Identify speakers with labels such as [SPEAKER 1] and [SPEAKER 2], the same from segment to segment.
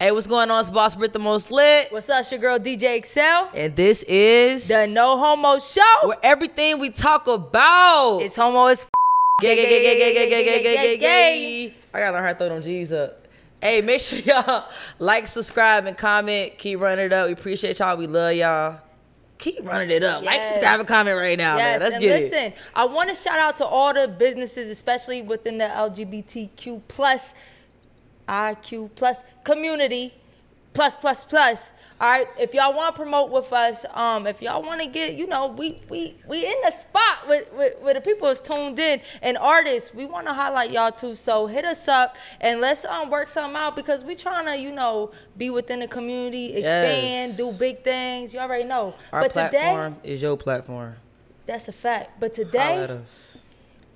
[SPEAKER 1] Hey, what's going on? It's Boss Brit the Most Lit.
[SPEAKER 2] What's up, it's your girl DJ Excel?
[SPEAKER 1] And this is
[SPEAKER 2] The No Homo Show.
[SPEAKER 1] where everything we talk about
[SPEAKER 2] It's homo as f-
[SPEAKER 1] gay, gay, gay, gay, gay, gay, gay, gay, gay, gay,
[SPEAKER 2] gay.
[SPEAKER 1] gay. I gotta learn how to throw them G's up. Hey, make sure y'all like, subscribe, and comment. Keep running it up. We appreciate y'all. We love y'all. Keep running it up. Like,
[SPEAKER 2] Yes.
[SPEAKER 1] subscribe, and comment right now. man.
[SPEAKER 2] Yes,
[SPEAKER 1] Let's
[SPEAKER 2] and
[SPEAKER 1] get
[SPEAKER 2] listen,
[SPEAKER 1] it.
[SPEAKER 2] I want to shout out to all the businesses, especially within the LGBTQ plus, IQ plus community, plus plus plus. All right, if y'all want to promote with us, um, if y'all want to get, you know, we we we in the spot with, with where the people is tuned in and artists. We want to highlight y'all too, so hit us up and let's um work something out because we trying to, you know, be within the community, expand,
[SPEAKER 1] Yes.
[SPEAKER 2] do big things. You already know.
[SPEAKER 1] Our
[SPEAKER 2] but today,
[SPEAKER 1] platform is your platform.
[SPEAKER 2] that's a fact. But
[SPEAKER 1] Holla at
[SPEAKER 2] today
[SPEAKER 1] us.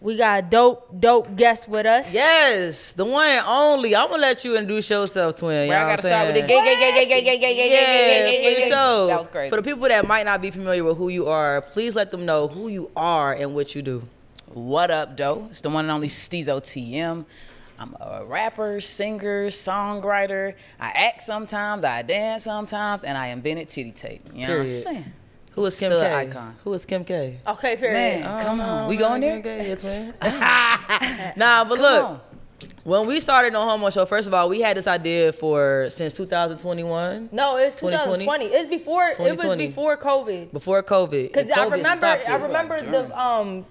[SPEAKER 2] we got a dope, dope guest with us.
[SPEAKER 1] Yes, the one and only. I'm gonna let you introduce yourself, twin.
[SPEAKER 3] I
[SPEAKER 1] Y'all
[SPEAKER 3] gotta start with the gay, gay, gay, gay, gay, gay, gay, gay,
[SPEAKER 1] yeah,
[SPEAKER 3] gay, gay, gay,
[SPEAKER 1] for
[SPEAKER 3] gay.
[SPEAKER 1] sure.
[SPEAKER 3] That was crazy.
[SPEAKER 1] For the people that might not be familiar with who you are, please let them know who you are and what you do.
[SPEAKER 3] What up, doe? It's the one and only Steezo TM. I'm a rapper, singer, songwriter. I act sometimes, I dance sometimes, and I invented titty tape. You know what I'm
[SPEAKER 1] Period.
[SPEAKER 3] saying?
[SPEAKER 1] Who is Kim
[SPEAKER 3] Still
[SPEAKER 1] K?
[SPEAKER 3] an icon.
[SPEAKER 1] Who is Kim K?
[SPEAKER 2] Okay, period.
[SPEAKER 3] Man,
[SPEAKER 1] Uh,
[SPEAKER 3] come
[SPEAKER 1] oh,
[SPEAKER 3] on. We going there?
[SPEAKER 1] Okay, yeah, twin. nah, but look,
[SPEAKER 3] Come on.
[SPEAKER 1] when we started on Homo Show, first of all, we had this idea for since 2021,
[SPEAKER 2] No, it's
[SPEAKER 1] 2020?
[SPEAKER 2] 2020. It's before. It
[SPEAKER 1] 2020.
[SPEAKER 2] was before COVID.
[SPEAKER 1] before COVID.
[SPEAKER 2] Because
[SPEAKER 1] And
[SPEAKER 2] I
[SPEAKER 1] COVID
[SPEAKER 2] remember,
[SPEAKER 1] stopped it.
[SPEAKER 2] I remember the um,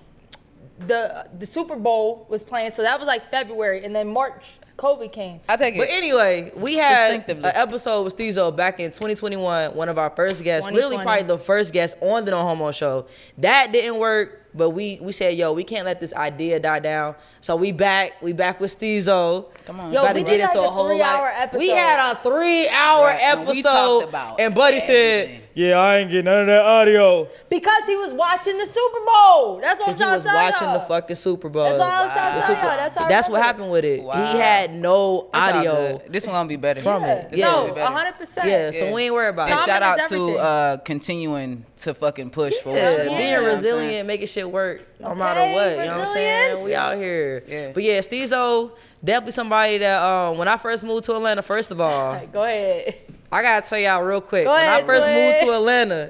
[SPEAKER 2] the the Super Bowl was playing, so that was like February, and then March COVID came.
[SPEAKER 3] I take
[SPEAKER 1] But
[SPEAKER 3] it.
[SPEAKER 1] anyway, we had an
[SPEAKER 3] distinctively.
[SPEAKER 1] episode with Steezo back in 2021, one of our first guests, literally
[SPEAKER 2] 2020.
[SPEAKER 1] probably the first guest on the No Homo show. That didn't work, but we we said, yo, we can't let this idea die down. So we back, we back with Steezo.
[SPEAKER 3] Come on.
[SPEAKER 2] Yo,
[SPEAKER 1] About
[SPEAKER 2] we
[SPEAKER 1] to
[SPEAKER 2] did like a
[SPEAKER 1] whole
[SPEAKER 2] three-hour
[SPEAKER 1] lot.
[SPEAKER 2] episode.
[SPEAKER 1] We had a three hour
[SPEAKER 3] Right, and we
[SPEAKER 1] episode.
[SPEAKER 3] talked about
[SPEAKER 1] and Buddy said,
[SPEAKER 3] everything.
[SPEAKER 1] yeah, I ain't getting none of that audio.
[SPEAKER 2] Because he was watching the Super Bowl. That's what I'm
[SPEAKER 1] Because he
[SPEAKER 2] trying
[SPEAKER 1] was
[SPEAKER 2] to tell
[SPEAKER 1] watching
[SPEAKER 2] y'all.
[SPEAKER 1] the fucking Super Bowl.
[SPEAKER 2] That's all I was trying
[SPEAKER 3] Wow.
[SPEAKER 2] to tell y'all. That's, how I
[SPEAKER 1] That's what
[SPEAKER 2] remember.
[SPEAKER 1] happened with it.
[SPEAKER 3] Wow.
[SPEAKER 1] He had no
[SPEAKER 3] It's all
[SPEAKER 1] audio.
[SPEAKER 3] good. This one gonna be better.
[SPEAKER 1] From it.
[SPEAKER 3] This
[SPEAKER 1] Yeah.
[SPEAKER 3] one
[SPEAKER 2] No,
[SPEAKER 3] gonna be better.
[SPEAKER 2] 100. percent
[SPEAKER 1] Yeah, so we ain't worried about
[SPEAKER 3] And
[SPEAKER 1] it.
[SPEAKER 2] Tom-
[SPEAKER 3] shout out
[SPEAKER 2] Confidence
[SPEAKER 3] to
[SPEAKER 2] everything.
[SPEAKER 3] uh, continuing to fucking push for what you
[SPEAKER 1] Yeah,
[SPEAKER 3] want. you know
[SPEAKER 1] being
[SPEAKER 3] what I'm
[SPEAKER 1] resilient,
[SPEAKER 3] saying?
[SPEAKER 1] making shit work no matter what. You know what I'm saying?
[SPEAKER 2] resilience.
[SPEAKER 1] We out here.
[SPEAKER 3] Yeah.
[SPEAKER 1] But yeah, Steezo, definitely somebody that um, when I first moved to Atlanta, first of all,
[SPEAKER 2] Go ahead.
[SPEAKER 1] I gotta tell y'all real quick.
[SPEAKER 2] Go
[SPEAKER 1] when I
[SPEAKER 2] ahead,
[SPEAKER 1] first
[SPEAKER 2] Twin.
[SPEAKER 1] moved to Atlanta,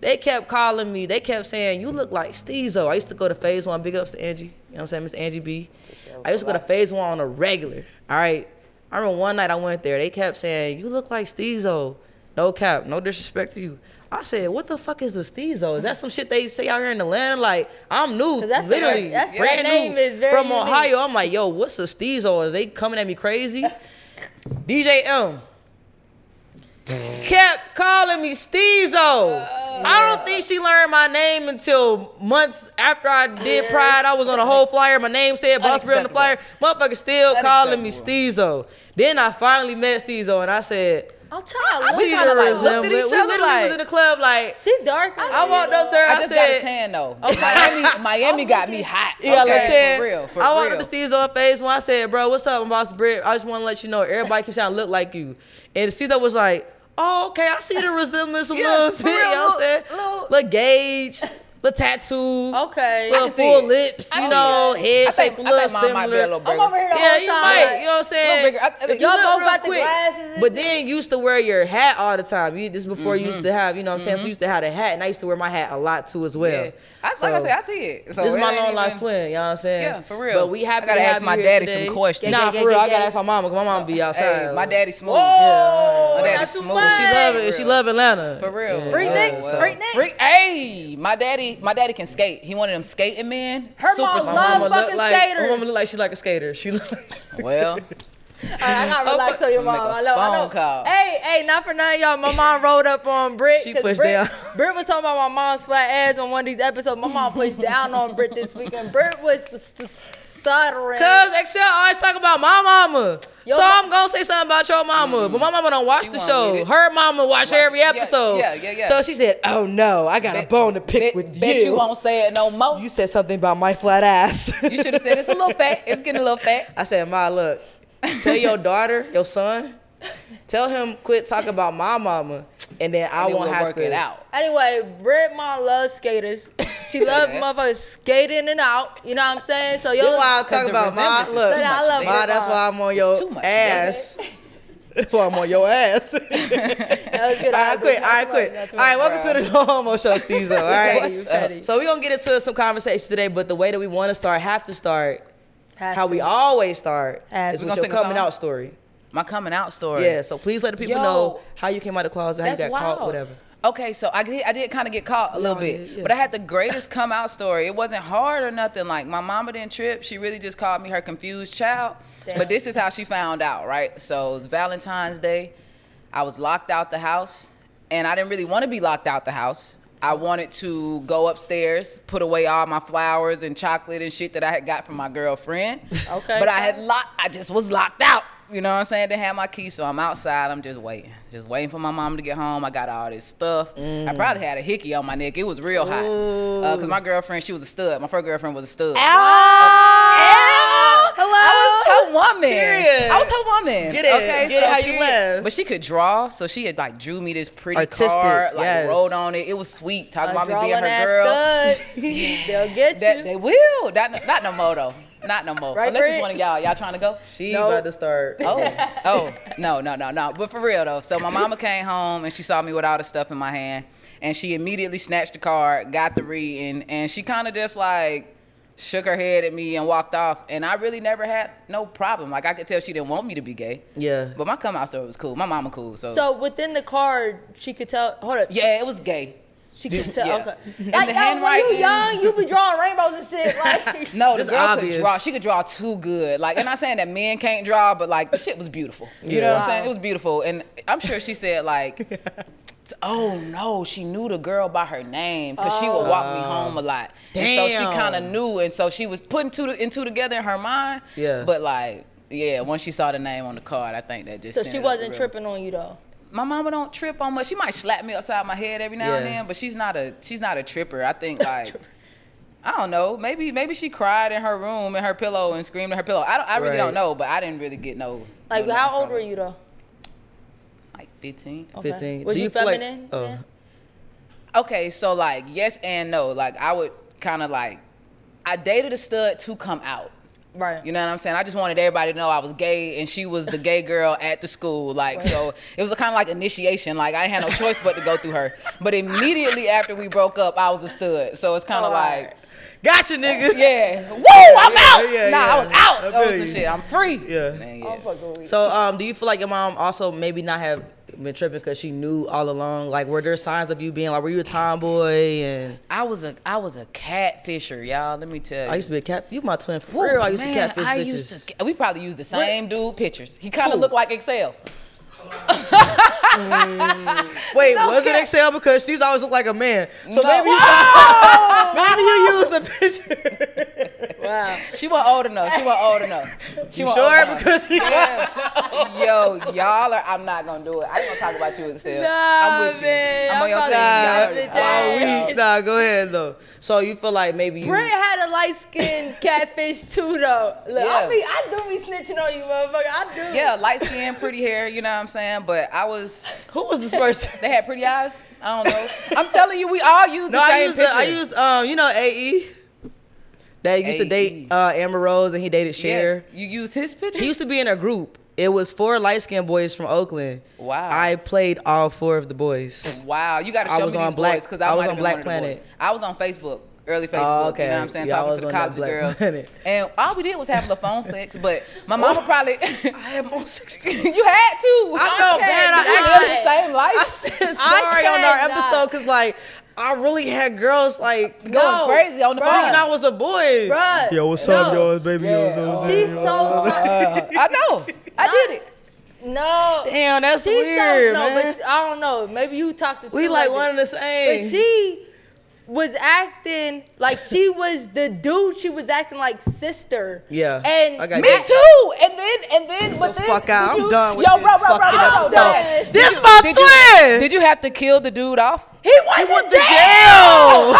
[SPEAKER 1] they kept calling me. They kept saying, "You look like Steezo." I used to go to Phase One. Big ups to Angie. You know what I'm saying, Miss Angie B. I used to go to Phase One on a regular. All right. I remember one night I went there. They kept saying, "You look like Steezo." No cap. No disrespect to you. I said, "What the fuck is a Steezo? Is that some shit they say out here in Atlanta?" Like I'm new,
[SPEAKER 2] 'Cause that's a-
[SPEAKER 1] literally
[SPEAKER 2] that's- that
[SPEAKER 1] brand
[SPEAKER 2] name
[SPEAKER 1] new
[SPEAKER 2] is very
[SPEAKER 1] from
[SPEAKER 2] unique.
[SPEAKER 1] Ohio. I'm like, "Yo, what's a Steezo? Is they coming at me crazy?" DJ M kept calling me Steezo. I don't think she learned my name until months after I did Pride. I was on a whole flyer. My name said Boss Real on the
[SPEAKER 3] Unacceptable.
[SPEAKER 1] flyer. Motherfucker still calling me
[SPEAKER 3] Unacceptable.
[SPEAKER 1] Steezo. Then I finally met Steezo and I said,
[SPEAKER 2] I'm trying.
[SPEAKER 1] see the
[SPEAKER 3] kinda like looked at
[SPEAKER 1] resemblance. We
[SPEAKER 3] each other
[SPEAKER 1] literally was
[SPEAKER 3] like-
[SPEAKER 1] in the club like,
[SPEAKER 2] She dark.
[SPEAKER 1] I walked up to her.
[SPEAKER 3] I,
[SPEAKER 1] I,
[SPEAKER 3] just got a
[SPEAKER 1] said,
[SPEAKER 3] tan though. Miami, Miami got me hot.
[SPEAKER 1] yeah,
[SPEAKER 3] okay?
[SPEAKER 1] like tan.
[SPEAKER 3] For real, for
[SPEAKER 1] I walked
[SPEAKER 3] real.
[SPEAKER 1] up to Steve's on phase one. I said, bro, what's up, I'm boss Britt? I just want to let you know everybody keeps saying I look like you. And Steve was like, oh, okay, I see the resemblance a little bit.
[SPEAKER 3] for
[SPEAKER 1] you
[SPEAKER 3] real,
[SPEAKER 1] know what
[SPEAKER 3] little-
[SPEAKER 1] I'm saying?
[SPEAKER 3] little-
[SPEAKER 1] Little gauge, little tattoo.
[SPEAKER 2] Okay.
[SPEAKER 1] Little
[SPEAKER 3] can see
[SPEAKER 1] full
[SPEAKER 3] it.
[SPEAKER 1] lips,
[SPEAKER 3] I
[SPEAKER 1] you
[SPEAKER 3] see
[SPEAKER 1] know,
[SPEAKER 3] it.
[SPEAKER 1] head
[SPEAKER 3] I think-
[SPEAKER 1] shape a
[SPEAKER 3] I
[SPEAKER 1] little
[SPEAKER 3] think mine might be a
[SPEAKER 1] similar.
[SPEAKER 3] little
[SPEAKER 2] I'm
[SPEAKER 3] bigger.
[SPEAKER 2] over here the
[SPEAKER 1] Yeah,
[SPEAKER 2] whole
[SPEAKER 1] you
[SPEAKER 2] time.
[SPEAKER 1] might.
[SPEAKER 2] like-
[SPEAKER 1] You know what I'm saying?
[SPEAKER 3] bigger. I- I think
[SPEAKER 1] If you
[SPEAKER 2] y'all
[SPEAKER 1] look
[SPEAKER 2] both
[SPEAKER 1] real
[SPEAKER 2] got the
[SPEAKER 1] quick,
[SPEAKER 2] glasses and
[SPEAKER 1] But
[SPEAKER 2] shit.
[SPEAKER 1] then you used to wear your hat all the time. You this before you
[SPEAKER 3] Mm-hmm.
[SPEAKER 1] used to have, you know what I'm saying? So you used to have a hat and I used to wear my hat a lot too as well.
[SPEAKER 3] Yeah. I, like I
[SPEAKER 1] So-
[SPEAKER 3] said, I see it. So
[SPEAKER 1] this is
[SPEAKER 3] it
[SPEAKER 1] my
[SPEAKER 3] ain't
[SPEAKER 1] long lost
[SPEAKER 3] even-
[SPEAKER 1] twin, you know what I'm saying?
[SPEAKER 3] Yeah, for real.
[SPEAKER 1] But we happy
[SPEAKER 3] I gotta
[SPEAKER 1] to have
[SPEAKER 3] ask
[SPEAKER 1] you
[SPEAKER 3] my
[SPEAKER 1] here
[SPEAKER 3] daddy
[SPEAKER 1] today.
[SPEAKER 3] some questions.
[SPEAKER 1] Nah,
[SPEAKER 2] Yeah, yeah,
[SPEAKER 1] for real,
[SPEAKER 2] yeah,
[SPEAKER 1] I gotta
[SPEAKER 2] yeah.
[SPEAKER 1] ask my mama, cause my mama be outside.
[SPEAKER 3] Hey, my daddy smooth.
[SPEAKER 2] Whoa,
[SPEAKER 3] My daddy
[SPEAKER 2] not too
[SPEAKER 3] smooth.
[SPEAKER 2] much.
[SPEAKER 1] She love it. She love Atlanta.
[SPEAKER 3] For real.
[SPEAKER 2] Free
[SPEAKER 3] Oh,
[SPEAKER 2] Nick, free Nick.
[SPEAKER 3] Free, hey, my daddy, my daddy can skate. He one of them skating men.
[SPEAKER 2] Her
[SPEAKER 3] Super
[SPEAKER 2] mom
[SPEAKER 3] smooth.
[SPEAKER 2] love
[SPEAKER 1] look
[SPEAKER 2] fucking
[SPEAKER 1] like, My
[SPEAKER 2] skaters.
[SPEAKER 1] mama look like she like a skater. She look like,
[SPEAKER 3] Well,
[SPEAKER 2] I gotta relax on your
[SPEAKER 3] Make
[SPEAKER 2] mom.
[SPEAKER 3] a
[SPEAKER 2] I know. I
[SPEAKER 3] phone
[SPEAKER 2] know.
[SPEAKER 3] call.
[SPEAKER 2] Hey, hey, not for nothing, y'all. My mom rolled up on Britt.
[SPEAKER 1] She
[SPEAKER 2] 'cause
[SPEAKER 1] pushed
[SPEAKER 2] Britt,
[SPEAKER 1] down.
[SPEAKER 2] Britt was talking about my mom's flat ass on one of these episodes. My mom pushed down on Britt this weekend. Britt was s- s- stuttering.
[SPEAKER 1] Cause Excel always talk about my mama.
[SPEAKER 2] Yo,
[SPEAKER 1] so
[SPEAKER 2] ma-
[SPEAKER 1] I'm gonna say something about your mama, but my mama don't watch
[SPEAKER 3] She
[SPEAKER 1] the
[SPEAKER 3] won't
[SPEAKER 1] show.
[SPEAKER 3] get it.
[SPEAKER 1] Her mama watch, every
[SPEAKER 3] yeah,
[SPEAKER 1] episode.
[SPEAKER 3] yeah, yeah, yeah.
[SPEAKER 1] So she said, "Oh no, I got a bone to pick
[SPEAKER 3] bet,
[SPEAKER 1] with
[SPEAKER 3] bet
[SPEAKER 1] you."
[SPEAKER 3] you won't say it no more.
[SPEAKER 1] You
[SPEAKER 3] You,
[SPEAKER 1] said something about my flat ass.
[SPEAKER 3] should have said it's a little fat. It's getting a little fat.
[SPEAKER 1] I said, "Ma, look, tell your daughter, your son, tell him quit talking about my mama, and then I
[SPEAKER 3] And then
[SPEAKER 1] won't
[SPEAKER 3] we'll
[SPEAKER 1] have
[SPEAKER 3] work
[SPEAKER 1] to
[SPEAKER 3] it out.
[SPEAKER 2] Anyway, Red Mom loves skaters. She loves motherfuckers skating and out. You know what I'm saying? So yo,
[SPEAKER 1] You wild
[SPEAKER 3] Cause
[SPEAKER 1] talk
[SPEAKER 3] the
[SPEAKER 1] about my
[SPEAKER 3] resemblance is
[SPEAKER 1] look.
[SPEAKER 3] too much,
[SPEAKER 2] I love
[SPEAKER 3] baby.
[SPEAKER 1] Ma, that's why I'm on
[SPEAKER 3] It's too
[SPEAKER 1] your
[SPEAKER 3] much, baby.
[SPEAKER 1] ass. That's why I'm on your ass. all
[SPEAKER 2] that was good.
[SPEAKER 1] right, I quit. All right, quit. All right, welcome to the No Homo Show, Steezo. All right.
[SPEAKER 3] What's up?
[SPEAKER 1] So we're gonna get into some conversations today, but the way that we want to start, have to start, how we always start,
[SPEAKER 2] Have
[SPEAKER 1] is
[SPEAKER 2] to.
[SPEAKER 3] We gonna
[SPEAKER 1] with your
[SPEAKER 3] sing a
[SPEAKER 1] coming
[SPEAKER 3] song?
[SPEAKER 1] out story.
[SPEAKER 3] My coming out story.
[SPEAKER 1] Yeah. So please let the people
[SPEAKER 3] Yo,
[SPEAKER 1] know how you came out of the closet, how you
[SPEAKER 3] That's
[SPEAKER 1] got
[SPEAKER 3] wild.
[SPEAKER 1] caught, whatever.
[SPEAKER 3] Okay, so I did I did kind of get caught a little
[SPEAKER 1] Y'all
[SPEAKER 3] bit,
[SPEAKER 1] did, yeah.
[SPEAKER 3] but I had the greatest come out story. It wasn't hard or nothing. Like my mama didn't trip. She really just called me her confused child. But this is how she found out, right? So it was Valentine's Day. I was locked out the house, and I didn't really want to be locked out the house. I wanted to go upstairs, put away all my flowers and chocolate and shit that I had got from my girlfriend.
[SPEAKER 2] Okay.
[SPEAKER 3] But I had locked. I just was locked out. You know what I'm saying? Didn't have my key, so I'm outside. I'm just waiting, just waiting for my mom to get home. I got all this stuff.
[SPEAKER 1] Mm.
[SPEAKER 3] I probably had a hickey on my neck. It was real hot because my girlfriend, she was a stud. My first girlfriend was a stud.
[SPEAKER 1] Ow!
[SPEAKER 3] I was her
[SPEAKER 1] Hello.
[SPEAKER 3] woman.
[SPEAKER 1] Period.
[SPEAKER 3] I was her woman.
[SPEAKER 1] Get it.
[SPEAKER 3] Okay, so
[SPEAKER 1] Get it how you
[SPEAKER 3] she-
[SPEAKER 1] live.
[SPEAKER 3] But she could draw, so she had like drew me this pretty
[SPEAKER 1] Artistic,
[SPEAKER 3] card, like
[SPEAKER 1] yes.
[SPEAKER 3] wrote on it. It was sweet. Talking about me being her
[SPEAKER 2] ass
[SPEAKER 3] girl.
[SPEAKER 2] Stud. They'll get
[SPEAKER 3] That
[SPEAKER 2] you.
[SPEAKER 3] they will. Not not no more though. Not no more.
[SPEAKER 2] Right,
[SPEAKER 3] Unless
[SPEAKER 2] Britt?
[SPEAKER 3] it's one of y'all. Y'all trying to go?
[SPEAKER 1] She
[SPEAKER 2] Nope.
[SPEAKER 1] about to start.
[SPEAKER 3] Oh, oh, no, no, no, no. But for real though, so my mama came home and she saw me with all the stuff in my hand, and she immediately snatched the card, got the reading, and she kind of just like shook her head at me and walked off. And I really never had no problem. Like I could tell she didn't want me to be gay.
[SPEAKER 1] Yeah.
[SPEAKER 3] But my come out story was cool. My mama cool. So.
[SPEAKER 2] so within the card, she could tell. Hold up.
[SPEAKER 3] yeah, it was gay.
[SPEAKER 2] She could tell.
[SPEAKER 3] Yeah.
[SPEAKER 2] Okay.
[SPEAKER 3] And
[SPEAKER 2] Like,
[SPEAKER 3] the
[SPEAKER 2] yo, when
[SPEAKER 3] handwriting.
[SPEAKER 2] you young, you be drawing rainbows and shit. Like,
[SPEAKER 3] No, the
[SPEAKER 1] It's
[SPEAKER 3] girl
[SPEAKER 1] obvious.
[SPEAKER 3] could draw. She could draw too good. Like, I'm not saying that men can't draw, but like the shit was beautiful. You know what I'm saying? It was beautiful, and I'm sure she said like, t- "Oh no, she knew the girl by her name because she would walk me home a lot." And so she
[SPEAKER 1] Damn.
[SPEAKER 3] kind of knew, and so she was putting two and two together in her mind.
[SPEAKER 1] Yeah.
[SPEAKER 3] But like, yeah, once she saw the name on the card, I think that just
[SPEAKER 2] so
[SPEAKER 3] sent
[SPEAKER 2] she
[SPEAKER 3] it up
[SPEAKER 2] wasn't
[SPEAKER 3] the river.
[SPEAKER 2] tripping on you though.
[SPEAKER 3] My mama don't trip on much. She might slap me upside my head every now and
[SPEAKER 1] Yeah.
[SPEAKER 3] then, but she's not a she's not a tripper. I think like I don't know. Maybe maybe she cried in her room in her pillow and screamed in her pillow. I don't, I really
[SPEAKER 1] Right.
[SPEAKER 3] don't know, but I didn't really get no.
[SPEAKER 2] Like,
[SPEAKER 3] no
[SPEAKER 2] how
[SPEAKER 3] nothing
[SPEAKER 2] old
[SPEAKER 3] from
[SPEAKER 2] were
[SPEAKER 3] it.
[SPEAKER 2] you though?
[SPEAKER 3] Like 15.
[SPEAKER 2] Okay.
[SPEAKER 1] 15.
[SPEAKER 2] Was
[SPEAKER 1] Do
[SPEAKER 2] you,
[SPEAKER 1] you feel like-
[SPEAKER 2] feminine?
[SPEAKER 1] oh.
[SPEAKER 2] then?
[SPEAKER 3] Okay, so like yes and no. Like I would kind of like I dated a stud to come out.
[SPEAKER 2] Right.
[SPEAKER 3] You know what I'm saying? I just wanted everybody to know I was gay, and she was the gay girl at the school. Like, so it was kind of like initiation. Like, I had no choice but to go through her. But immediately after we broke up, I was a stud. So it's kind of like,
[SPEAKER 1] Gotcha, nigga.
[SPEAKER 3] yeah, woo, I'm
[SPEAKER 1] yeah,
[SPEAKER 3] out.
[SPEAKER 1] yeah,
[SPEAKER 3] nah,
[SPEAKER 1] yeah.
[SPEAKER 3] I was out.
[SPEAKER 1] I
[SPEAKER 3] I was
[SPEAKER 1] feel
[SPEAKER 3] some
[SPEAKER 1] you.
[SPEAKER 3] shit. I'm free.
[SPEAKER 1] Yeah. Oh,
[SPEAKER 3] Man, yeah.
[SPEAKER 1] So, um, do you feel like your mom also maybe not have been tripping because she knew all along? Like, were there signs of you being like, were you a tomboy? And
[SPEAKER 3] I was a I was a catfisher, y'all. Let me tell you.
[SPEAKER 1] I used to be a cat. You my twin for
[SPEAKER 3] Woo,
[SPEAKER 1] real. I used
[SPEAKER 3] man,
[SPEAKER 1] to catfish
[SPEAKER 3] I
[SPEAKER 1] bitches.
[SPEAKER 3] used to. ca- We probably used the same dude pictures. He kind of looked like Excel.
[SPEAKER 1] Wait,
[SPEAKER 3] No,
[SPEAKER 1] was it
[SPEAKER 3] cat-
[SPEAKER 1] Excel because she's always looked like a man? So
[SPEAKER 3] No.
[SPEAKER 1] maybe you, maybe you used the picture.
[SPEAKER 2] Wow.
[SPEAKER 3] She wasn't old enough. She wasn't old enough. She wasn't old
[SPEAKER 1] Sure,
[SPEAKER 3] enough.
[SPEAKER 1] because she,
[SPEAKER 3] Yeah. Yo, y'all are. I'm not gonna do it. I ain't gonna talk about you, Excel. I'm with you.
[SPEAKER 2] man,
[SPEAKER 3] I'm on
[SPEAKER 2] I'm
[SPEAKER 3] your
[SPEAKER 2] about
[SPEAKER 3] team.
[SPEAKER 2] to
[SPEAKER 3] Uh, Y'all
[SPEAKER 2] stop
[SPEAKER 3] already-
[SPEAKER 2] it,
[SPEAKER 1] nah,
[SPEAKER 2] Dang.
[SPEAKER 1] we, nah, go ahead though. So you feel like maybe you,
[SPEAKER 2] Britt had a light skinned catfish too though. Look,
[SPEAKER 3] Yeah.
[SPEAKER 2] I be I do be snitching on you, motherfucker. I do.
[SPEAKER 3] Yeah, light skin, pretty hair. You know what I'm saying? But I was.
[SPEAKER 1] who was this person?
[SPEAKER 3] They had pretty eyes. I don't know. I'm telling you, we all use
[SPEAKER 1] No,
[SPEAKER 3] the
[SPEAKER 1] I
[SPEAKER 3] same
[SPEAKER 1] used
[SPEAKER 3] picture.
[SPEAKER 1] to, I used um, you know, AE. That used to
[SPEAKER 3] AE.
[SPEAKER 1] date uh, Amber Rose, and he dated Cher.
[SPEAKER 3] Yes, you used his picture.
[SPEAKER 1] He used to be in a group. It was four light skinned boys from Oakland.
[SPEAKER 3] Wow.
[SPEAKER 1] I played all four of the boys.
[SPEAKER 3] Wow, you got to
[SPEAKER 1] I
[SPEAKER 3] show
[SPEAKER 1] was
[SPEAKER 3] me
[SPEAKER 1] on
[SPEAKER 3] these
[SPEAKER 1] Black-
[SPEAKER 3] boys because I,
[SPEAKER 1] I was
[SPEAKER 3] might have
[SPEAKER 1] on
[SPEAKER 3] been
[SPEAKER 1] Black
[SPEAKER 3] one of the boys.
[SPEAKER 1] Planet. Oh,
[SPEAKER 3] I was on Facebook, early Facebook.
[SPEAKER 1] okay.
[SPEAKER 3] You know what I'm saying?
[SPEAKER 1] Yeah, I
[SPEAKER 3] Talking
[SPEAKER 1] was
[SPEAKER 3] to the
[SPEAKER 1] on that
[SPEAKER 3] college
[SPEAKER 1] Black
[SPEAKER 3] girls,
[SPEAKER 1] Planet. Oh,
[SPEAKER 3] and all we did was have a little phone sex. But my mama probably.
[SPEAKER 1] I am on 16.
[SPEAKER 3] you had to.
[SPEAKER 1] I know, man.
[SPEAKER 3] We
[SPEAKER 1] I
[SPEAKER 3] lived
[SPEAKER 1] actually.
[SPEAKER 3] the same life.
[SPEAKER 1] I said
[SPEAKER 2] I
[SPEAKER 1] sorry on our
[SPEAKER 2] cannot.
[SPEAKER 1] episode because, like, I really had girls, like, thinking
[SPEAKER 3] going
[SPEAKER 2] No,
[SPEAKER 3] crazy on the
[SPEAKER 2] bruh.
[SPEAKER 3] phone.
[SPEAKER 1] I was a boy.
[SPEAKER 2] Bruh. Yo, what's up, No. yours,
[SPEAKER 1] baby?
[SPEAKER 3] Yo, what's up, what's
[SPEAKER 2] She's so
[SPEAKER 3] Uh, I know. I did it.
[SPEAKER 2] no.
[SPEAKER 1] Damn, that's
[SPEAKER 2] She's
[SPEAKER 1] weird,
[SPEAKER 2] so no,
[SPEAKER 1] man.
[SPEAKER 2] but I don't know. Maybe you talked to
[SPEAKER 1] we
[SPEAKER 2] two
[SPEAKER 1] like
[SPEAKER 2] other-
[SPEAKER 1] one and the
[SPEAKER 2] But
[SPEAKER 1] same.
[SPEAKER 2] she was acting like she was the dude. She was acting like sister.
[SPEAKER 1] Yeah,
[SPEAKER 2] And
[SPEAKER 1] I got
[SPEAKER 3] Me
[SPEAKER 1] that.
[SPEAKER 3] too. And then and then but
[SPEAKER 4] The
[SPEAKER 3] then
[SPEAKER 4] fuck out.
[SPEAKER 3] did
[SPEAKER 4] I'm done with
[SPEAKER 3] yo,
[SPEAKER 4] this
[SPEAKER 3] bro, bro, bro,
[SPEAKER 4] fucking
[SPEAKER 3] bro,
[SPEAKER 4] episode.
[SPEAKER 3] bro.
[SPEAKER 4] This
[SPEAKER 3] Did
[SPEAKER 4] my
[SPEAKER 3] did
[SPEAKER 4] twin.
[SPEAKER 3] You, did you have to kill the dude off?
[SPEAKER 2] He went,
[SPEAKER 4] went to jail.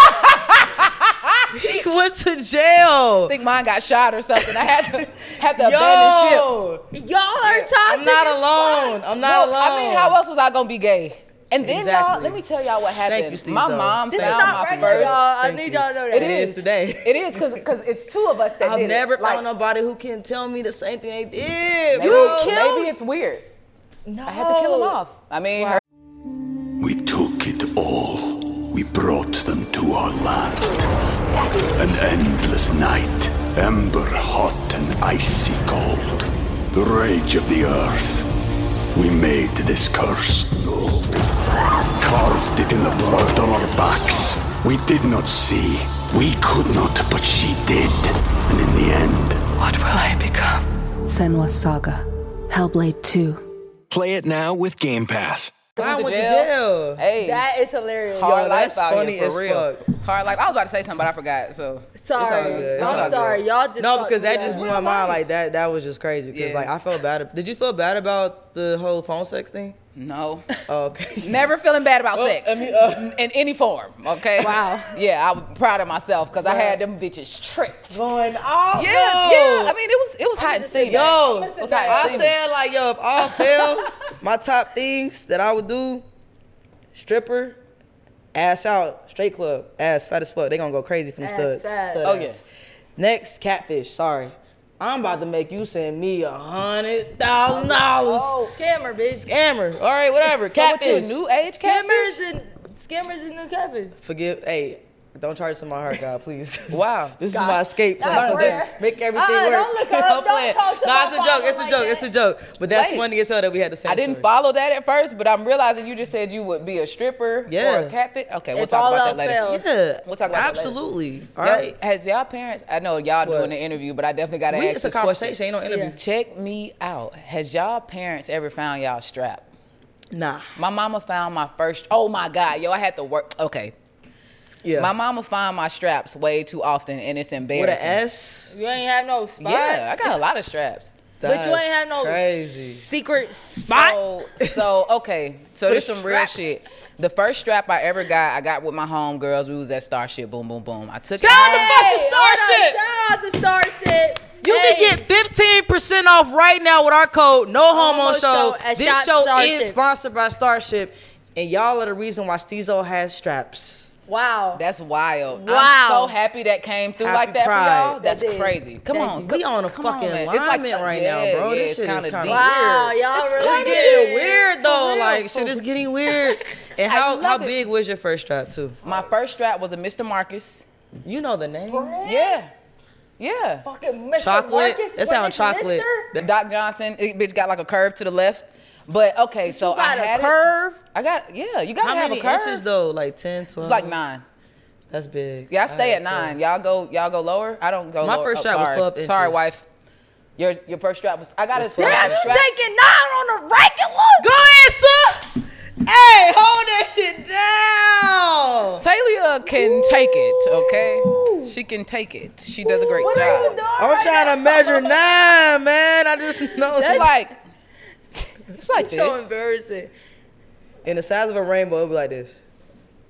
[SPEAKER 4] he went to jail.
[SPEAKER 3] I think mine got shot or something. I had to had to abandon ship.
[SPEAKER 1] Yo,
[SPEAKER 2] Y'all are toxic.
[SPEAKER 1] I'm not alone. I'm not
[SPEAKER 3] Look,
[SPEAKER 1] alone.
[SPEAKER 3] I mean, how else was I gonna be gay? And then y'all,
[SPEAKER 1] Exactly.
[SPEAKER 3] let me tell y'all what happened.
[SPEAKER 1] Thank you, Steve
[SPEAKER 3] my
[SPEAKER 1] Zone.
[SPEAKER 3] mom
[SPEAKER 2] This is
[SPEAKER 3] found
[SPEAKER 2] not
[SPEAKER 3] my
[SPEAKER 2] regular,
[SPEAKER 3] first.
[SPEAKER 2] y'all. I
[SPEAKER 1] Thank
[SPEAKER 2] need
[SPEAKER 1] you.
[SPEAKER 2] y'all to know
[SPEAKER 3] It
[SPEAKER 2] that.
[SPEAKER 1] is
[SPEAKER 3] is
[SPEAKER 1] today.
[SPEAKER 3] It is because it's two of us that
[SPEAKER 1] I've
[SPEAKER 3] did
[SPEAKER 1] never
[SPEAKER 3] it. Like,
[SPEAKER 1] found nobody who can tell me the same thing they did.
[SPEAKER 3] maybe-
[SPEAKER 1] bro.
[SPEAKER 2] killed-
[SPEAKER 3] Maybe it's weird.
[SPEAKER 2] No.
[SPEAKER 3] I had to kill him off. I mean, her
[SPEAKER 5] We took it all. We brought them to our land. An endless night, ember hot and icy cold. The rage of the earth. We made this curse. Carved it in the blood on our backs. We did not see. We could not, but she did. And in the end,
[SPEAKER 6] What will I become? Senwa Saga, Hellblade 2.
[SPEAKER 7] Play it now with Game Pass.
[SPEAKER 1] I
[SPEAKER 3] went
[SPEAKER 1] went
[SPEAKER 3] to
[SPEAKER 1] to
[SPEAKER 3] jail.
[SPEAKER 1] jail.
[SPEAKER 3] Hey,
[SPEAKER 2] That is hilarious.
[SPEAKER 3] hard
[SPEAKER 1] Yo,
[SPEAKER 3] life
[SPEAKER 1] that's
[SPEAKER 3] out
[SPEAKER 1] funny
[SPEAKER 3] here
[SPEAKER 1] as
[SPEAKER 3] for real.
[SPEAKER 1] fuck.
[SPEAKER 3] Hard life. I was about to say something, but I forgot. So
[SPEAKER 1] It's all
[SPEAKER 2] Sorry.
[SPEAKER 1] good. It's all
[SPEAKER 2] I'm
[SPEAKER 1] good.
[SPEAKER 2] sorry. Y'all just
[SPEAKER 1] no,
[SPEAKER 2] fucked
[SPEAKER 1] because that
[SPEAKER 2] me
[SPEAKER 1] just
[SPEAKER 2] up.
[SPEAKER 1] blew my mind. Like that, that was just crazy. Because
[SPEAKER 3] Yeah.
[SPEAKER 1] like I felt bad. Did you feel bad about the whole phone sex thing?
[SPEAKER 3] no,
[SPEAKER 1] Oh, okay.
[SPEAKER 3] never feeling bad about
[SPEAKER 1] Well,
[SPEAKER 3] sex
[SPEAKER 1] I mean, uh,
[SPEAKER 3] N- in any form. Okay.
[SPEAKER 2] Wow.
[SPEAKER 3] Yeah, I'm proud of myself because I had them bitches tricked.
[SPEAKER 1] Going off.
[SPEAKER 3] Yeah,
[SPEAKER 1] yo.
[SPEAKER 3] yeah. I mean, it was it was hot and steamy.
[SPEAKER 1] Yo,
[SPEAKER 3] it was hot
[SPEAKER 1] I
[SPEAKER 3] and steamy.
[SPEAKER 1] said like yo, if all fail, my top things that I would do: stripper, ass out, straight club, ass fat as fuck. They gonna go crazy from the
[SPEAKER 2] Ass
[SPEAKER 1] stud.
[SPEAKER 2] fat.
[SPEAKER 1] stud
[SPEAKER 3] Oh,
[SPEAKER 1] ass.
[SPEAKER 3] yeah.
[SPEAKER 1] Next, catfish. Sorry, I'm about to make you send me a hundred thousand dollars.
[SPEAKER 2] Scammer, bitch.
[SPEAKER 1] Scammer. All right, whatever.
[SPEAKER 3] Oh. So what you a
[SPEAKER 1] catfish.
[SPEAKER 3] new age catfish?
[SPEAKER 2] Scammers and scammers and new catfish.
[SPEAKER 1] Forgive. Hey. Don't charge to my heart, God, please.
[SPEAKER 3] Wow.
[SPEAKER 1] this
[SPEAKER 2] God.
[SPEAKER 1] is my escape
[SPEAKER 2] That
[SPEAKER 1] plan. So
[SPEAKER 2] was
[SPEAKER 1] this
[SPEAKER 2] rare.
[SPEAKER 1] make everything
[SPEAKER 2] Uh-uh,
[SPEAKER 1] work.
[SPEAKER 2] don't look her up.
[SPEAKER 1] I'm
[SPEAKER 2] Don't
[SPEAKER 1] playing.
[SPEAKER 2] talk to
[SPEAKER 1] no,
[SPEAKER 2] my
[SPEAKER 1] it's a joke.
[SPEAKER 2] father
[SPEAKER 1] It's a
[SPEAKER 2] like
[SPEAKER 1] joke.
[SPEAKER 2] that.
[SPEAKER 1] It's a joke. But that's
[SPEAKER 3] Wait.
[SPEAKER 1] funny as hell that we had the same.
[SPEAKER 3] I didn't
[SPEAKER 1] story.
[SPEAKER 3] follow that at first, but I'm realizing you just said you would be a stripper or
[SPEAKER 1] Yeah.
[SPEAKER 3] a catfish. Okay, we'll
[SPEAKER 2] If
[SPEAKER 3] talk
[SPEAKER 2] all
[SPEAKER 3] about that
[SPEAKER 2] else
[SPEAKER 3] later.
[SPEAKER 2] fails.
[SPEAKER 1] Yeah,
[SPEAKER 3] We'll talk about that later.
[SPEAKER 1] absolutely. All
[SPEAKER 3] Y'all-
[SPEAKER 1] right,
[SPEAKER 3] Has y'all parents? I know y'all
[SPEAKER 1] What?
[SPEAKER 3] doing the interview, but I definitely gotta
[SPEAKER 1] we,
[SPEAKER 3] ask
[SPEAKER 1] it's a
[SPEAKER 3] this question.
[SPEAKER 1] conversation. Ain't no interview.
[SPEAKER 3] Check me out. Has y'all parents ever found y'all strapped?
[SPEAKER 1] Nah.
[SPEAKER 3] My mama found my first. Oh my god, yo, I had to work. Okay,
[SPEAKER 1] Yeah.
[SPEAKER 3] my mama found my straps way too often, and it's embarrassing.
[SPEAKER 1] with an S.
[SPEAKER 2] You ain't have no spot.
[SPEAKER 3] Yeah, I got a lot of straps.
[SPEAKER 2] But you
[SPEAKER 1] That's
[SPEAKER 2] ain't have no
[SPEAKER 1] crazy.
[SPEAKER 2] secret spot.
[SPEAKER 3] So, so okay. So there's some real shit. The first strap I ever got, I got with my homegirls. We was at Starship. Boom, boom, boom. I took it.
[SPEAKER 1] Shout out to
[SPEAKER 3] home.
[SPEAKER 1] fucking
[SPEAKER 2] Hey,
[SPEAKER 1] Star
[SPEAKER 2] hold on.
[SPEAKER 1] Shit.
[SPEAKER 2] Shout out to Star Shit.
[SPEAKER 1] You
[SPEAKER 2] Hey.
[SPEAKER 1] can get fifteen percent off right now with our code No Homo
[SPEAKER 2] Homo
[SPEAKER 1] Show.
[SPEAKER 2] Show at
[SPEAKER 1] this
[SPEAKER 2] Shop
[SPEAKER 1] show is
[SPEAKER 2] Starship.
[SPEAKER 1] sponsored by Starship, and y'all are the reason why Steezo has straps.
[SPEAKER 2] Wow.
[SPEAKER 3] That's wild.
[SPEAKER 2] Wow.
[SPEAKER 3] I'm so happy that came through
[SPEAKER 1] Happy
[SPEAKER 3] like that
[SPEAKER 1] Pride.
[SPEAKER 3] for y'all. That's
[SPEAKER 2] That did.
[SPEAKER 3] crazy. Come
[SPEAKER 2] That
[SPEAKER 3] on.
[SPEAKER 2] did.
[SPEAKER 1] We on a
[SPEAKER 3] Come on,
[SPEAKER 1] fucking
[SPEAKER 3] man.
[SPEAKER 1] alignment
[SPEAKER 3] It's like the-
[SPEAKER 1] right
[SPEAKER 3] yeah,
[SPEAKER 1] now, bro.
[SPEAKER 3] yeah,
[SPEAKER 1] this
[SPEAKER 3] it's
[SPEAKER 1] shit is
[SPEAKER 3] kinda
[SPEAKER 1] kind of
[SPEAKER 3] deep.
[SPEAKER 2] wow,
[SPEAKER 1] weird.
[SPEAKER 2] y'all
[SPEAKER 3] It's
[SPEAKER 2] really
[SPEAKER 1] It's
[SPEAKER 3] kinda
[SPEAKER 2] did.
[SPEAKER 1] getting weird though.
[SPEAKER 3] real,
[SPEAKER 1] like
[SPEAKER 3] for
[SPEAKER 1] shit is
[SPEAKER 3] real.
[SPEAKER 1] getting weird. And
[SPEAKER 3] I
[SPEAKER 1] how how
[SPEAKER 3] love it.
[SPEAKER 1] big was your first strap too?
[SPEAKER 3] My first strap was a Mr. Marcus.
[SPEAKER 1] You know the name.
[SPEAKER 3] Yeah. Yeah.
[SPEAKER 2] Fucking Mr.
[SPEAKER 1] Chocolate.
[SPEAKER 2] Marcus
[SPEAKER 1] That sound
[SPEAKER 2] Wiggins,
[SPEAKER 1] chocolate.
[SPEAKER 2] Mister?
[SPEAKER 1] That-
[SPEAKER 3] Doc Johnson, it bitch got like a curve to the left. But okay, so
[SPEAKER 2] got
[SPEAKER 3] I
[SPEAKER 2] a
[SPEAKER 3] had it. Oh,
[SPEAKER 2] curve?
[SPEAKER 3] I got yeah, you gotta
[SPEAKER 1] How
[SPEAKER 3] have
[SPEAKER 1] many
[SPEAKER 3] a curve.
[SPEAKER 1] inches though? Like 10, 12?
[SPEAKER 3] It's like nine.
[SPEAKER 1] That's big.
[SPEAKER 3] Yeah, I stay
[SPEAKER 1] had
[SPEAKER 3] at
[SPEAKER 1] 12.
[SPEAKER 3] nine. Y'all go y'all go lower. I don't go
[SPEAKER 1] My
[SPEAKER 3] lower.
[SPEAKER 1] first
[SPEAKER 3] Oh,
[SPEAKER 1] strap was
[SPEAKER 3] sorry.
[SPEAKER 1] 12
[SPEAKER 3] Sorry,
[SPEAKER 1] inches.
[SPEAKER 3] wife. Your your first strap was I got a
[SPEAKER 2] Damn, you
[SPEAKER 3] strap.
[SPEAKER 2] taking nine on a regular?
[SPEAKER 1] Go ahead, sir. Hey, hold that shit down.
[SPEAKER 3] Talia can take it, okay? She can take it. She does a great
[SPEAKER 2] What are you
[SPEAKER 3] job.
[SPEAKER 2] doing?
[SPEAKER 1] I'm
[SPEAKER 2] right
[SPEAKER 1] trying to
[SPEAKER 2] now?
[SPEAKER 1] measure nine, man. I just know.
[SPEAKER 3] It's like it's like
[SPEAKER 2] It's so
[SPEAKER 3] this.
[SPEAKER 2] embarrassing.
[SPEAKER 1] In the size of a rainbow, it'll be like this.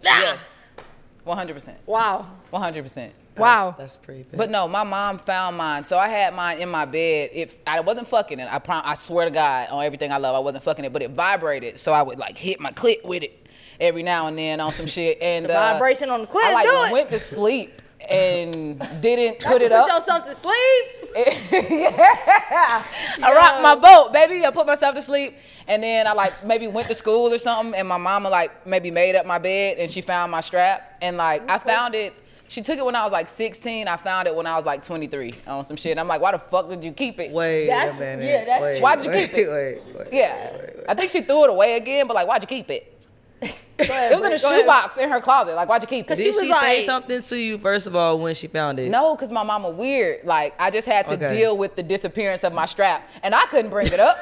[SPEAKER 3] Yes. One hundred percent.
[SPEAKER 2] Wow.
[SPEAKER 3] One hundred percent.
[SPEAKER 2] Wow.
[SPEAKER 1] That's pretty big.
[SPEAKER 3] But no, my mom found mine. So I had mine in my bed. If I wasn't fucking it, I prom- I swear to God on everything I love, I wasn't fucking it, but it vibrated. So I would like hit my clit with it every now and then on some shit. And
[SPEAKER 2] The
[SPEAKER 3] uh,
[SPEAKER 2] vibration on the clit,
[SPEAKER 3] I like
[SPEAKER 2] do it.
[SPEAKER 3] went to sleep and didn't
[SPEAKER 2] Don't
[SPEAKER 3] put
[SPEAKER 2] you
[SPEAKER 3] it up.
[SPEAKER 2] Put yourself to sleep.
[SPEAKER 3] yeah. I
[SPEAKER 2] Yo.
[SPEAKER 3] rocked my boat, baby. I put myself to sleep. And then I like maybe went to school or something. And my mama like maybe made up my bed and she found my strap. And like I found it. She took it when I was like 16. I found it when I was like 23 on some shit. I'm like, why the fuck did you keep it?
[SPEAKER 1] wait
[SPEAKER 2] That's-
[SPEAKER 1] a minute.
[SPEAKER 2] yeah, that's-
[SPEAKER 1] wait,
[SPEAKER 3] Why'd you
[SPEAKER 1] wait,
[SPEAKER 3] keep it?
[SPEAKER 1] Wait, wait,
[SPEAKER 3] Yeah.
[SPEAKER 1] wait, wait.
[SPEAKER 3] I think she threw it away again, but like, why'd you keep it? It was in a shoebox in her closet. Like, why'd you keep it?
[SPEAKER 1] Did
[SPEAKER 2] She was
[SPEAKER 1] she say
[SPEAKER 2] like-
[SPEAKER 1] something to you first of all when she found it?
[SPEAKER 3] No, because my mama weird. Like I just had to
[SPEAKER 1] Okay.
[SPEAKER 3] deal with the disappearance of my strap, and I couldn't bring it up.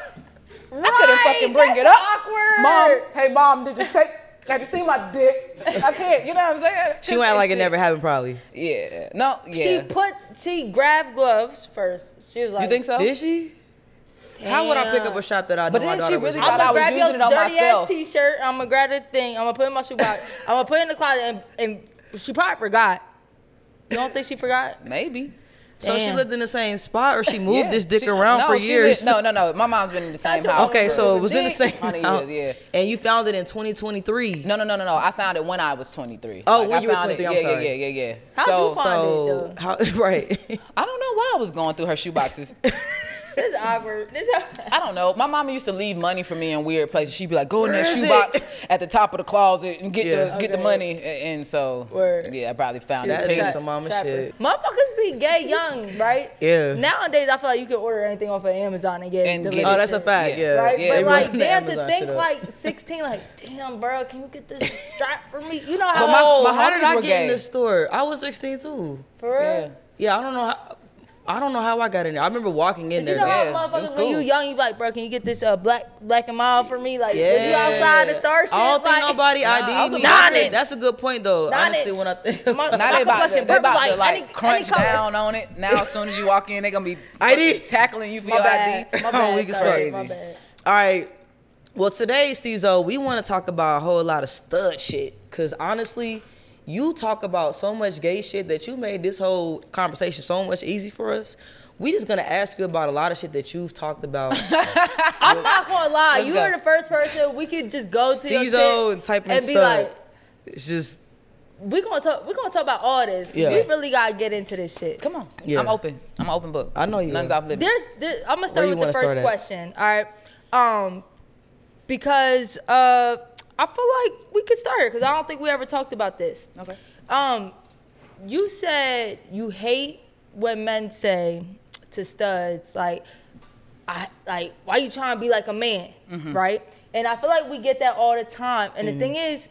[SPEAKER 2] Right.
[SPEAKER 3] I couldn't fucking bring
[SPEAKER 2] That's
[SPEAKER 3] it up.
[SPEAKER 2] Awkward.
[SPEAKER 3] Mom, hey mom, did you take? Like to see my dick. I can't. You know what I'm saying?
[SPEAKER 1] She went like it
[SPEAKER 3] Shit.
[SPEAKER 1] never happened, probably.
[SPEAKER 3] Yeah. No. Yeah.
[SPEAKER 2] She put she grabbed gloves first. She was like,
[SPEAKER 3] you think so?
[SPEAKER 1] Did she? How would I pick
[SPEAKER 2] Damn.
[SPEAKER 1] up a shot that I
[SPEAKER 3] But
[SPEAKER 1] know my
[SPEAKER 3] then she
[SPEAKER 1] daughter was
[SPEAKER 3] really
[SPEAKER 1] in?
[SPEAKER 3] thought
[SPEAKER 2] I'm
[SPEAKER 3] I
[SPEAKER 2] gonna
[SPEAKER 3] was
[SPEAKER 2] grab your
[SPEAKER 3] using it on
[SPEAKER 2] dirty
[SPEAKER 3] myself.
[SPEAKER 2] ass t-shirt. I'm gonna grab the thing. I'm gonna put it in my shoebox. I'm gonna put it in the closet. And, and she probably forgot. You don't think she forgot?
[SPEAKER 3] Maybe.
[SPEAKER 1] So she
[SPEAKER 2] Damn.
[SPEAKER 1] lived in the same spot, or she moved
[SPEAKER 3] Yeah.
[SPEAKER 1] this dick
[SPEAKER 3] She-
[SPEAKER 1] around
[SPEAKER 3] no,
[SPEAKER 1] for
[SPEAKER 3] she
[SPEAKER 1] years.
[SPEAKER 3] Lived, no, no, no. My mom's been in the same
[SPEAKER 2] your
[SPEAKER 3] house.
[SPEAKER 1] Okay,
[SPEAKER 3] for
[SPEAKER 1] so it was in the same.
[SPEAKER 3] Honey,
[SPEAKER 1] house.
[SPEAKER 3] yeah.
[SPEAKER 1] And you found it in 2023.
[SPEAKER 3] No, no, no, no, no. I found it when I was 23.
[SPEAKER 1] Oh,
[SPEAKER 3] Like,
[SPEAKER 1] when
[SPEAKER 3] I
[SPEAKER 1] you were
[SPEAKER 3] found it-
[SPEAKER 1] 23, I'm
[SPEAKER 3] yeah,
[SPEAKER 1] sorry.
[SPEAKER 3] Yeah, yeah, yeah, yeah.
[SPEAKER 2] How'd
[SPEAKER 3] so,
[SPEAKER 2] you find
[SPEAKER 1] So
[SPEAKER 2] it,
[SPEAKER 1] how, right?
[SPEAKER 3] I don't know why I was going through her shoeboxes.
[SPEAKER 2] This is awkward. This
[SPEAKER 3] I don't know. My mama used to leave money for me in weird places. She'd be like, "Go in that
[SPEAKER 1] Where is
[SPEAKER 3] shoebox
[SPEAKER 1] it?
[SPEAKER 3] at the top of the closet and get the
[SPEAKER 1] Yeah.
[SPEAKER 3] get the
[SPEAKER 2] Okay.
[SPEAKER 3] money." A- And so,
[SPEAKER 2] Word.
[SPEAKER 3] yeah, I probably found
[SPEAKER 1] That
[SPEAKER 3] it.
[SPEAKER 1] is
[SPEAKER 3] Pigs.
[SPEAKER 1] some mama
[SPEAKER 2] Trapper.
[SPEAKER 1] shit.
[SPEAKER 2] Motherfuckers be gay young, right?
[SPEAKER 1] Yeah.
[SPEAKER 2] Nowadays, I feel like you can order anything off of Amazon and get
[SPEAKER 3] And
[SPEAKER 2] and
[SPEAKER 3] get
[SPEAKER 2] it.
[SPEAKER 3] it.
[SPEAKER 2] delivered
[SPEAKER 1] Oh, that's
[SPEAKER 2] to
[SPEAKER 1] a
[SPEAKER 2] you,
[SPEAKER 1] fact. Yeah.
[SPEAKER 2] Right,
[SPEAKER 3] Yeah,
[SPEAKER 2] but
[SPEAKER 3] we
[SPEAKER 2] like,
[SPEAKER 1] run
[SPEAKER 2] they
[SPEAKER 1] the
[SPEAKER 2] have to
[SPEAKER 1] Amazon
[SPEAKER 2] think
[SPEAKER 1] shit up.
[SPEAKER 2] like 16, like, damn, bro, can you get this strap for me? You know how,
[SPEAKER 3] But my-
[SPEAKER 1] oh,
[SPEAKER 3] my
[SPEAKER 1] how
[SPEAKER 3] homies
[SPEAKER 1] did I
[SPEAKER 3] were
[SPEAKER 1] get in
[SPEAKER 3] gay.
[SPEAKER 1] the store? I was 16 too.
[SPEAKER 2] for real?
[SPEAKER 3] Yeah.
[SPEAKER 1] Yeah, I don't know. How, I don't know how I got in there. I remember walking in
[SPEAKER 2] You
[SPEAKER 1] there.
[SPEAKER 2] know how
[SPEAKER 3] Yeah, it's
[SPEAKER 2] motherfuckers
[SPEAKER 3] cool.
[SPEAKER 2] when you young, you be like, bro, can you get this uh black black and mild for me? Like,
[SPEAKER 1] yeah.
[SPEAKER 2] when you outside the star shit,
[SPEAKER 1] I don't
[SPEAKER 2] like,
[SPEAKER 1] think nobody
[SPEAKER 3] Nah, I was
[SPEAKER 1] ID'd me.
[SPEAKER 3] a
[SPEAKER 1] That's a,
[SPEAKER 2] nonage.
[SPEAKER 1] that's a good point though.
[SPEAKER 2] Nonage.
[SPEAKER 1] Honestly, when I think
[SPEAKER 2] My-
[SPEAKER 3] Now they about,
[SPEAKER 2] Michael
[SPEAKER 3] to, they
[SPEAKER 2] Fletcher, Burt was
[SPEAKER 3] about to
[SPEAKER 2] like,
[SPEAKER 3] like
[SPEAKER 2] any- any
[SPEAKER 3] crunch
[SPEAKER 2] color.
[SPEAKER 3] down on it. Now as soon as you walk in, they're gonna be
[SPEAKER 1] ID.
[SPEAKER 3] tackling you for
[SPEAKER 2] My
[SPEAKER 3] your Oh,
[SPEAKER 2] bad.
[SPEAKER 3] ID.
[SPEAKER 2] My bad.
[SPEAKER 1] Weak as
[SPEAKER 2] sorry,
[SPEAKER 1] crazy.
[SPEAKER 2] My bad.
[SPEAKER 1] All right. Well, today, Steve we want to talk about a whole lot of stud shit. Cause honestly, you talk about so much gay shit that you made this whole conversation so much easy for us. We just gonna ask you about a lot of shit that you've talked about.
[SPEAKER 2] I'm not gonna lie.
[SPEAKER 3] Let's
[SPEAKER 2] you
[SPEAKER 3] go.
[SPEAKER 2] were the first person we could just go to your
[SPEAKER 1] Steezo
[SPEAKER 2] shit
[SPEAKER 1] and type in
[SPEAKER 2] and be
[SPEAKER 1] stud.
[SPEAKER 2] like,
[SPEAKER 1] it's just
[SPEAKER 2] we gonna talk. We gonna talk about all this.
[SPEAKER 1] Yeah.
[SPEAKER 2] We really gotta get into this shit.
[SPEAKER 3] Come on,
[SPEAKER 1] Yeah.
[SPEAKER 3] I'm open. I'm an open book.
[SPEAKER 1] I know you
[SPEAKER 3] None's
[SPEAKER 1] are.
[SPEAKER 3] off limits.
[SPEAKER 2] There's, there, I'm gonna
[SPEAKER 1] Where
[SPEAKER 2] start
[SPEAKER 1] you
[SPEAKER 2] with the
[SPEAKER 1] wanna
[SPEAKER 2] first
[SPEAKER 1] start at?
[SPEAKER 2] question. All right, um, because uh, I feel like we could start because I don't think we ever talked about this.
[SPEAKER 3] Okay.
[SPEAKER 2] Um, you said you hate when men say to studs like, I like why you trying to be like a man,
[SPEAKER 3] Mm-hmm.
[SPEAKER 2] right? And I feel like we get that all the time. And
[SPEAKER 3] Mm.
[SPEAKER 2] the thing is,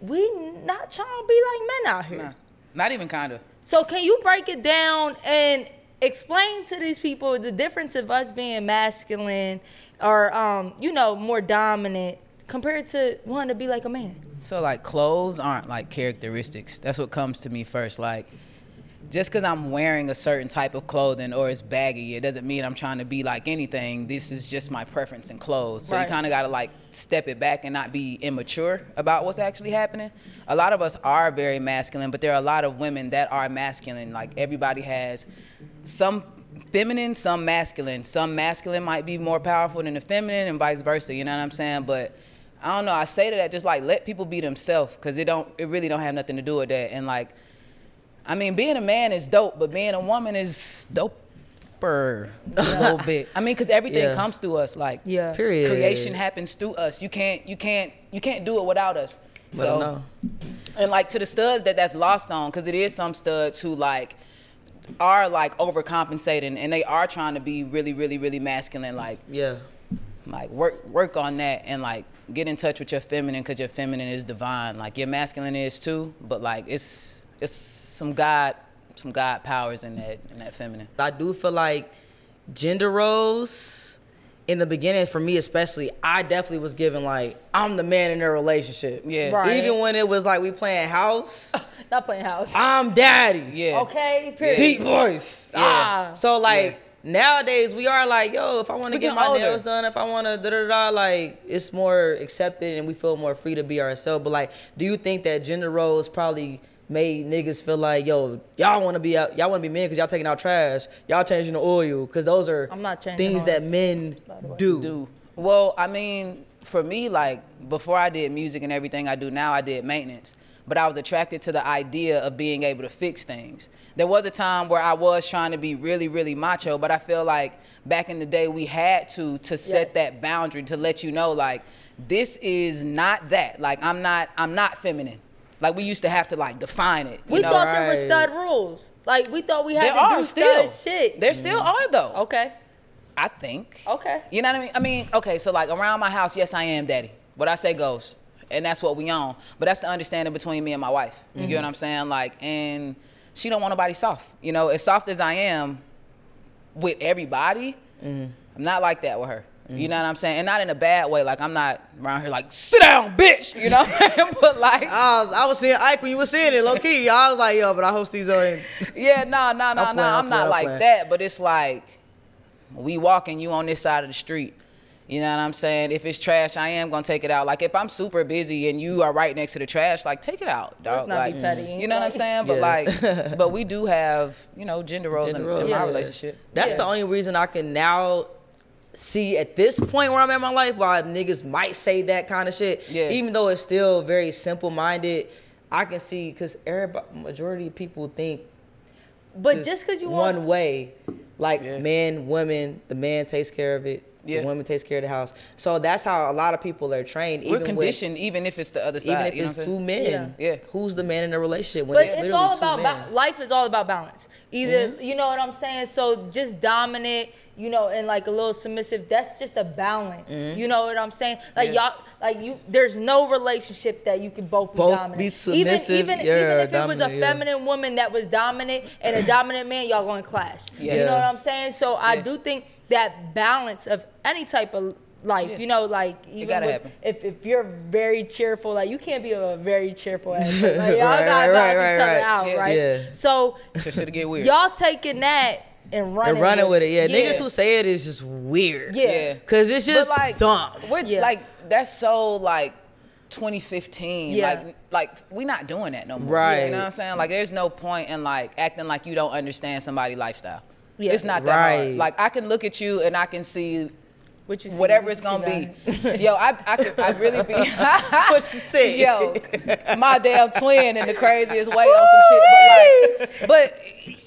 [SPEAKER 2] we not trying to be like men out here.
[SPEAKER 3] Nah, not even kind of.
[SPEAKER 2] So can you break it down and explain to these people the difference of us being masculine or um, you know, more dominant compared to wanting to be like a man?
[SPEAKER 3] So like clothes aren't like characteristics. That's what comes to me first. Like just because I'm wearing a certain type of clothing or it's baggy, it doesn't mean I'm trying to be like anything. This is just my preference in clothes. So
[SPEAKER 2] Right.
[SPEAKER 3] you kind of got to like step it back and not be immature about what's actually happening. A lot of us are very masculine, but there are a lot of women that are masculine. Like everybody has some feminine, some masculine. Some masculine might be more powerful than the feminine and vice versa, you know what I'm saying? But I don't know, I say to that just like let people be themselves cuz it don't it really don't have nothing to do with that and like I mean, being a man is dope, but being a woman is doper a little bit. I mean, because everything
[SPEAKER 1] Yeah.
[SPEAKER 3] comes through us. Like,
[SPEAKER 2] Yeah.
[SPEAKER 1] Period.
[SPEAKER 3] creation happens through us. You can't, you can't, you can't do it without us.
[SPEAKER 1] I don't know.
[SPEAKER 3] and like to the studs that that's lost on, because it is some studs who like are like overcompensating and they are trying to be really, really, really masculine. Like,
[SPEAKER 1] yeah.
[SPEAKER 3] like work work on that and like get in touch with your feminine because your feminine is divine like your masculine is too but like it's it's some god some god powers in that in that feminine
[SPEAKER 1] I do feel like gender roles in the beginning for me especially, I definitely was given like I'm the man in their relationship.
[SPEAKER 3] Yeah.
[SPEAKER 2] Right.
[SPEAKER 1] Even when it was like we playing house,
[SPEAKER 2] Not playing house.
[SPEAKER 1] I'm daddy.
[SPEAKER 3] yeah
[SPEAKER 2] Okay, period.
[SPEAKER 1] Deep voice.
[SPEAKER 2] Ah.
[SPEAKER 1] So like nowadays we are like, yo, if I want to
[SPEAKER 3] We
[SPEAKER 1] get
[SPEAKER 3] getting
[SPEAKER 1] my
[SPEAKER 3] older.
[SPEAKER 1] nails done, if I want to da da da, like it's more accepted and we feel more free to be ourselves. But like, do you think that gender roles probably made niggas feel like, yo, y'all want to be out, y'all want to be men because y'all taking out trash, y'all changing the oil because those are
[SPEAKER 2] I'm not changing
[SPEAKER 1] things
[SPEAKER 2] oil,
[SPEAKER 1] that men do.
[SPEAKER 3] do. Well, I mean, for me, like before I did music and everything I do now, I did maintenance. But I was attracted to the idea of being able to fix things. There was a time where I was trying to be really, really macho, but I feel like back in the day we had to to set
[SPEAKER 2] Yes.
[SPEAKER 3] that boundary to let you know like this is not that. Like I'm not I'm not feminine. Like we used to have to like define it. You
[SPEAKER 2] we
[SPEAKER 3] know?
[SPEAKER 2] thought there were
[SPEAKER 1] right.
[SPEAKER 2] stud rules. Like we thought we
[SPEAKER 3] there
[SPEAKER 2] had to
[SPEAKER 3] are
[SPEAKER 2] do
[SPEAKER 3] still
[SPEAKER 2] stud shit. Mm.
[SPEAKER 3] There still are though.
[SPEAKER 2] okay.
[SPEAKER 3] I think.
[SPEAKER 2] Okay.
[SPEAKER 3] You know what I mean? I mean, okay, so like around my house, yes, I am daddy. What I say goes. And that's what we own. But that's the understanding between me and my wife. You get what I'm saying? Like, and she don't want nobody soft. You know, as soft as I am with everybody, I'm not like that with her. You know what I'm saying? And not in a bad way. Like I'm not around here like sit down, bitch. You know, what I'm saying? but like
[SPEAKER 4] I was, I was seeing Ike when you were seeing it, low key. I was like, yo, but I hope Caesar ain't.
[SPEAKER 3] Yeah, no, no, no,
[SPEAKER 4] I'm
[SPEAKER 3] no.
[SPEAKER 4] playing, I'm
[SPEAKER 3] I'm not
[SPEAKER 4] playing, I'm
[SPEAKER 3] like
[SPEAKER 4] playing.
[SPEAKER 3] that, but it's like we walking you on this side of the street. You know what I'm saying? If it's trash, I am gonna take it out. Like if I'm super busy and you are right next to the trash, like take it out, dog.
[SPEAKER 2] Let's not
[SPEAKER 3] like,
[SPEAKER 2] be petty.
[SPEAKER 3] You know what I'm saying? But
[SPEAKER 4] Yeah.
[SPEAKER 3] like, but we do have you know gender roles in,
[SPEAKER 4] Gender
[SPEAKER 3] in
[SPEAKER 4] roles,
[SPEAKER 3] my
[SPEAKER 4] yeah.
[SPEAKER 3] relationship.
[SPEAKER 1] That's the only reason I can now see at this point where I'm at in my life why niggas might say that kind of shit.
[SPEAKER 3] Yeah.
[SPEAKER 1] Even though it's still very simple minded, I can see because everybody, majority of people think
[SPEAKER 2] But just because you
[SPEAKER 1] one
[SPEAKER 2] want,
[SPEAKER 1] way, like
[SPEAKER 3] Yeah.
[SPEAKER 1] men, women, the man takes care of it,
[SPEAKER 3] Yeah.
[SPEAKER 1] the woman takes care of the house. So that's how a lot of people are trained.
[SPEAKER 3] We're
[SPEAKER 1] even
[SPEAKER 3] conditioned, even if it's the other
[SPEAKER 1] With, even
[SPEAKER 3] side.
[SPEAKER 1] if
[SPEAKER 3] you know
[SPEAKER 1] it's
[SPEAKER 3] what I'm
[SPEAKER 1] two
[SPEAKER 3] saying?
[SPEAKER 1] men,
[SPEAKER 3] Yeah. Yeah.
[SPEAKER 1] who's the man in the relationship? When
[SPEAKER 2] but
[SPEAKER 1] it's,
[SPEAKER 2] it's
[SPEAKER 1] literally
[SPEAKER 2] all
[SPEAKER 1] two
[SPEAKER 2] about
[SPEAKER 1] men? Mm-hmm.
[SPEAKER 2] ba- life is all about balance. Either you know what I'm saying. So just dominant, you know, and like a little submissive. That's just a balance.
[SPEAKER 1] Mm-hmm.
[SPEAKER 2] You know what I'm saying? Like y'all, like you. There's no relationship that you can both be
[SPEAKER 1] Both
[SPEAKER 2] dominant.
[SPEAKER 1] be submissive,
[SPEAKER 2] even even
[SPEAKER 1] yeah,
[SPEAKER 2] even if it was a
[SPEAKER 1] dominant, yeah.
[SPEAKER 2] feminine woman that was dominant and a dominant man, y'all gonna clash. You
[SPEAKER 3] Yeah.
[SPEAKER 2] know what I'm saying? So I
[SPEAKER 3] Yeah.
[SPEAKER 2] do think that balance of any type of life, you know, like even
[SPEAKER 3] gotta
[SPEAKER 2] with-
[SPEAKER 3] happen.
[SPEAKER 2] if if you're very cheerful, like you can't be a very cheerful ass. Like, y'all
[SPEAKER 1] Right,
[SPEAKER 2] gotta
[SPEAKER 1] right,
[SPEAKER 2] balance
[SPEAKER 1] right,
[SPEAKER 2] each other
[SPEAKER 1] right.
[SPEAKER 2] out,
[SPEAKER 3] Yeah.
[SPEAKER 2] right?
[SPEAKER 1] Yeah.
[SPEAKER 2] So
[SPEAKER 3] Shit should get weird.
[SPEAKER 2] y'all taking that and running,
[SPEAKER 1] They're running with it, yeah. Niggas
[SPEAKER 2] Yeah.
[SPEAKER 1] who say it is just weird.
[SPEAKER 2] Yeah.
[SPEAKER 3] Yeah.
[SPEAKER 1] Cause it's just
[SPEAKER 3] but like
[SPEAKER 1] dumb.
[SPEAKER 3] We're
[SPEAKER 2] Yeah.
[SPEAKER 3] like that's so like 2015.
[SPEAKER 2] Yeah.
[SPEAKER 3] Like like we not doing that no more.
[SPEAKER 1] Right.
[SPEAKER 3] You know what I'm saying? Like there's no point in like acting like you don't understand somebody's lifestyle.
[SPEAKER 2] Yeah.
[SPEAKER 3] It's not that hard.
[SPEAKER 1] Right.
[SPEAKER 3] Like I can look at you and I can see
[SPEAKER 2] What you see,
[SPEAKER 3] whatever
[SPEAKER 2] you
[SPEAKER 3] it's
[SPEAKER 2] see
[SPEAKER 3] gonna be.
[SPEAKER 2] behind.
[SPEAKER 3] Yo, I I could I really be
[SPEAKER 1] What you said.
[SPEAKER 3] Yo, my damn twin in the craziest way on some shit. But like but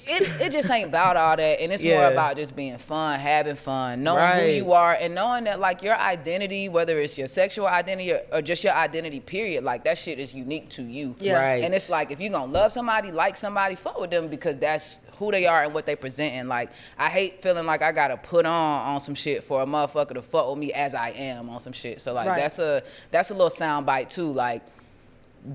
[SPEAKER 3] it, it just ain't about all that. And it's more
[SPEAKER 1] Yeah.
[SPEAKER 3] about just being fun, having fun, knowing who
[SPEAKER 1] Right.
[SPEAKER 3] you are and knowing that like your identity, whether it's your sexual identity or, or just your identity period, like that shit is unique to you.
[SPEAKER 2] Yeah.
[SPEAKER 1] Right.
[SPEAKER 3] And it's like if you gonna love somebody, like somebody, fuck with them because that's who they are and what they presenting. Like I hate feeling like I gotta put on on some shit for a motherfucker to fuck with me as I am on some shit. So like
[SPEAKER 2] Right.
[SPEAKER 3] that's a that's a little soundbite too. Like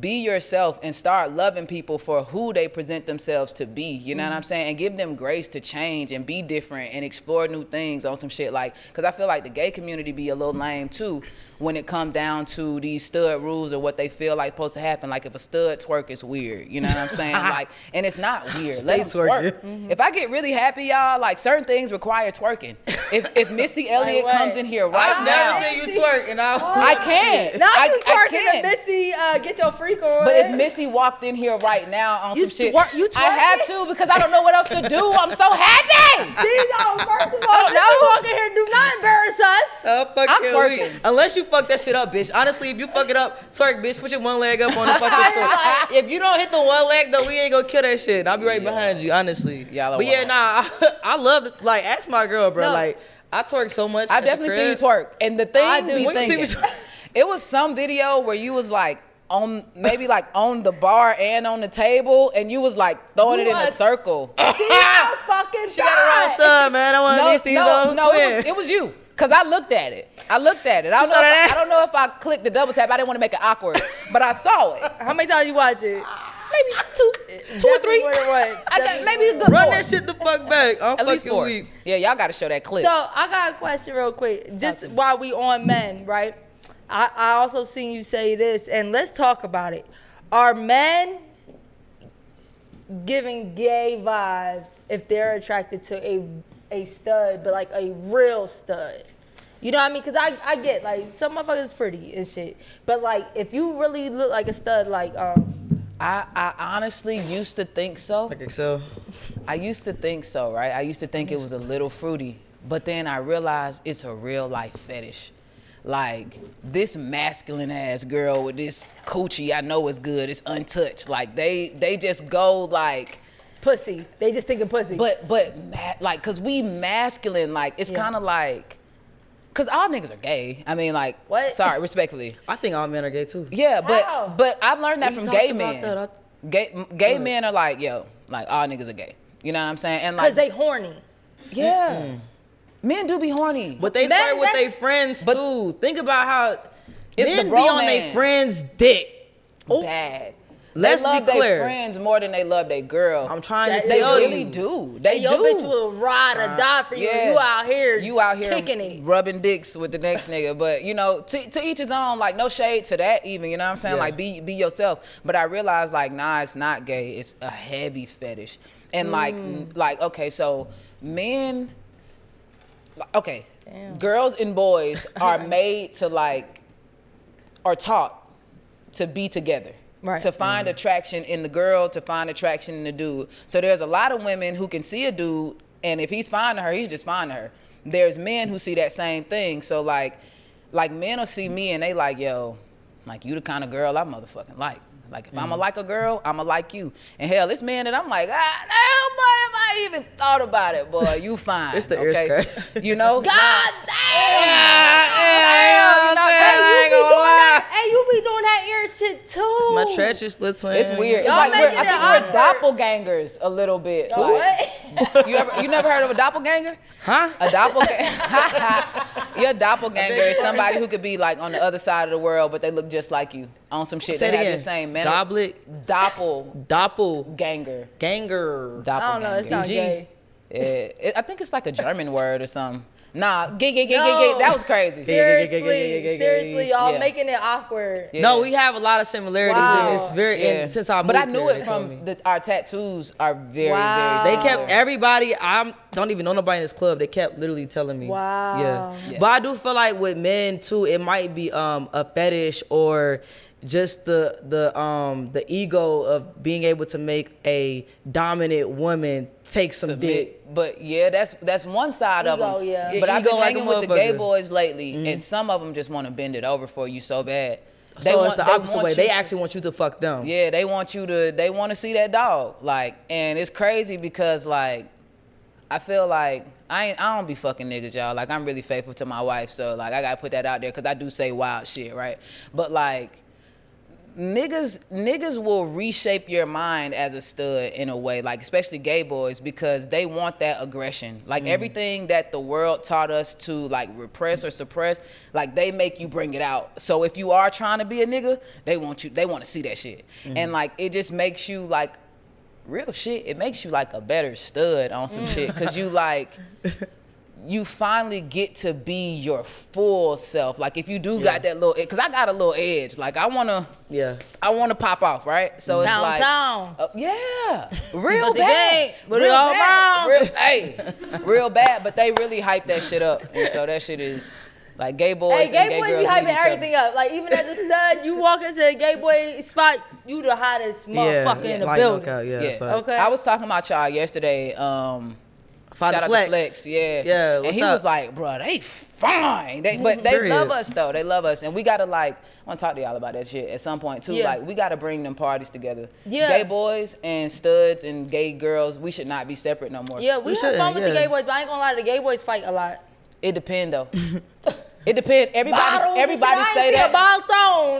[SPEAKER 3] be yourself and start loving people for who they present themselves to be. You know what
[SPEAKER 1] Mm-hmm.
[SPEAKER 3] I'm saying? And give them grace to change and be different and explore new things on some shit like cuz I feel like the gay community be a little lame too when it come down to these stud rules or what they feel like supposed to happen like if a stud twerk is weird, you know what I'm saying? like and it's not weird. Let them
[SPEAKER 1] Stay twerking. Mm-hmm.
[SPEAKER 3] twerk. If I get really happy y'all, like certain things require twerking. If if Missy Elliott
[SPEAKER 2] what?
[SPEAKER 3] comes in here right
[SPEAKER 1] I've
[SPEAKER 3] now,
[SPEAKER 1] never seen you twerk, and I.
[SPEAKER 3] I can't.
[SPEAKER 2] Not
[SPEAKER 3] I,
[SPEAKER 2] you
[SPEAKER 3] I
[SPEAKER 2] twerking to
[SPEAKER 3] can't.
[SPEAKER 2] Missy, uh, get your freak on.
[SPEAKER 3] But if Missy walked in here right now on
[SPEAKER 2] You
[SPEAKER 3] some shit,
[SPEAKER 2] twer- you
[SPEAKER 3] I have
[SPEAKER 2] twerking?
[SPEAKER 3] to because I don't know what else to do. I'm so happy.
[SPEAKER 2] these are first of
[SPEAKER 3] I
[SPEAKER 2] all,
[SPEAKER 3] don't
[SPEAKER 2] Missy
[SPEAKER 3] know.
[SPEAKER 2] walk in here, do not embarrass us.
[SPEAKER 1] Oh, fuck
[SPEAKER 3] I'm
[SPEAKER 1] you, Lee.
[SPEAKER 3] twerking.
[SPEAKER 1] Unless you fuck that shit up, bitch. Honestly, if you fuck it up, twerk, bitch. Put your one leg up on the fucking
[SPEAKER 2] Right.
[SPEAKER 1] floor. if you don't hit the one leg, though, we ain't gonna kill that shit. I'll be right behind you, honestly.
[SPEAKER 3] Y'all are
[SPEAKER 1] but yeah,
[SPEAKER 3] wild.
[SPEAKER 1] nah, I, I love like ask my girl, bro.
[SPEAKER 2] No.
[SPEAKER 1] Like I twerk so much.
[SPEAKER 3] I've
[SPEAKER 1] at the
[SPEAKER 3] definitely seen you
[SPEAKER 1] crib.
[SPEAKER 3] twerk, and the
[SPEAKER 1] I
[SPEAKER 3] thing
[SPEAKER 1] do.
[SPEAKER 3] be
[SPEAKER 1] When you see
[SPEAKER 3] thinking,
[SPEAKER 1] me twerk-
[SPEAKER 3] it was some video where you was like on maybe like on the bar and on the table, and you was like throwing
[SPEAKER 2] You
[SPEAKER 3] it in a
[SPEAKER 2] was-
[SPEAKER 3] circle.
[SPEAKER 2] These are fucking
[SPEAKER 1] She got a raw stud, man. I want
[SPEAKER 3] no,
[SPEAKER 1] these these
[SPEAKER 3] no,
[SPEAKER 1] no,
[SPEAKER 3] no, it was, it was you. Cause I looked at it. I looked at it. I don't,
[SPEAKER 1] You
[SPEAKER 3] know
[SPEAKER 1] saw
[SPEAKER 3] if I,
[SPEAKER 1] that?
[SPEAKER 3] I don't know if I clicked the double tap. I didn't want to make it awkward, but I saw it.
[SPEAKER 2] How many times you watch it?
[SPEAKER 3] Maybe two, two or
[SPEAKER 2] That's
[SPEAKER 3] three.
[SPEAKER 2] what it was.
[SPEAKER 3] I
[SPEAKER 2] That's
[SPEAKER 3] got maybe a
[SPEAKER 2] what it
[SPEAKER 3] good
[SPEAKER 1] Run
[SPEAKER 3] four.
[SPEAKER 1] that shit the fuck back. I'm
[SPEAKER 3] At
[SPEAKER 1] fucking
[SPEAKER 3] least four.
[SPEAKER 1] weak.
[SPEAKER 3] Yeah, y'all got to show that clip.
[SPEAKER 2] So I got a question real quick. Just while we on men, right? I, I also seen you say this, and let's talk about it. Are men giving gay vibes if they're attracted to a a stud, but like a real stud? You know what I mean? Cause I, I get like some motherfuckers pretty and shit, but like if you really look like a stud, like um
[SPEAKER 3] I, I honestly used to think so.
[SPEAKER 1] Like so.
[SPEAKER 3] I used to think so, right? I used to think it was a little fruity, but then I realized it's a real life fetish. Like this masculine ass girl with this coochie, I know is good. It's untouched. Like they they just go like
[SPEAKER 2] pussy, they just thinking pussy.
[SPEAKER 3] But but ma- like, cause we masculine, like it's
[SPEAKER 2] Yeah.
[SPEAKER 3] kind of like, cause all niggas are gay. I mean, like,
[SPEAKER 2] What?
[SPEAKER 3] Sorry, respectfully.
[SPEAKER 1] I think all men are gay too.
[SPEAKER 3] Yeah, but
[SPEAKER 2] How?
[SPEAKER 3] but I've learned that
[SPEAKER 1] We
[SPEAKER 3] from
[SPEAKER 1] talked
[SPEAKER 3] gay
[SPEAKER 1] about
[SPEAKER 3] men.
[SPEAKER 1] that. I-
[SPEAKER 3] Gay m- gay men are like, yo, like all niggas are gay. You know what I'm saying? And like,
[SPEAKER 2] cause they horny.
[SPEAKER 3] yeah, men do be horny.
[SPEAKER 1] But they
[SPEAKER 2] Men-
[SPEAKER 1] flirt with their
[SPEAKER 2] that's-
[SPEAKER 1] friends
[SPEAKER 3] but-
[SPEAKER 1] too. Think about how
[SPEAKER 3] It's the
[SPEAKER 1] men be on
[SPEAKER 3] bromance.
[SPEAKER 1] their friends' dick.
[SPEAKER 3] bad.
[SPEAKER 1] oh, Let's
[SPEAKER 3] they love
[SPEAKER 1] be
[SPEAKER 3] their
[SPEAKER 1] clear.
[SPEAKER 3] friends more than they love their girl.
[SPEAKER 1] I'm trying to
[SPEAKER 3] They
[SPEAKER 1] tell
[SPEAKER 3] really
[SPEAKER 1] you.
[SPEAKER 3] do. They
[SPEAKER 2] your
[SPEAKER 3] do.
[SPEAKER 2] bitch will ride or die for you.
[SPEAKER 3] Yeah.
[SPEAKER 2] You out here,
[SPEAKER 3] you out here
[SPEAKER 2] kicking it.
[SPEAKER 3] rubbing dicks with the next nigga. But you know, to, to each his own. Like no shade to that, even you know what I'm saying.
[SPEAKER 1] Yeah.
[SPEAKER 3] Like be be yourself. But I realized like nah, it's not gay. It's a heavy fetish. And like
[SPEAKER 2] Mm.
[SPEAKER 3] n- like okay, so men, like, okay, girls and boys are made to like are taught to be together.
[SPEAKER 2] Right.
[SPEAKER 3] To find
[SPEAKER 1] Mm-hmm.
[SPEAKER 3] attraction in the girl, to find attraction in the dude. So there's a lot of women who can see a dude, and if he's fine to her, he's just fine to her. There's men who see that same thing. So like, like men will see me and they like, yo, like you the kind of girl I motherfucking like. Like if I'ma
[SPEAKER 1] Mm-hmm.
[SPEAKER 3] like a girl, I'ma like you. And hell, this man that I'm like, ah, damn, boy, if I even thought about it, boy, you fine.
[SPEAKER 1] It's the ears
[SPEAKER 3] okay,
[SPEAKER 1] crack.
[SPEAKER 3] you know.
[SPEAKER 2] God
[SPEAKER 1] yeah,
[SPEAKER 2] damn!
[SPEAKER 1] Ah, I'm saying, I ain't
[SPEAKER 2] you be
[SPEAKER 1] gonna
[SPEAKER 2] doing
[SPEAKER 1] lie.
[SPEAKER 2] that- Hey, you be doing that ear shit too.
[SPEAKER 1] My treacherous little twin.
[SPEAKER 3] It's weird. It's
[SPEAKER 2] Y'all
[SPEAKER 3] like we're,
[SPEAKER 2] making
[SPEAKER 3] I
[SPEAKER 2] it
[SPEAKER 3] think we're
[SPEAKER 2] awkward.
[SPEAKER 3] doppelgangers a little bit.
[SPEAKER 2] Oh,
[SPEAKER 3] Like,
[SPEAKER 2] what?
[SPEAKER 3] you ever you never heard of a doppelganger?
[SPEAKER 1] Huh?
[SPEAKER 3] A doppelganger. Your doppelganger is somebody who could be like on the other side of the world, but they look just like you on some shit.
[SPEAKER 1] Say it
[SPEAKER 3] they have
[SPEAKER 1] again.
[SPEAKER 3] the same manner.
[SPEAKER 1] Doublet.
[SPEAKER 3] Doppelganger.
[SPEAKER 1] Doppelganger. Doppelganger.
[SPEAKER 2] I don't know. It sounds
[SPEAKER 1] G.
[SPEAKER 2] gay.
[SPEAKER 3] Yeah, it, I think it's like a German word or something. Nah, gig, gig, gig, gig,
[SPEAKER 2] No.
[SPEAKER 3] gig. That was crazy.
[SPEAKER 2] Seriously, seriously, y'all
[SPEAKER 3] Yeah.
[SPEAKER 2] making it awkward.
[SPEAKER 1] No, we have a lot of similarities.
[SPEAKER 2] Wow.
[SPEAKER 1] And it's very
[SPEAKER 3] Yeah.
[SPEAKER 1] and since I moved
[SPEAKER 3] but I knew
[SPEAKER 1] here,
[SPEAKER 3] it
[SPEAKER 1] they told me.
[SPEAKER 3] from the, our tattoos are very,
[SPEAKER 2] Wow.
[SPEAKER 3] very.
[SPEAKER 1] They
[SPEAKER 3] similar.
[SPEAKER 1] kept
[SPEAKER 2] Oh.
[SPEAKER 1] everybody. I don't even know nobody in this club. They kept literally telling me.
[SPEAKER 2] Wow.
[SPEAKER 1] Yeah.
[SPEAKER 3] Yeah.
[SPEAKER 1] But I do feel like with men too, it might be um a fetish or just the the um the ego of being able to make a dominant woman take some dick.
[SPEAKER 3] Submit. But yeah, that's that's one side
[SPEAKER 2] Ego,
[SPEAKER 3] of them.
[SPEAKER 2] yeah.
[SPEAKER 3] But
[SPEAKER 1] Yeah,
[SPEAKER 3] I've been
[SPEAKER 1] ego like a
[SPEAKER 3] hanging with the gay
[SPEAKER 1] motherfucker. Mm-hmm.
[SPEAKER 3] boys lately, and some of them just want to bend it over for you so bad.
[SPEAKER 1] so it's the opposite
[SPEAKER 3] want
[SPEAKER 1] way.
[SPEAKER 3] you
[SPEAKER 1] They
[SPEAKER 3] to-
[SPEAKER 1] actually want you to fuck them.
[SPEAKER 3] yeah, they want you to. They want to see that dog. Like, and it's crazy because like, I feel like I ain't. I don't be fucking niggas, y'all. Like, I'm really faithful to my wife, so like, I gotta put that out there because I do say wild shit, right? But like. Niggas, niggas will reshape your mind as a stud in a way, like especially gay boys, because they want that aggression. Like everything that the world taught us to like repress or suppress, like they make you bring it out. So if you are trying to be a nigga, they want you, they want to see that shit, and like it just makes you like real shit. It makes you like a better stud on some shit, cause you like you finally get to be your full self. Like if you do got that little, cause I got a little edge. Like I wanna,
[SPEAKER 1] Yeah.
[SPEAKER 3] I wanna pop off, right? So it's like,
[SPEAKER 2] Downtown.
[SPEAKER 3] Uh, yeah, real
[SPEAKER 2] But the
[SPEAKER 3] bad,
[SPEAKER 2] gang, but it all wrong.
[SPEAKER 3] real, hey, real bad. But they really hype that shit up, and so that shit is like gay boys.
[SPEAKER 2] Hey,
[SPEAKER 3] and
[SPEAKER 2] gay boys be
[SPEAKER 3] girls need
[SPEAKER 2] hyping
[SPEAKER 3] each other.
[SPEAKER 2] everything up. Like even as a stud, you walk into a gay boy spot, you the hottest motherfucker in the
[SPEAKER 1] Light
[SPEAKER 2] building.
[SPEAKER 1] knockout, yeah, that's
[SPEAKER 3] Yeah.
[SPEAKER 1] fine.
[SPEAKER 2] Okay.
[SPEAKER 3] I was talking about y'all yesterday. Um,
[SPEAKER 1] Father
[SPEAKER 3] shout out
[SPEAKER 1] Flex.
[SPEAKER 3] to Flex. Yeah.
[SPEAKER 1] Yeah,
[SPEAKER 3] And
[SPEAKER 1] what's
[SPEAKER 3] he
[SPEAKER 1] up?
[SPEAKER 3] was like, bro, they fine. They, but they
[SPEAKER 1] Period.
[SPEAKER 3] love us though. They love us. And we gotta like, I wanna talk to y'all about that shit at some point too.
[SPEAKER 2] Yeah.
[SPEAKER 3] Like we gotta bring them parties together.
[SPEAKER 2] Yeah.
[SPEAKER 3] Gay boys and studs and gay girls, we should not be separate no more.
[SPEAKER 2] Yeah,
[SPEAKER 1] We
[SPEAKER 2] we, have
[SPEAKER 1] should,
[SPEAKER 2] fun with the
[SPEAKER 1] yeah.
[SPEAKER 2] gay boys, but I ain't gonna lie, the gay boys fight a lot.
[SPEAKER 3] It depend though. it depend. Everybody
[SPEAKER 2] Bottles and
[SPEAKER 3] everybody
[SPEAKER 2] shit. I
[SPEAKER 3] say
[SPEAKER 2] ain't see
[SPEAKER 3] that.
[SPEAKER 2] a bottle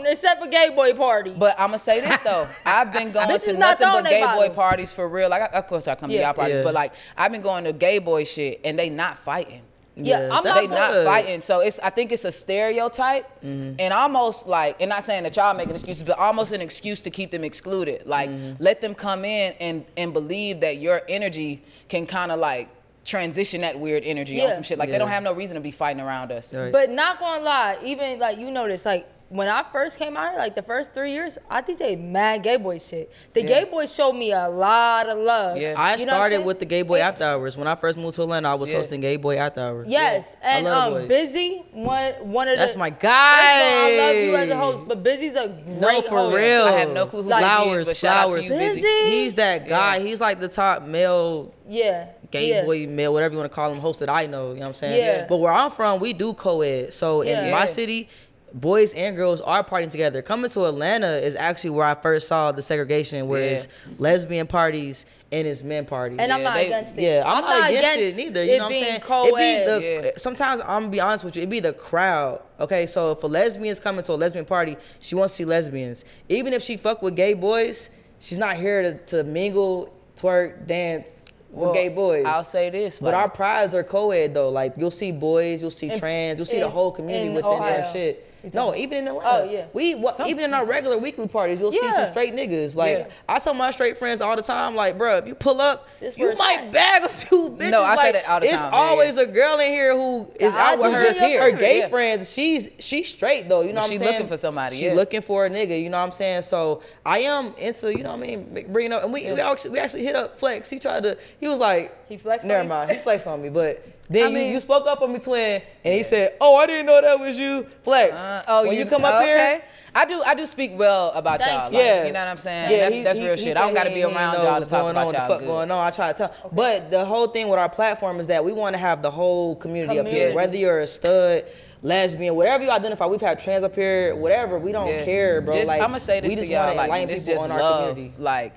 [SPEAKER 2] thrown except for gay boy party.
[SPEAKER 3] But I'm gonna say this though, I've been going to
[SPEAKER 2] Bitches not
[SPEAKER 3] nothing but
[SPEAKER 2] throwing they
[SPEAKER 3] gay boy
[SPEAKER 2] bottles.
[SPEAKER 3] parties for real. Like, I, of course I come
[SPEAKER 2] Yeah.
[SPEAKER 3] to y'all parties,
[SPEAKER 1] Yeah.
[SPEAKER 3] but like I've been going to gay boy shit and they not fighting.
[SPEAKER 2] yeah,
[SPEAKER 1] yeah,
[SPEAKER 2] I'm
[SPEAKER 1] they
[SPEAKER 2] not
[SPEAKER 3] They
[SPEAKER 2] going.
[SPEAKER 3] not
[SPEAKER 1] good.
[SPEAKER 3] fighting, so it's. I think it's a stereotype,
[SPEAKER 1] Mm-hmm.
[SPEAKER 3] and almost like, and not saying that y'all making excuses, but almost an excuse to keep them excluded. Like,
[SPEAKER 1] Mm-hmm.
[SPEAKER 3] let them come in and and believe that your energy can kind of like transition that weird energy
[SPEAKER 2] Yeah.
[SPEAKER 3] on some shit. Like, they
[SPEAKER 1] Yeah.
[SPEAKER 3] don't have no reason to be fighting around us.
[SPEAKER 1] Right.
[SPEAKER 2] But not gonna lie, even like you notice, like when I first came out, here, like the first three years, I DJ mad gay boy shit. The gay boys showed me a lot of love.
[SPEAKER 3] Yeah.
[SPEAKER 1] I
[SPEAKER 2] You know what I'm
[SPEAKER 1] started
[SPEAKER 2] saying?
[SPEAKER 1] with the Gay Boy After Hours. When I first moved to Atlanta, I was
[SPEAKER 3] Yeah.
[SPEAKER 1] hosting Gay Boy After Hours.
[SPEAKER 2] Yes,
[SPEAKER 1] Yeah. I
[SPEAKER 2] and
[SPEAKER 1] love the boys.
[SPEAKER 2] um, Busy one one of
[SPEAKER 1] That's
[SPEAKER 2] the.
[SPEAKER 1] my
[SPEAKER 2] First of all, I love you as a
[SPEAKER 1] guy.
[SPEAKER 2] host, but oh, Busy's a great
[SPEAKER 1] No, for
[SPEAKER 2] host.
[SPEAKER 1] real.
[SPEAKER 3] I have no clue who
[SPEAKER 2] Like-
[SPEAKER 3] Busy
[SPEAKER 1] flowers,
[SPEAKER 3] is, but shout out to
[SPEAKER 1] flowers.
[SPEAKER 3] you, Busy.
[SPEAKER 2] Busy?
[SPEAKER 1] He's that guy.
[SPEAKER 3] Yeah.
[SPEAKER 1] He's like the top male
[SPEAKER 2] Yeah.
[SPEAKER 1] gay
[SPEAKER 2] yeah.
[SPEAKER 1] boy male, whatever you want to call him, host that I know. You know what I'm saying?
[SPEAKER 2] Yeah.
[SPEAKER 1] But where I'm from, we do co-ed. So
[SPEAKER 2] Yeah.
[SPEAKER 1] in my
[SPEAKER 3] Yeah.
[SPEAKER 1] city, boys and girls are partying together. Coming to Atlanta is actually where I first saw the segregation, where
[SPEAKER 3] Yeah.
[SPEAKER 1] it's lesbian parties and it's men parties.
[SPEAKER 2] And I'm
[SPEAKER 3] Yeah,
[SPEAKER 2] not
[SPEAKER 3] they-
[SPEAKER 2] against it.
[SPEAKER 1] Yeah, I'm, not, against, it neither. You
[SPEAKER 2] it
[SPEAKER 1] know what I'm
[SPEAKER 2] being
[SPEAKER 1] saying?
[SPEAKER 2] co-ed.
[SPEAKER 1] It be the
[SPEAKER 3] Yeah.
[SPEAKER 1] sometimes I'm gonna be honest with you, it be the crowd. Okay, so if a lesbian's coming to a lesbian party, she wants to see lesbians. Even if she fuck with gay boys, she's not here to, to mingle, twerk, dance with
[SPEAKER 3] Well,
[SPEAKER 1] gay boys.
[SPEAKER 3] I'll say this,
[SPEAKER 1] But
[SPEAKER 3] like-
[SPEAKER 1] our prides are co ed though. Like you'll see boys, you'll see trans, you'll see the
[SPEAKER 2] in-
[SPEAKER 1] whole community
[SPEAKER 2] in
[SPEAKER 1] within
[SPEAKER 2] Ohio.
[SPEAKER 1] that shit. No, even in Atlanta.
[SPEAKER 2] Oh, yeah.
[SPEAKER 1] We wa- even in our regular weekly parties, you'll see
[SPEAKER 2] Yeah.
[SPEAKER 1] some straight niggas. Like
[SPEAKER 3] Yeah.
[SPEAKER 1] I tell my straight friends all the time, like, bruh, if you pull up,
[SPEAKER 2] This
[SPEAKER 1] you
[SPEAKER 2] where it's
[SPEAKER 1] might
[SPEAKER 2] at."
[SPEAKER 1] bag a few bitches.
[SPEAKER 3] I say
[SPEAKER 1] like,
[SPEAKER 3] that all the
[SPEAKER 1] It's
[SPEAKER 3] time, yeah, yeah.
[SPEAKER 1] always a girl in here who is
[SPEAKER 2] The
[SPEAKER 1] out with
[SPEAKER 2] odds
[SPEAKER 1] her,
[SPEAKER 2] is in your
[SPEAKER 1] her
[SPEAKER 2] favor,
[SPEAKER 1] gay
[SPEAKER 3] yeah.
[SPEAKER 1] friends. She's she's straight though. You know what
[SPEAKER 3] She's
[SPEAKER 1] I'm saying?
[SPEAKER 3] looking for somebody,
[SPEAKER 1] She's
[SPEAKER 3] yeah.
[SPEAKER 1] looking for a nigga. You know what I'm saying? So I am into you know what I mean. Bringing up and we we, actually, we actually hit up Flex. He tried to. He was like
[SPEAKER 2] He flexed on
[SPEAKER 1] Never
[SPEAKER 2] you?
[SPEAKER 1] mind. He flexed on me, but. Then
[SPEAKER 3] I
[SPEAKER 1] you,
[SPEAKER 3] mean-
[SPEAKER 1] you spoke up on me, twin, and he said, "Oh, I didn't know that was you, Flex."
[SPEAKER 3] Uh, oh,
[SPEAKER 1] when you, come up here,
[SPEAKER 3] okay. I do. I do speak well about
[SPEAKER 2] Thank
[SPEAKER 3] y'all.
[SPEAKER 2] you.
[SPEAKER 3] Like,
[SPEAKER 1] yeah,
[SPEAKER 3] you know what I'm saying.
[SPEAKER 1] Yeah,
[SPEAKER 3] that's
[SPEAKER 1] he-
[SPEAKER 3] that's
[SPEAKER 1] he-
[SPEAKER 3] real
[SPEAKER 1] he
[SPEAKER 3] shit.
[SPEAKER 1] said
[SPEAKER 3] I don't got to
[SPEAKER 1] he
[SPEAKER 3] be
[SPEAKER 1] ain't
[SPEAKER 3] around
[SPEAKER 1] know
[SPEAKER 3] y'all
[SPEAKER 1] what's
[SPEAKER 3] to talk
[SPEAKER 1] going
[SPEAKER 3] about
[SPEAKER 1] on,
[SPEAKER 3] y'all.
[SPEAKER 1] The fuck
[SPEAKER 3] good.
[SPEAKER 1] going on? I try to tell, but the whole thing with our platform is that we want to have the whole community, up here.
[SPEAKER 2] Community.
[SPEAKER 1] Whether you're a stud, lesbian, whatever you identify, we've had trans up here, whatever. We don't
[SPEAKER 3] Yeah.
[SPEAKER 1] care, bro.
[SPEAKER 3] Just,
[SPEAKER 1] like
[SPEAKER 3] I'm gonna say this
[SPEAKER 1] we just
[SPEAKER 3] to y'all.
[SPEAKER 1] wanna
[SPEAKER 3] Like,
[SPEAKER 1] enlighten
[SPEAKER 3] this
[SPEAKER 1] people
[SPEAKER 3] just
[SPEAKER 1] in our
[SPEAKER 3] love.
[SPEAKER 1] community.
[SPEAKER 3] Like,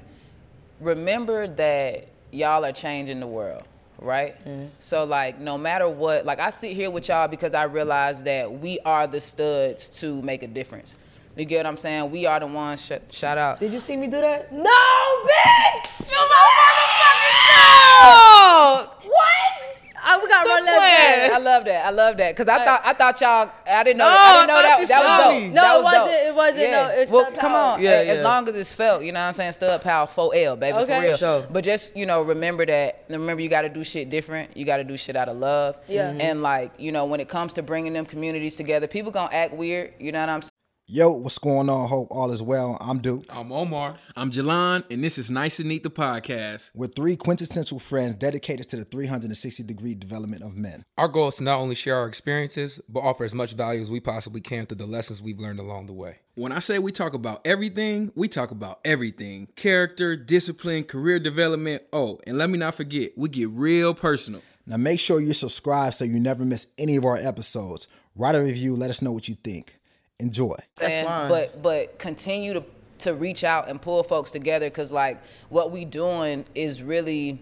[SPEAKER 3] remember that y'all are changing the world, right?
[SPEAKER 1] Mm-hmm.
[SPEAKER 3] So, like, no matter what, like, I sit here with y'all because I realize that we are the studs to make a difference. You get what I'm saying? We are the ones. Sh- shout out.
[SPEAKER 1] Did you see me do that?
[SPEAKER 2] No, bitch! You
[SPEAKER 1] Oh,
[SPEAKER 2] What? I, we gotta run that
[SPEAKER 3] I
[SPEAKER 2] back.
[SPEAKER 3] love that. I love that because I thought I thought y'all. I didn't know.
[SPEAKER 1] No,
[SPEAKER 3] I didn't know
[SPEAKER 1] I thought
[SPEAKER 3] that,
[SPEAKER 1] you
[SPEAKER 3] that
[SPEAKER 1] saw
[SPEAKER 3] was
[SPEAKER 1] me.
[SPEAKER 3] dope.
[SPEAKER 2] No,
[SPEAKER 3] that
[SPEAKER 2] it
[SPEAKER 3] was
[SPEAKER 2] wasn't-
[SPEAKER 3] dope.
[SPEAKER 2] it wasn't,
[SPEAKER 3] Yeah.
[SPEAKER 2] no, it's
[SPEAKER 3] well,
[SPEAKER 2] stud
[SPEAKER 3] come
[SPEAKER 2] power.
[SPEAKER 3] on.
[SPEAKER 1] Yeah,
[SPEAKER 3] a- As
[SPEAKER 1] yeah.
[SPEAKER 3] long as it's felt, you know what I'm saying. Stud power, four L, baby,
[SPEAKER 2] Okay.
[SPEAKER 3] for real.
[SPEAKER 1] Sure.
[SPEAKER 3] But just you know, remember that. Remember, you got to do shit different. You got to do shit out of love.
[SPEAKER 2] Yeah. Mhm.
[SPEAKER 3] And like you know, when it comes to bringing them communities together, people gonna act weird. You know what I'm saying?
[SPEAKER 8] Yo, what's going on? Hope all is well. I'm Duke.
[SPEAKER 9] I'm Omar. I'm Jalon, and this is Nice and Neat the podcast.
[SPEAKER 8] We're three quintessential friends dedicated to the 360 degree development of men.
[SPEAKER 9] Our goal is to not only share our experiences, but offer as much value as we possibly can through the lessons we've learned along the way. When I say we talk about everything, we talk about everything character, discipline, career development. Oh, and let me not forget, we get real personal.
[SPEAKER 8] Now, make sure you're subscribed so you never miss any of our episodes. Write a review, let us know what you think. Enjoy.
[SPEAKER 1] That's fine.
[SPEAKER 3] But but continue to to reach out and pull folks together because like what we doing is really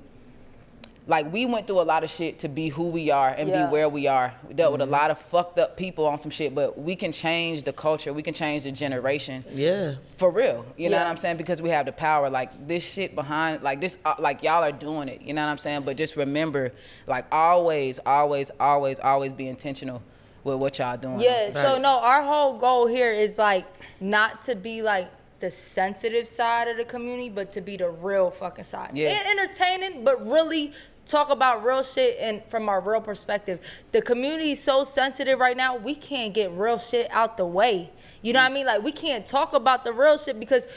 [SPEAKER 3] like we went through a lot of shit to be who we are and
[SPEAKER 2] Yeah.
[SPEAKER 3] be where we are. We dealt with a lot of fucked up people on some shit, but we can change the culture. We can change the generation
[SPEAKER 1] yeah.
[SPEAKER 3] for real. You know what
[SPEAKER 2] Yeah.
[SPEAKER 3] I'm saying? Because we have the power. Like this shit behind, like this, uh, like y'all are doing it. You know what I'm saying? But just remember, like always, always, always, always be intentional with what y'all doing.
[SPEAKER 2] Yeah, so no, our whole goal here is like not to be like the sensitive side of the community, but to be the real fucking side.
[SPEAKER 3] Yeah.
[SPEAKER 2] And entertaining, but really talk about real shit and from our real perspective. The community is so sensitive right now, we can't get real shit out the way. You know what I mean? Like we can't talk about the real shit because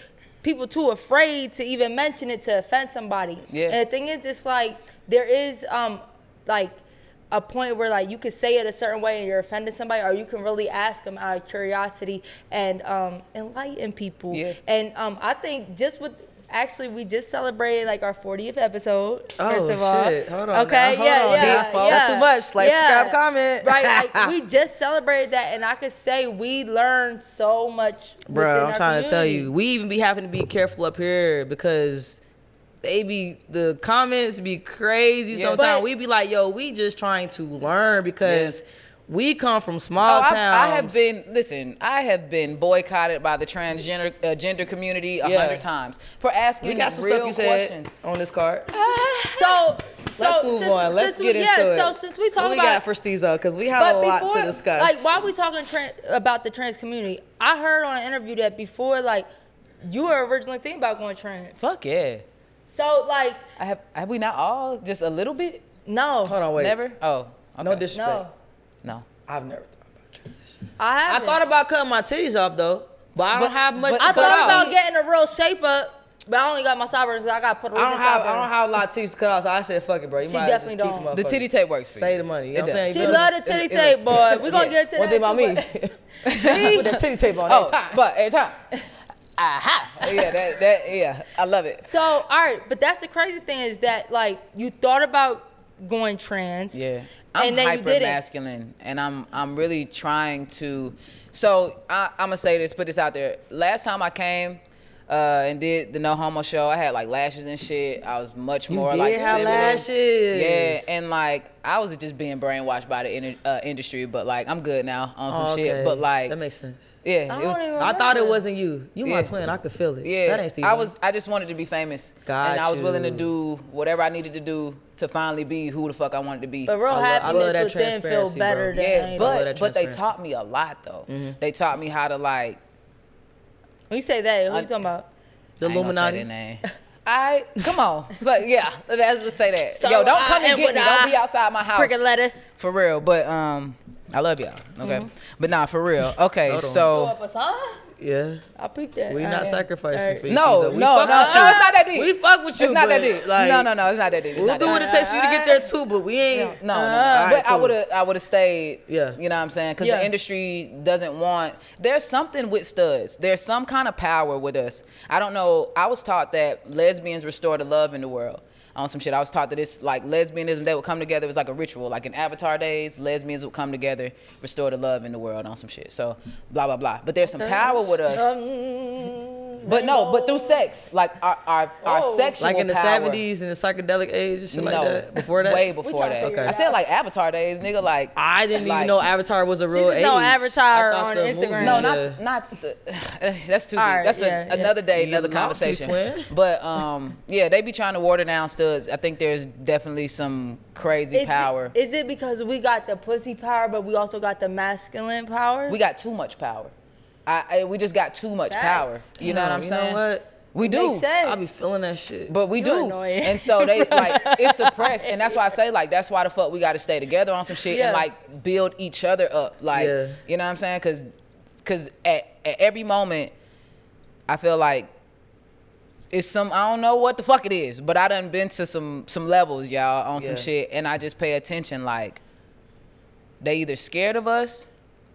[SPEAKER 2] people too afraid to even mention it to offend somebody.
[SPEAKER 3] Yeah.
[SPEAKER 2] And the thing is it's like there is um like a point where like you could say it a certain way and you're offending somebody, or you can really ask them out of curiosity and um, enlighten people.
[SPEAKER 3] Yeah.
[SPEAKER 2] And um, I think just with actually we just celebrated like our 40th episode.
[SPEAKER 1] Oh,
[SPEAKER 2] first of all,
[SPEAKER 1] shit. Hold on now.
[SPEAKER 2] okay,
[SPEAKER 1] Hold
[SPEAKER 2] yeah,
[SPEAKER 1] on
[SPEAKER 2] yeah,
[SPEAKER 1] now.
[SPEAKER 2] yeah,
[SPEAKER 1] Not too much. Like, subscribe, comment.
[SPEAKER 2] right? Like we just celebrated that, and I could say we learned so much.
[SPEAKER 1] Bro,
[SPEAKER 2] within
[SPEAKER 1] I'm
[SPEAKER 2] our
[SPEAKER 1] trying to tell
[SPEAKER 2] community.
[SPEAKER 1] you, we even be having to be careful up here because they be the comments be crazy
[SPEAKER 3] Yeah.
[SPEAKER 1] sometimes.
[SPEAKER 2] But-
[SPEAKER 1] We be like, yo, we just trying to learn because we come from small
[SPEAKER 3] Oh, I've-
[SPEAKER 1] towns.
[SPEAKER 3] I, have been listen. I have been boycotted by the transgender uh, gender community a
[SPEAKER 1] Yeah.
[SPEAKER 3] hundred times for asking
[SPEAKER 1] We got some
[SPEAKER 3] real
[SPEAKER 1] stuff you said
[SPEAKER 3] questions.
[SPEAKER 1] on this card.
[SPEAKER 2] So, so
[SPEAKER 1] Let's move
[SPEAKER 2] since,
[SPEAKER 1] on. Let's
[SPEAKER 2] since we,
[SPEAKER 1] get into
[SPEAKER 2] yeah,
[SPEAKER 1] it.
[SPEAKER 2] So since we talk
[SPEAKER 1] what we
[SPEAKER 2] about
[SPEAKER 1] got for Steezo, because we have a lot to discuss.
[SPEAKER 2] Like, while we talking tran about the trans community, I heard on an interview that before, like, you were originally thinking about going trans.
[SPEAKER 3] Fuck yeah.
[SPEAKER 2] So, like,
[SPEAKER 3] I have. Have we not all just a little bit?
[SPEAKER 2] no.
[SPEAKER 1] Hold on, wait.
[SPEAKER 3] Never. Oh. Okay.
[SPEAKER 1] No disrespect.
[SPEAKER 2] No.
[SPEAKER 3] No.
[SPEAKER 1] I've never thought about transition.
[SPEAKER 2] I
[SPEAKER 1] I
[SPEAKER 2] haven't.
[SPEAKER 1] thought about cutting my titties off though, but I don't
[SPEAKER 3] But-
[SPEAKER 1] have much.
[SPEAKER 3] but-
[SPEAKER 1] to
[SPEAKER 2] I
[SPEAKER 1] cut
[SPEAKER 2] thought
[SPEAKER 1] off.
[SPEAKER 2] about getting a real shape up, but I only got my sideburns 'cause I got Puerto
[SPEAKER 1] I
[SPEAKER 2] Rican
[SPEAKER 1] don't have. I
[SPEAKER 2] sideburns.
[SPEAKER 1] don't have a lot of titties to cut off, so I said, fuck it, bro. You
[SPEAKER 2] She
[SPEAKER 1] might
[SPEAKER 2] definitely
[SPEAKER 1] just keep
[SPEAKER 2] don't.
[SPEAKER 1] them
[SPEAKER 3] The
[SPEAKER 1] motherfuckers.
[SPEAKER 3] titty tape works for you.
[SPEAKER 1] Save the money. You know
[SPEAKER 3] It
[SPEAKER 1] what I'm
[SPEAKER 3] does.
[SPEAKER 1] saying?
[SPEAKER 2] She
[SPEAKER 1] It
[SPEAKER 2] love the
[SPEAKER 1] looks-
[SPEAKER 2] titty
[SPEAKER 1] it- it
[SPEAKER 2] tape,
[SPEAKER 1] looks-
[SPEAKER 2] boy. We gonna get to
[SPEAKER 1] One
[SPEAKER 2] that
[SPEAKER 1] thing about
[SPEAKER 2] too,
[SPEAKER 1] me,
[SPEAKER 2] but-
[SPEAKER 1] with that titty tape on
[SPEAKER 3] Oh,
[SPEAKER 1] every time.
[SPEAKER 3] but every time. Aha. Yeah. That. That. Yeah. I love it.
[SPEAKER 2] So, all right, but that's the crazy thing is that, like, you thought about going trans.
[SPEAKER 3] Yeah. I'm
[SPEAKER 2] and then you
[SPEAKER 3] hyper
[SPEAKER 2] didn't.
[SPEAKER 3] masculine and I'm I'm really trying to so I, I'm gonna say this, put this out there. Last time I came, Uh, and did the no homo show. I had like lashes and shit. I was much
[SPEAKER 1] You
[SPEAKER 3] more
[SPEAKER 1] did
[SPEAKER 3] like
[SPEAKER 1] have
[SPEAKER 3] feminine.
[SPEAKER 1] lashes.
[SPEAKER 3] Yeah, and like I was just being brainwashed by the in- uh, industry, but like I'm good now on some
[SPEAKER 1] Oh, Okay,
[SPEAKER 3] shit. But like
[SPEAKER 1] that makes sense.
[SPEAKER 3] yeah, it was.
[SPEAKER 1] I thought it wasn't you. You my
[SPEAKER 3] Yeah.
[SPEAKER 1] twin. I could feel it.
[SPEAKER 3] Yeah,
[SPEAKER 1] that ain't Steve.
[SPEAKER 3] I was. I just wanted to be famous,
[SPEAKER 1] Got
[SPEAKER 3] and I was willing to
[SPEAKER 1] you.
[SPEAKER 3] do whatever I needed to do to finally be who the fuck I wanted to be.
[SPEAKER 2] But real
[SPEAKER 1] I lo- I love
[SPEAKER 2] happiness
[SPEAKER 1] that
[SPEAKER 2] would then feel
[SPEAKER 1] transparency,
[SPEAKER 2] better
[SPEAKER 1] bro.
[SPEAKER 2] than
[SPEAKER 3] yeah,
[SPEAKER 2] anything.
[SPEAKER 1] love
[SPEAKER 3] but
[SPEAKER 1] that
[SPEAKER 3] but they
[SPEAKER 1] transparency. Mm-hmm.
[SPEAKER 3] taught me a lot though. They taught me how to like
[SPEAKER 2] when you say that, who you talking about?
[SPEAKER 1] the
[SPEAKER 3] I ain't gonna say
[SPEAKER 1] Illuminati.
[SPEAKER 3] their name. I come on, but yeah, let's just say that.
[SPEAKER 2] Start
[SPEAKER 3] Yo,
[SPEAKER 2] with
[SPEAKER 3] don't
[SPEAKER 2] I
[SPEAKER 3] come and
[SPEAKER 2] and
[SPEAKER 3] get
[SPEAKER 2] with
[SPEAKER 3] me. Don't
[SPEAKER 2] I.
[SPEAKER 3] be outside my house.
[SPEAKER 2] Cricket letter.
[SPEAKER 3] For real, but um, I love y'all.
[SPEAKER 2] Mm-hmm.
[SPEAKER 3] Okay, but nah, for real. Okay, so
[SPEAKER 1] Yeah,
[SPEAKER 2] I peeped that.
[SPEAKER 1] we
[SPEAKER 2] All
[SPEAKER 1] not
[SPEAKER 2] right.
[SPEAKER 1] sacrificing
[SPEAKER 2] All right.
[SPEAKER 1] for you.
[SPEAKER 3] Uh, no, no, no,
[SPEAKER 1] Keisha.
[SPEAKER 3] no,
[SPEAKER 1] We
[SPEAKER 3] no, it's
[SPEAKER 1] fuck
[SPEAKER 3] not
[SPEAKER 1] with you.
[SPEAKER 3] that deep.
[SPEAKER 1] We fuck with you.
[SPEAKER 3] It's not that
[SPEAKER 1] but,
[SPEAKER 3] deep.
[SPEAKER 1] Like,
[SPEAKER 3] no, no, no, it's not that deep. It's
[SPEAKER 1] We'll
[SPEAKER 3] not
[SPEAKER 1] do
[SPEAKER 3] that
[SPEAKER 1] what
[SPEAKER 3] deep.
[SPEAKER 1] it takes for you to get there too, but we ain't.
[SPEAKER 3] No, no, no.
[SPEAKER 1] Alright,
[SPEAKER 3] but I
[SPEAKER 1] cool.
[SPEAKER 3] would have, I would have stayed.
[SPEAKER 1] Yeah.
[SPEAKER 3] you know what I'm saying? Because
[SPEAKER 2] Yeah.
[SPEAKER 3] the industry doesn't want. There's something with studs. There's some kind of power with us. I don't know. I was taught that lesbians restore the love in the world. On some shit, I was taught that it's like lesbianism. They would come together. It was like a ritual, like in Avatar days. Lesbians would come together, restore the love in the world. On some shit, so blah blah blah. But there's some power with us. but no, but through sex, like our our, our sexual
[SPEAKER 1] Um, Like in the
[SPEAKER 3] power.
[SPEAKER 1] 70s and the psychedelic age and shit like
[SPEAKER 3] No.
[SPEAKER 1] that. Before that?
[SPEAKER 3] Way before that.
[SPEAKER 1] figure it
[SPEAKER 3] I said like Avatar days, nigga. Like
[SPEAKER 1] I didn't
[SPEAKER 3] like-
[SPEAKER 1] even know Avatar was a real
[SPEAKER 2] just
[SPEAKER 1] age.
[SPEAKER 2] know
[SPEAKER 1] I
[SPEAKER 2] Avatar
[SPEAKER 1] thought
[SPEAKER 2] on
[SPEAKER 1] the
[SPEAKER 2] Instagram.
[SPEAKER 1] movie-
[SPEAKER 3] No,
[SPEAKER 1] Yeah.
[SPEAKER 3] not not. The, that's too. deep.
[SPEAKER 2] All right,
[SPEAKER 3] that's a-
[SPEAKER 2] yeah, yeah.
[SPEAKER 3] another day,
[SPEAKER 1] You
[SPEAKER 3] another
[SPEAKER 1] lost me,
[SPEAKER 3] conversation.
[SPEAKER 1] twin.
[SPEAKER 3] But um, yeah, they be trying to water down studs. I think there's definitely some crazy
[SPEAKER 2] Is it-
[SPEAKER 3] power.
[SPEAKER 2] Is it because we got the pussy power, but we also got the masculine power?
[SPEAKER 3] we got too much power. I, I we just got too much
[SPEAKER 2] Facts.
[SPEAKER 3] power. You know what I'm
[SPEAKER 1] You
[SPEAKER 3] saying?
[SPEAKER 1] know what?
[SPEAKER 3] We do.
[SPEAKER 2] Makes sense.
[SPEAKER 1] I be feeling that shit.
[SPEAKER 3] But we
[SPEAKER 2] You
[SPEAKER 3] do,
[SPEAKER 2] annoying.
[SPEAKER 3] and so they like it's suppressed, and that's why I say like that's why the fuck we got to stay together on some shit
[SPEAKER 2] Yeah.
[SPEAKER 3] and like build each other up, like
[SPEAKER 1] Yeah.
[SPEAKER 3] you know what I'm saying? Because because at, at every moment, I feel like it's some I don't know what the fuck it is, but I done been to some some levels, y'all, on some
[SPEAKER 1] Yeah.
[SPEAKER 3] shit, and I just pay attention. Like they either scared of us,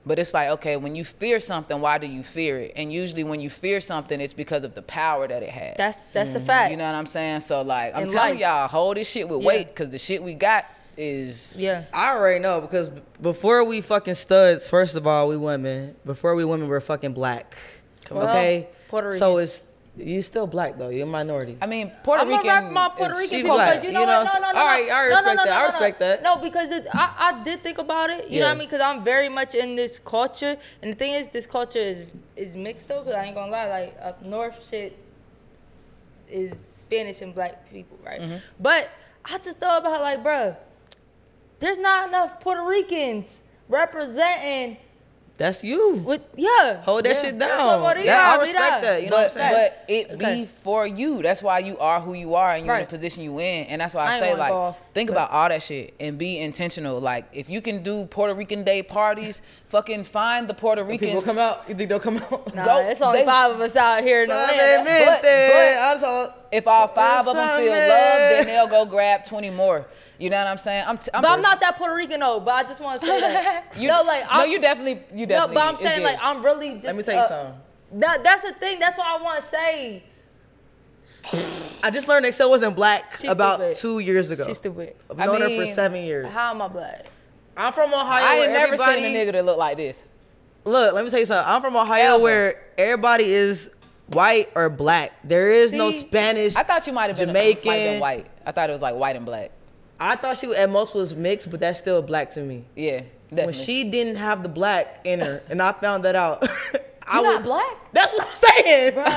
[SPEAKER 3] but it's like okay, when you fear something, why do you fear it? And usually when you fear something, it's because of the power that it has.
[SPEAKER 2] That's that's a fact.
[SPEAKER 3] Mm, You know what I'm saying? So like, I'm
[SPEAKER 2] In
[SPEAKER 3] telling
[SPEAKER 2] life.
[SPEAKER 3] y'all, hold this shit with
[SPEAKER 2] Yeah.
[SPEAKER 3] weight, cause the shit we got is
[SPEAKER 2] yeah.
[SPEAKER 1] I already know because b- before we fucking studs, first of all, we women. Before we women, we're fucking black.
[SPEAKER 2] on.
[SPEAKER 1] Okay?
[SPEAKER 2] Puerto
[SPEAKER 1] So
[SPEAKER 2] Rican.
[SPEAKER 1] it's, you still black though. You're a minority.
[SPEAKER 3] I mean, Puerto
[SPEAKER 2] I'm
[SPEAKER 3] Rican.
[SPEAKER 2] gonna rep my Puerto
[SPEAKER 3] is-
[SPEAKER 2] Rican
[SPEAKER 1] she
[SPEAKER 2] people
[SPEAKER 1] black,
[SPEAKER 2] because you
[SPEAKER 1] you
[SPEAKER 2] know
[SPEAKER 1] know
[SPEAKER 2] what?
[SPEAKER 1] what
[SPEAKER 2] No,
[SPEAKER 1] I'm
[SPEAKER 2] no,
[SPEAKER 1] saying?
[SPEAKER 2] no.
[SPEAKER 1] All right, I
[SPEAKER 2] no, no,
[SPEAKER 1] respect
[SPEAKER 2] no,
[SPEAKER 1] that, I
[SPEAKER 2] No, no,
[SPEAKER 1] respect
[SPEAKER 2] no.
[SPEAKER 1] that.
[SPEAKER 2] No, because it, I, I did think about it. You know what I
[SPEAKER 1] Yeah.
[SPEAKER 2] mean? Because I'm very much in this culture, and the thing is, this culture is is mixed though. Because I ain't gonna lie, like up north, shit is Spanish and black people, right?
[SPEAKER 1] Mm-hmm.
[SPEAKER 2] But I just thought about like, bruh, there's not enough Puerto Ricans representing
[SPEAKER 1] That's you.
[SPEAKER 2] with yeah.
[SPEAKER 1] Hold that
[SPEAKER 3] Yeah.
[SPEAKER 1] shit
[SPEAKER 2] That's
[SPEAKER 1] down.
[SPEAKER 2] somebody
[SPEAKER 1] That- I
[SPEAKER 2] I
[SPEAKER 1] respect
[SPEAKER 2] read.
[SPEAKER 1] that. You know
[SPEAKER 3] but,
[SPEAKER 1] what I'm saying?
[SPEAKER 3] but it
[SPEAKER 2] Okay.
[SPEAKER 3] be for you. That's why you are who you are and you're in
[SPEAKER 2] Right.
[SPEAKER 3] the position you in. And that's why
[SPEAKER 2] I
[SPEAKER 3] I,
[SPEAKER 2] ain't
[SPEAKER 3] say
[SPEAKER 2] wanna
[SPEAKER 3] like
[SPEAKER 2] go off,
[SPEAKER 3] think
[SPEAKER 2] but-
[SPEAKER 3] about all that shit and be intentional. Like if you can do Puerto Rican day parties, fucking find the Puerto
[SPEAKER 1] People
[SPEAKER 3] Ricans.
[SPEAKER 1] come out. You think they'll come out?
[SPEAKER 2] Nah,
[SPEAKER 3] Go-
[SPEAKER 2] it's only
[SPEAKER 3] they-
[SPEAKER 2] five of us out here in Atlanta.
[SPEAKER 3] but-
[SPEAKER 1] I saw.
[SPEAKER 3] If all five of them feel
[SPEAKER 1] Something.
[SPEAKER 3] love, then they'll go grab 20 more. You know what I'm saying? I'm t-
[SPEAKER 2] But I'm not that Puerto Rican though. But I just want to say that.
[SPEAKER 3] You-
[SPEAKER 2] no, like
[SPEAKER 3] no,
[SPEAKER 2] I'm,
[SPEAKER 3] you definitely- you definitely-
[SPEAKER 2] No, but I'm
[SPEAKER 3] it
[SPEAKER 2] saying like
[SPEAKER 3] gives.
[SPEAKER 2] I'm really just.
[SPEAKER 1] Let me tell you
[SPEAKER 2] uh,
[SPEAKER 1] something.
[SPEAKER 2] That, that's the thing. That's what I want to say.
[SPEAKER 1] I just learned Excel wasn't black
[SPEAKER 2] She's
[SPEAKER 1] about
[SPEAKER 2] stupid.
[SPEAKER 1] two years ago.
[SPEAKER 2] She's stupid.
[SPEAKER 1] I've
[SPEAKER 3] I
[SPEAKER 1] known her for
[SPEAKER 3] mean,
[SPEAKER 1] seven years.
[SPEAKER 2] How am I black?
[SPEAKER 1] I'm from Ohio.
[SPEAKER 3] I
[SPEAKER 1] where
[SPEAKER 3] ain't never
[SPEAKER 1] everybody,
[SPEAKER 3] seen a nigga that look like this.
[SPEAKER 1] Look, let me tell you something. I'm from Ohio
[SPEAKER 3] Ever.
[SPEAKER 1] where everybody is white or black. There is no
[SPEAKER 3] See?
[SPEAKER 1] Spanish.
[SPEAKER 3] I thought you might have been
[SPEAKER 1] Jamaican.
[SPEAKER 3] might have been white. I thought it was like white and black.
[SPEAKER 1] I thought she at most was mixed, but that's still black to me.
[SPEAKER 3] Yeah, definitely.
[SPEAKER 1] When she didn't have the black in her, and I found that out. I
[SPEAKER 2] You not
[SPEAKER 1] was
[SPEAKER 2] black?
[SPEAKER 1] That's what I'm saying. that's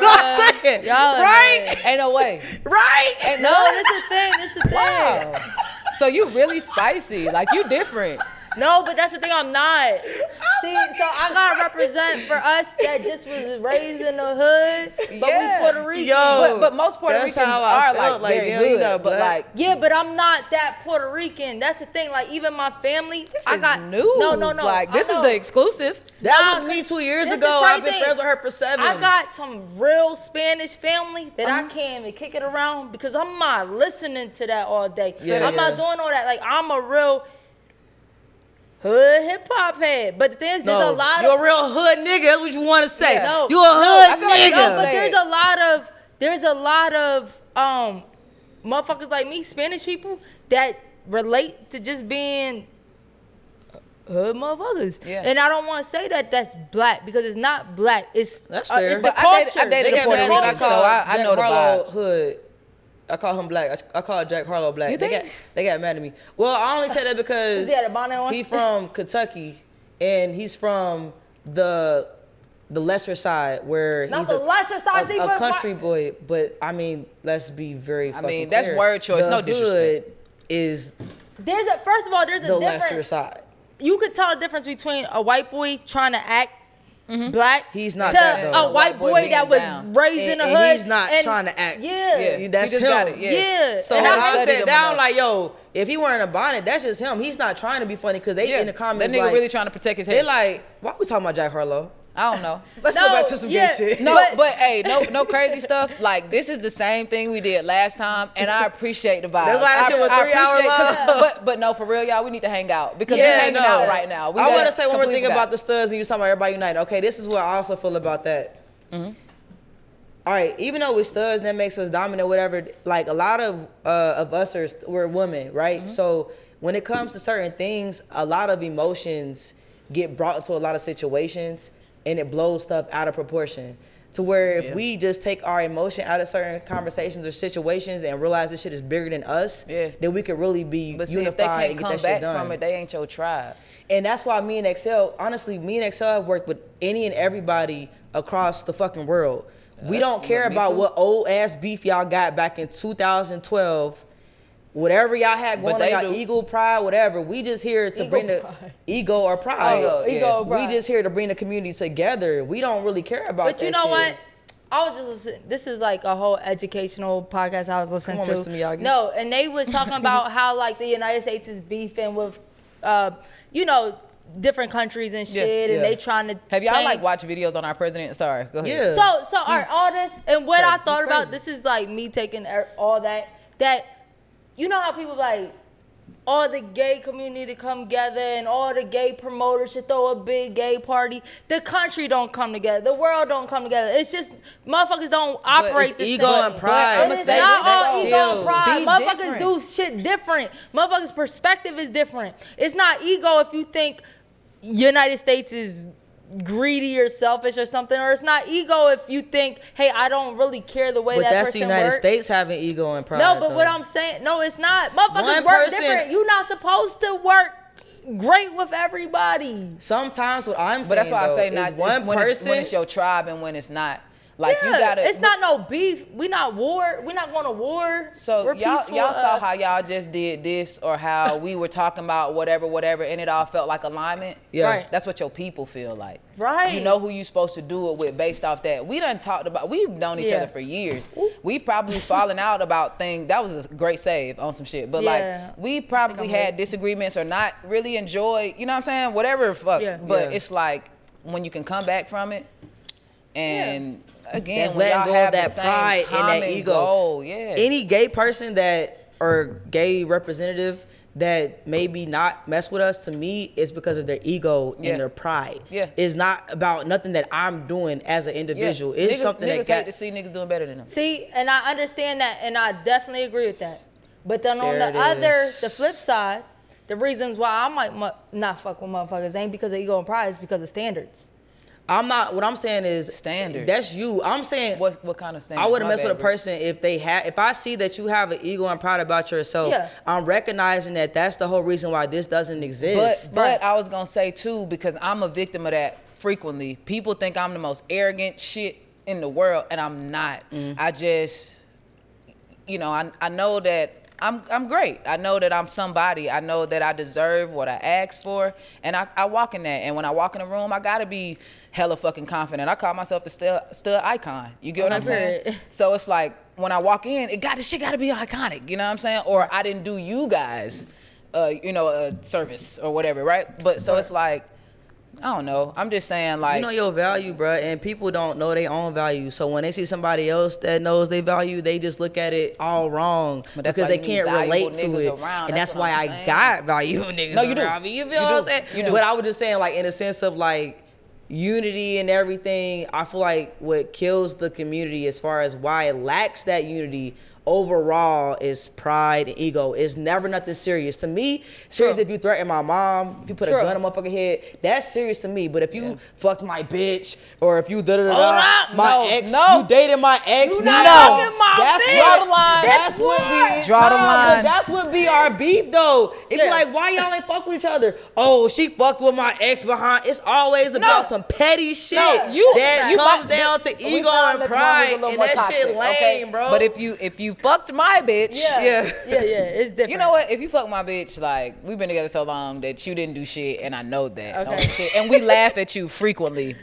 [SPEAKER 1] what I'm saying.
[SPEAKER 2] Y'all are
[SPEAKER 1] right?
[SPEAKER 3] ain't no way.
[SPEAKER 1] Right?
[SPEAKER 2] No, this is the thing. This is the thing.
[SPEAKER 3] So you really spicy. Like you different.
[SPEAKER 2] No, but that's the thing. I'm not. See, so I gotta represent for us that just was raised in the hood, but
[SPEAKER 3] Yeah.
[SPEAKER 2] we Puerto Rican.
[SPEAKER 1] Yo.
[SPEAKER 3] But, but most Puerto
[SPEAKER 1] That's
[SPEAKER 3] Ricans
[SPEAKER 1] how I
[SPEAKER 3] are
[SPEAKER 1] felt,
[SPEAKER 3] like,
[SPEAKER 1] like,
[SPEAKER 3] very
[SPEAKER 1] damn, you
[SPEAKER 3] good,
[SPEAKER 1] not
[SPEAKER 3] but
[SPEAKER 1] black.
[SPEAKER 3] like
[SPEAKER 2] Yeah, but I'm not that Puerto Rican. That's the thing. Like even my family,
[SPEAKER 3] this
[SPEAKER 2] I
[SPEAKER 3] is
[SPEAKER 2] got
[SPEAKER 3] news.
[SPEAKER 2] No, no, no.
[SPEAKER 3] Like
[SPEAKER 2] I
[SPEAKER 3] this is
[SPEAKER 2] know.
[SPEAKER 3] the exclusive.
[SPEAKER 1] That was me two years
[SPEAKER 2] This is
[SPEAKER 1] ago.
[SPEAKER 2] the
[SPEAKER 1] I've
[SPEAKER 2] crazy
[SPEAKER 1] been
[SPEAKER 2] thing.
[SPEAKER 1] friends with her for seven. Uh-huh.
[SPEAKER 2] I got some real Spanish family that I can't even kick it around because I'm not listening to that all day.
[SPEAKER 1] Yeah,
[SPEAKER 2] I'm
[SPEAKER 1] yeah.
[SPEAKER 2] not doing all that. Like I'm a real hood hip hop head. But the thing is, there's a lot
[SPEAKER 1] You're
[SPEAKER 2] of
[SPEAKER 1] a real hood nigga. That's what you want to say.
[SPEAKER 3] Yeah.
[SPEAKER 2] No.
[SPEAKER 1] you a hood
[SPEAKER 3] No, I feel like-
[SPEAKER 1] nigga.
[SPEAKER 2] No, but
[SPEAKER 3] Say
[SPEAKER 2] there's
[SPEAKER 3] it.
[SPEAKER 2] a lot of there's a lot of um motherfuckers like me, Spanish people that relate to just being hood motherfuckers.
[SPEAKER 3] Yeah.
[SPEAKER 2] And I don't want to say that that's black because it's not black. It's
[SPEAKER 1] That's
[SPEAKER 2] uh,
[SPEAKER 1] fair.
[SPEAKER 2] it's the
[SPEAKER 1] But
[SPEAKER 3] I dated- I
[SPEAKER 2] culture.
[SPEAKER 3] dated
[SPEAKER 1] They
[SPEAKER 3] The
[SPEAKER 1] got
[SPEAKER 3] Puerto
[SPEAKER 1] mad that I
[SPEAKER 3] Rican, so
[SPEAKER 1] called
[SPEAKER 3] I- I
[SPEAKER 1] Jack
[SPEAKER 3] know the
[SPEAKER 1] Harlow
[SPEAKER 3] vibes.
[SPEAKER 1] Hood. I call him black. I, I call Jack Harlow black.
[SPEAKER 3] You
[SPEAKER 1] they
[SPEAKER 3] think?
[SPEAKER 1] got they got mad at me. Well, I only say that because
[SPEAKER 2] he had a bonnet on?
[SPEAKER 1] he from Kentucky and he's from the the lesser side where
[SPEAKER 2] Not
[SPEAKER 1] he's
[SPEAKER 2] the
[SPEAKER 1] a,
[SPEAKER 2] lesser side,
[SPEAKER 1] a-
[SPEAKER 2] see,
[SPEAKER 1] a,
[SPEAKER 2] but why-
[SPEAKER 1] country boy. But I mean, let's be very.
[SPEAKER 3] I mean,
[SPEAKER 1] fucking
[SPEAKER 3] that's
[SPEAKER 1] clear.
[SPEAKER 3] word choice,
[SPEAKER 1] The
[SPEAKER 3] no disrespect.
[SPEAKER 1] Hood is
[SPEAKER 2] There's a first of all, there's a
[SPEAKER 1] the lesser
[SPEAKER 2] difference.
[SPEAKER 1] side.
[SPEAKER 2] You could tell the difference between a white boy trying to act black.
[SPEAKER 1] He's not
[SPEAKER 2] to
[SPEAKER 1] that, though.
[SPEAKER 2] a white boy,
[SPEAKER 3] Mm-hmm. being
[SPEAKER 2] that was
[SPEAKER 3] down.
[SPEAKER 2] raised in
[SPEAKER 1] And,
[SPEAKER 2] the
[SPEAKER 1] and
[SPEAKER 2] hood.
[SPEAKER 1] he's not
[SPEAKER 2] and-
[SPEAKER 1] trying to act.
[SPEAKER 2] Yeah.
[SPEAKER 3] Yeah.
[SPEAKER 1] That's
[SPEAKER 3] he just
[SPEAKER 1] him.
[SPEAKER 3] got it. Yeah.
[SPEAKER 2] Yeah.
[SPEAKER 1] So
[SPEAKER 2] And
[SPEAKER 1] when
[SPEAKER 2] I
[SPEAKER 1] I,
[SPEAKER 2] think-
[SPEAKER 1] sit down, like, yo, if he wearing a bonnet, that's just him. He's not trying to be funny because they
[SPEAKER 3] yeah.
[SPEAKER 1] in the comments
[SPEAKER 3] that nigga
[SPEAKER 1] like,
[SPEAKER 3] really trying to protect his
[SPEAKER 1] they're
[SPEAKER 3] head.
[SPEAKER 1] like, why we talking about Jack Harlow?
[SPEAKER 3] I don't know.
[SPEAKER 1] Let's
[SPEAKER 2] No,
[SPEAKER 1] go back to some
[SPEAKER 2] yeah.
[SPEAKER 1] good shit.
[SPEAKER 3] No,
[SPEAKER 2] But-
[SPEAKER 3] but, hey, no, no crazy stuff. Like this is the same thing we did last time, and I appreciate the vibe.
[SPEAKER 1] That's why that shit was three hour long.
[SPEAKER 3] But but no, for real, y'all, we need to hang out because we're hanging out right now. We
[SPEAKER 1] I
[SPEAKER 3] got
[SPEAKER 1] want to say one more
[SPEAKER 3] completely
[SPEAKER 1] thing about
[SPEAKER 3] forgot.
[SPEAKER 1] the studs and you was talking about everybody united. Okay, this is what I also feel about that.
[SPEAKER 3] Mm-hmm.
[SPEAKER 1] All right, even though we're studs, that makes us dominant, whatever. Like a lot of uh, of us are we're women,
[SPEAKER 3] Mm-hmm.
[SPEAKER 1] right? So when it comes to certain things, a lot of emotions get brought into a lot of situations, and it blows stuff out of proportion. To where if we just take our emotion out of certain conversations or situations and realize this shit is bigger than us,
[SPEAKER 3] Yeah.
[SPEAKER 1] then we could really be
[SPEAKER 3] But see,
[SPEAKER 1] unified
[SPEAKER 3] if they
[SPEAKER 1] and
[SPEAKER 3] can't
[SPEAKER 1] get
[SPEAKER 3] come
[SPEAKER 1] that
[SPEAKER 3] back
[SPEAKER 1] shit done.
[SPEAKER 3] from it, they ain't your tribe.
[SPEAKER 1] And that's why me and Excel, honestly, me and Excel have worked with any and everybody across the fucking world. we don't care
[SPEAKER 3] me
[SPEAKER 1] about
[SPEAKER 3] too.
[SPEAKER 1] what old ass beef y'all got back in 2012. Whatever y'all had
[SPEAKER 3] But
[SPEAKER 1] going on,
[SPEAKER 3] they
[SPEAKER 1] y'all
[SPEAKER 3] do.
[SPEAKER 1] ego pride, whatever. We just here to
[SPEAKER 2] Ego
[SPEAKER 1] bring the
[SPEAKER 2] pride. Oh,
[SPEAKER 1] ego or pride.
[SPEAKER 3] Ego, Ego yeah.
[SPEAKER 2] or pride.
[SPEAKER 1] We just here to bring the community together. We don't really care about.
[SPEAKER 2] But
[SPEAKER 1] that
[SPEAKER 2] you know
[SPEAKER 1] shit.
[SPEAKER 2] what? I was just listening. This is like a whole educational podcast I was listening
[SPEAKER 1] Come on,
[SPEAKER 2] to.
[SPEAKER 1] Mr. Miyagi.
[SPEAKER 2] No, and they was talking about how like the United States is beefing with, uh, you know, different countries and
[SPEAKER 3] Yeah.
[SPEAKER 2] shit, and
[SPEAKER 1] Yeah.
[SPEAKER 2] they trying to
[SPEAKER 3] Have y'all like
[SPEAKER 2] change-
[SPEAKER 3] watched videos on our president? Sorry, go ahead.
[SPEAKER 1] Yeah.
[SPEAKER 2] So so all, right, all this and what I
[SPEAKER 1] he's
[SPEAKER 2] thought about
[SPEAKER 1] crazy.
[SPEAKER 2] this is like me taking er- all that that you know how people like all the gay community come together and all the gay promoters should throw a big gay party. The country don't come together. The world don't come together. It's just motherfuckers don't operate
[SPEAKER 1] it's
[SPEAKER 2] the
[SPEAKER 1] ego
[SPEAKER 2] same.
[SPEAKER 1] and pride.
[SPEAKER 2] But
[SPEAKER 1] I'ma
[SPEAKER 2] it's
[SPEAKER 1] say
[SPEAKER 2] not
[SPEAKER 1] that
[SPEAKER 2] all ego
[SPEAKER 1] still.
[SPEAKER 2] and pride.
[SPEAKER 3] Be
[SPEAKER 2] Motherfuckers do
[SPEAKER 3] different.
[SPEAKER 2] shit different. Motherfuckers' perspective is different. It's not ego if you think United States is greedy or selfish or something, or it's not ego if you think, hey, I don't really care the way
[SPEAKER 1] But
[SPEAKER 2] that
[SPEAKER 1] that's the
[SPEAKER 2] person
[SPEAKER 1] United
[SPEAKER 2] works.
[SPEAKER 1] States having ego and pride.
[SPEAKER 2] No, but
[SPEAKER 1] though.
[SPEAKER 2] what I'm saying, no, it's not. Motherfuckers
[SPEAKER 1] One
[SPEAKER 2] work
[SPEAKER 1] person-
[SPEAKER 2] different. You're not supposed to work great with everybody.
[SPEAKER 1] sometimes what I'm saying,
[SPEAKER 3] But that's why
[SPEAKER 1] though,
[SPEAKER 3] I say
[SPEAKER 1] is
[SPEAKER 3] not
[SPEAKER 1] one
[SPEAKER 3] it's when,
[SPEAKER 1] person.
[SPEAKER 3] it's, when it's your tribe and when it's not. Like
[SPEAKER 2] yeah,
[SPEAKER 3] you gotta.
[SPEAKER 2] it's not no beef. We not war. We not going to war.
[SPEAKER 3] So
[SPEAKER 2] We're
[SPEAKER 3] y'all
[SPEAKER 2] peaceful,
[SPEAKER 3] y'all saw
[SPEAKER 2] uh,
[SPEAKER 3] how y'all just did this or how we were talking about whatever whatever and it all felt like alignment.
[SPEAKER 1] Yeah.
[SPEAKER 2] Right.
[SPEAKER 3] That's what your people feel like.
[SPEAKER 2] Right.
[SPEAKER 3] You know who you supposed to do it with based off that. We done talked about we've known each
[SPEAKER 2] Yeah.
[SPEAKER 3] other for years. We've probably fallen out about things. That was a great save on some shit. But
[SPEAKER 2] Yeah.
[SPEAKER 3] like we probably
[SPEAKER 2] I'm
[SPEAKER 3] had
[SPEAKER 2] late.
[SPEAKER 3] disagreements or not really enjoy, you know what I'm saying? Whatever fuck.
[SPEAKER 2] Yeah.
[SPEAKER 3] But
[SPEAKER 1] Yeah.
[SPEAKER 3] it's like when you can come back from it and again
[SPEAKER 1] That's
[SPEAKER 3] when
[SPEAKER 1] letting
[SPEAKER 3] y'all
[SPEAKER 1] go of
[SPEAKER 3] have
[SPEAKER 1] that
[SPEAKER 3] the same
[SPEAKER 1] pride and that
[SPEAKER 3] common
[SPEAKER 1] ego.
[SPEAKER 3] goal, yeah.
[SPEAKER 1] any gay person that or gay representative that maybe not mess with us to me is because of their ego
[SPEAKER 3] Yeah.
[SPEAKER 1] and their pride.
[SPEAKER 3] Yeah.
[SPEAKER 1] It's not about nothing that I'm doing as an individual.
[SPEAKER 3] Yeah.
[SPEAKER 1] It's
[SPEAKER 3] niggas,
[SPEAKER 1] something
[SPEAKER 3] niggas
[SPEAKER 1] that got
[SPEAKER 3] hate to see niggas doing better than them.
[SPEAKER 2] See, and I understand that, and I definitely agree with that. But then on
[SPEAKER 1] There
[SPEAKER 2] the
[SPEAKER 1] it
[SPEAKER 2] other,
[SPEAKER 1] is.
[SPEAKER 2] the flip side, the reasons why I might mu- not fuck with motherfuckers ain't because of ego and pride, it's because of standards.
[SPEAKER 1] I'm not what I'm saying is
[SPEAKER 3] Standards.
[SPEAKER 1] That's you. I'm saying
[SPEAKER 3] What what kind of standards?
[SPEAKER 1] I wouldn't
[SPEAKER 3] My
[SPEAKER 1] mess with
[SPEAKER 3] bad,
[SPEAKER 1] a
[SPEAKER 3] bro.
[SPEAKER 1] person if they had. If I see that you have an ego and pride about yourself,
[SPEAKER 2] Yeah.
[SPEAKER 1] I'm recognizing that that's the whole reason why this doesn't
[SPEAKER 3] But
[SPEAKER 1] exist.
[SPEAKER 3] but I was gonna say too because I'm a victim of that frequently. People think I'm the most arrogant shit in the world, and I'm not.
[SPEAKER 1] Mm.
[SPEAKER 3] I just, you know, I I know that. I'm, I'm great. I know that I'm somebody. I know that I deserve what I ask for. And I, I walk in that. And when I walk in a room, I gotta be hella fucking confident. I call myself the stud, stud icon. You get what
[SPEAKER 2] Oh,
[SPEAKER 3] I'm saying?
[SPEAKER 2] period.
[SPEAKER 3] So it's like when I walk in, it got this shit got to be iconic. You know what I'm saying? Or I didn't do you guys, uh, you know, a service or whatever, right? But so it's like, I don't know. I'm just saying like.
[SPEAKER 1] you know your value, bruh, and people don't know their own value. So when they see somebody else that knows their value, they just look at it all wrong
[SPEAKER 3] But that's
[SPEAKER 1] because
[SPEAKER 3] why
[SPEAKER 1] they
[SPEAKER 3] you need
[SPEAKER 1] can't
[SPEAKER 3] valuable
[SPEAKER 1] relate to
[SPEAKER 3] niggas
[SPEAKER 1] it.
[SPEAKER 3] around.
[SPEAKER 1] And
[SPEAKER 3] That's
[SPEAKER 1] that's,
[SPEAKER 3] what
[SPEAKER 1] why
[SPEAKER 3] I'm
[SPEAKER 1] I
[SPEAKER 3] saying.
[SPEAKER 1] got value niggas
[SPEAKER 3] No, you do.
[SPEAKER 1] around me. You feel
[SPEAKER 3] You
[SPEAKER 1] what I'm
[SPEAKER 3] do.
[SPEAKER 1] saying?
[SPEAKER 3] You do.
[SPEAKER 1] But I was just saying, like in a sense of like unity and everything. I feel like what kills the community as far as why it lacks that unity overall is pride and ego. It's never nothing serious. To me, serious if you threaten my mom, if you put
[SPEAKER 2] True.
[SPEAKER 1] a gun in my fucking head, that's serious to me. But if you fucked my bitch or if you da da
[SPEAKER 2] Hold
[SPEAKER 1] da
[SPEAKER 2] up.
[SPEAKER 1] my
[SPEAKER 2] No,
[SPEAKER 1] ex,
[SPEAKER 2] no.
[SPEAKER 1] you dated my ex,
[SPEAKER 2] You
[SPEAKER 1] no,
[SPEAKER 2] not fucking my
[SPEAKER 1] that's
[SPEAKER 2] bitch.
[SPEAKER 1] what-
[SPEAKER 2] Draw the line.
[SPEAKER 1] That's
[SPEAKER 2] That's
[SPEAKER 1] what
[SPEAKER 2] what?
[SPEAKER 1] be
[SPEAKER 3] Draw the
[SPEAKER 1] Nah, but
[SPEAKER 3] line.
[SPEAKER 1] That's what be our beef though. It
[SPEAKER 2] Yeah.
[SPEAKER 1] be like why y'all ain't fuck with each other? Oh, she fucked with my ex behind. It's always about some petty shit
[SPEAKER 2] you-
[SPEAKER 1] that
[SPEAKER 2] you
[SPEAKER 1] comes
[SPEAKER 2] might-
[SPEAKER 1] down to
[SPEAKER 2] we
[SPEAKER 1] ego
[SPEAKER 2] found
[SPEAKER 1] and
[SPEAKER 2] that mine was a
[SPEAKER 1] pride,
[SPEAKER 2] little
[SPEAKER 1] and
[SPEAKER 2] more
[SPEAKER 1] that shit lame,
[SPEAKER 2] toxic, okay?
[SPEAKER 1] bro.
[SPEAKER 3] But if you if you fucked my bitch,
[SPEAKER 2] Yeah.
[SPEAKER 1] Yeah.
[SPEAKER 2] yeah, yeah, it's different.
[SPEAKER 3] You know what? If you fuck my bitch, like we've been together so long that you didn't do shit, and I know that.
[SPEAKER 2] Okay.
[SPEAKER 3] Okay. Shit. And we laugh at you frequently.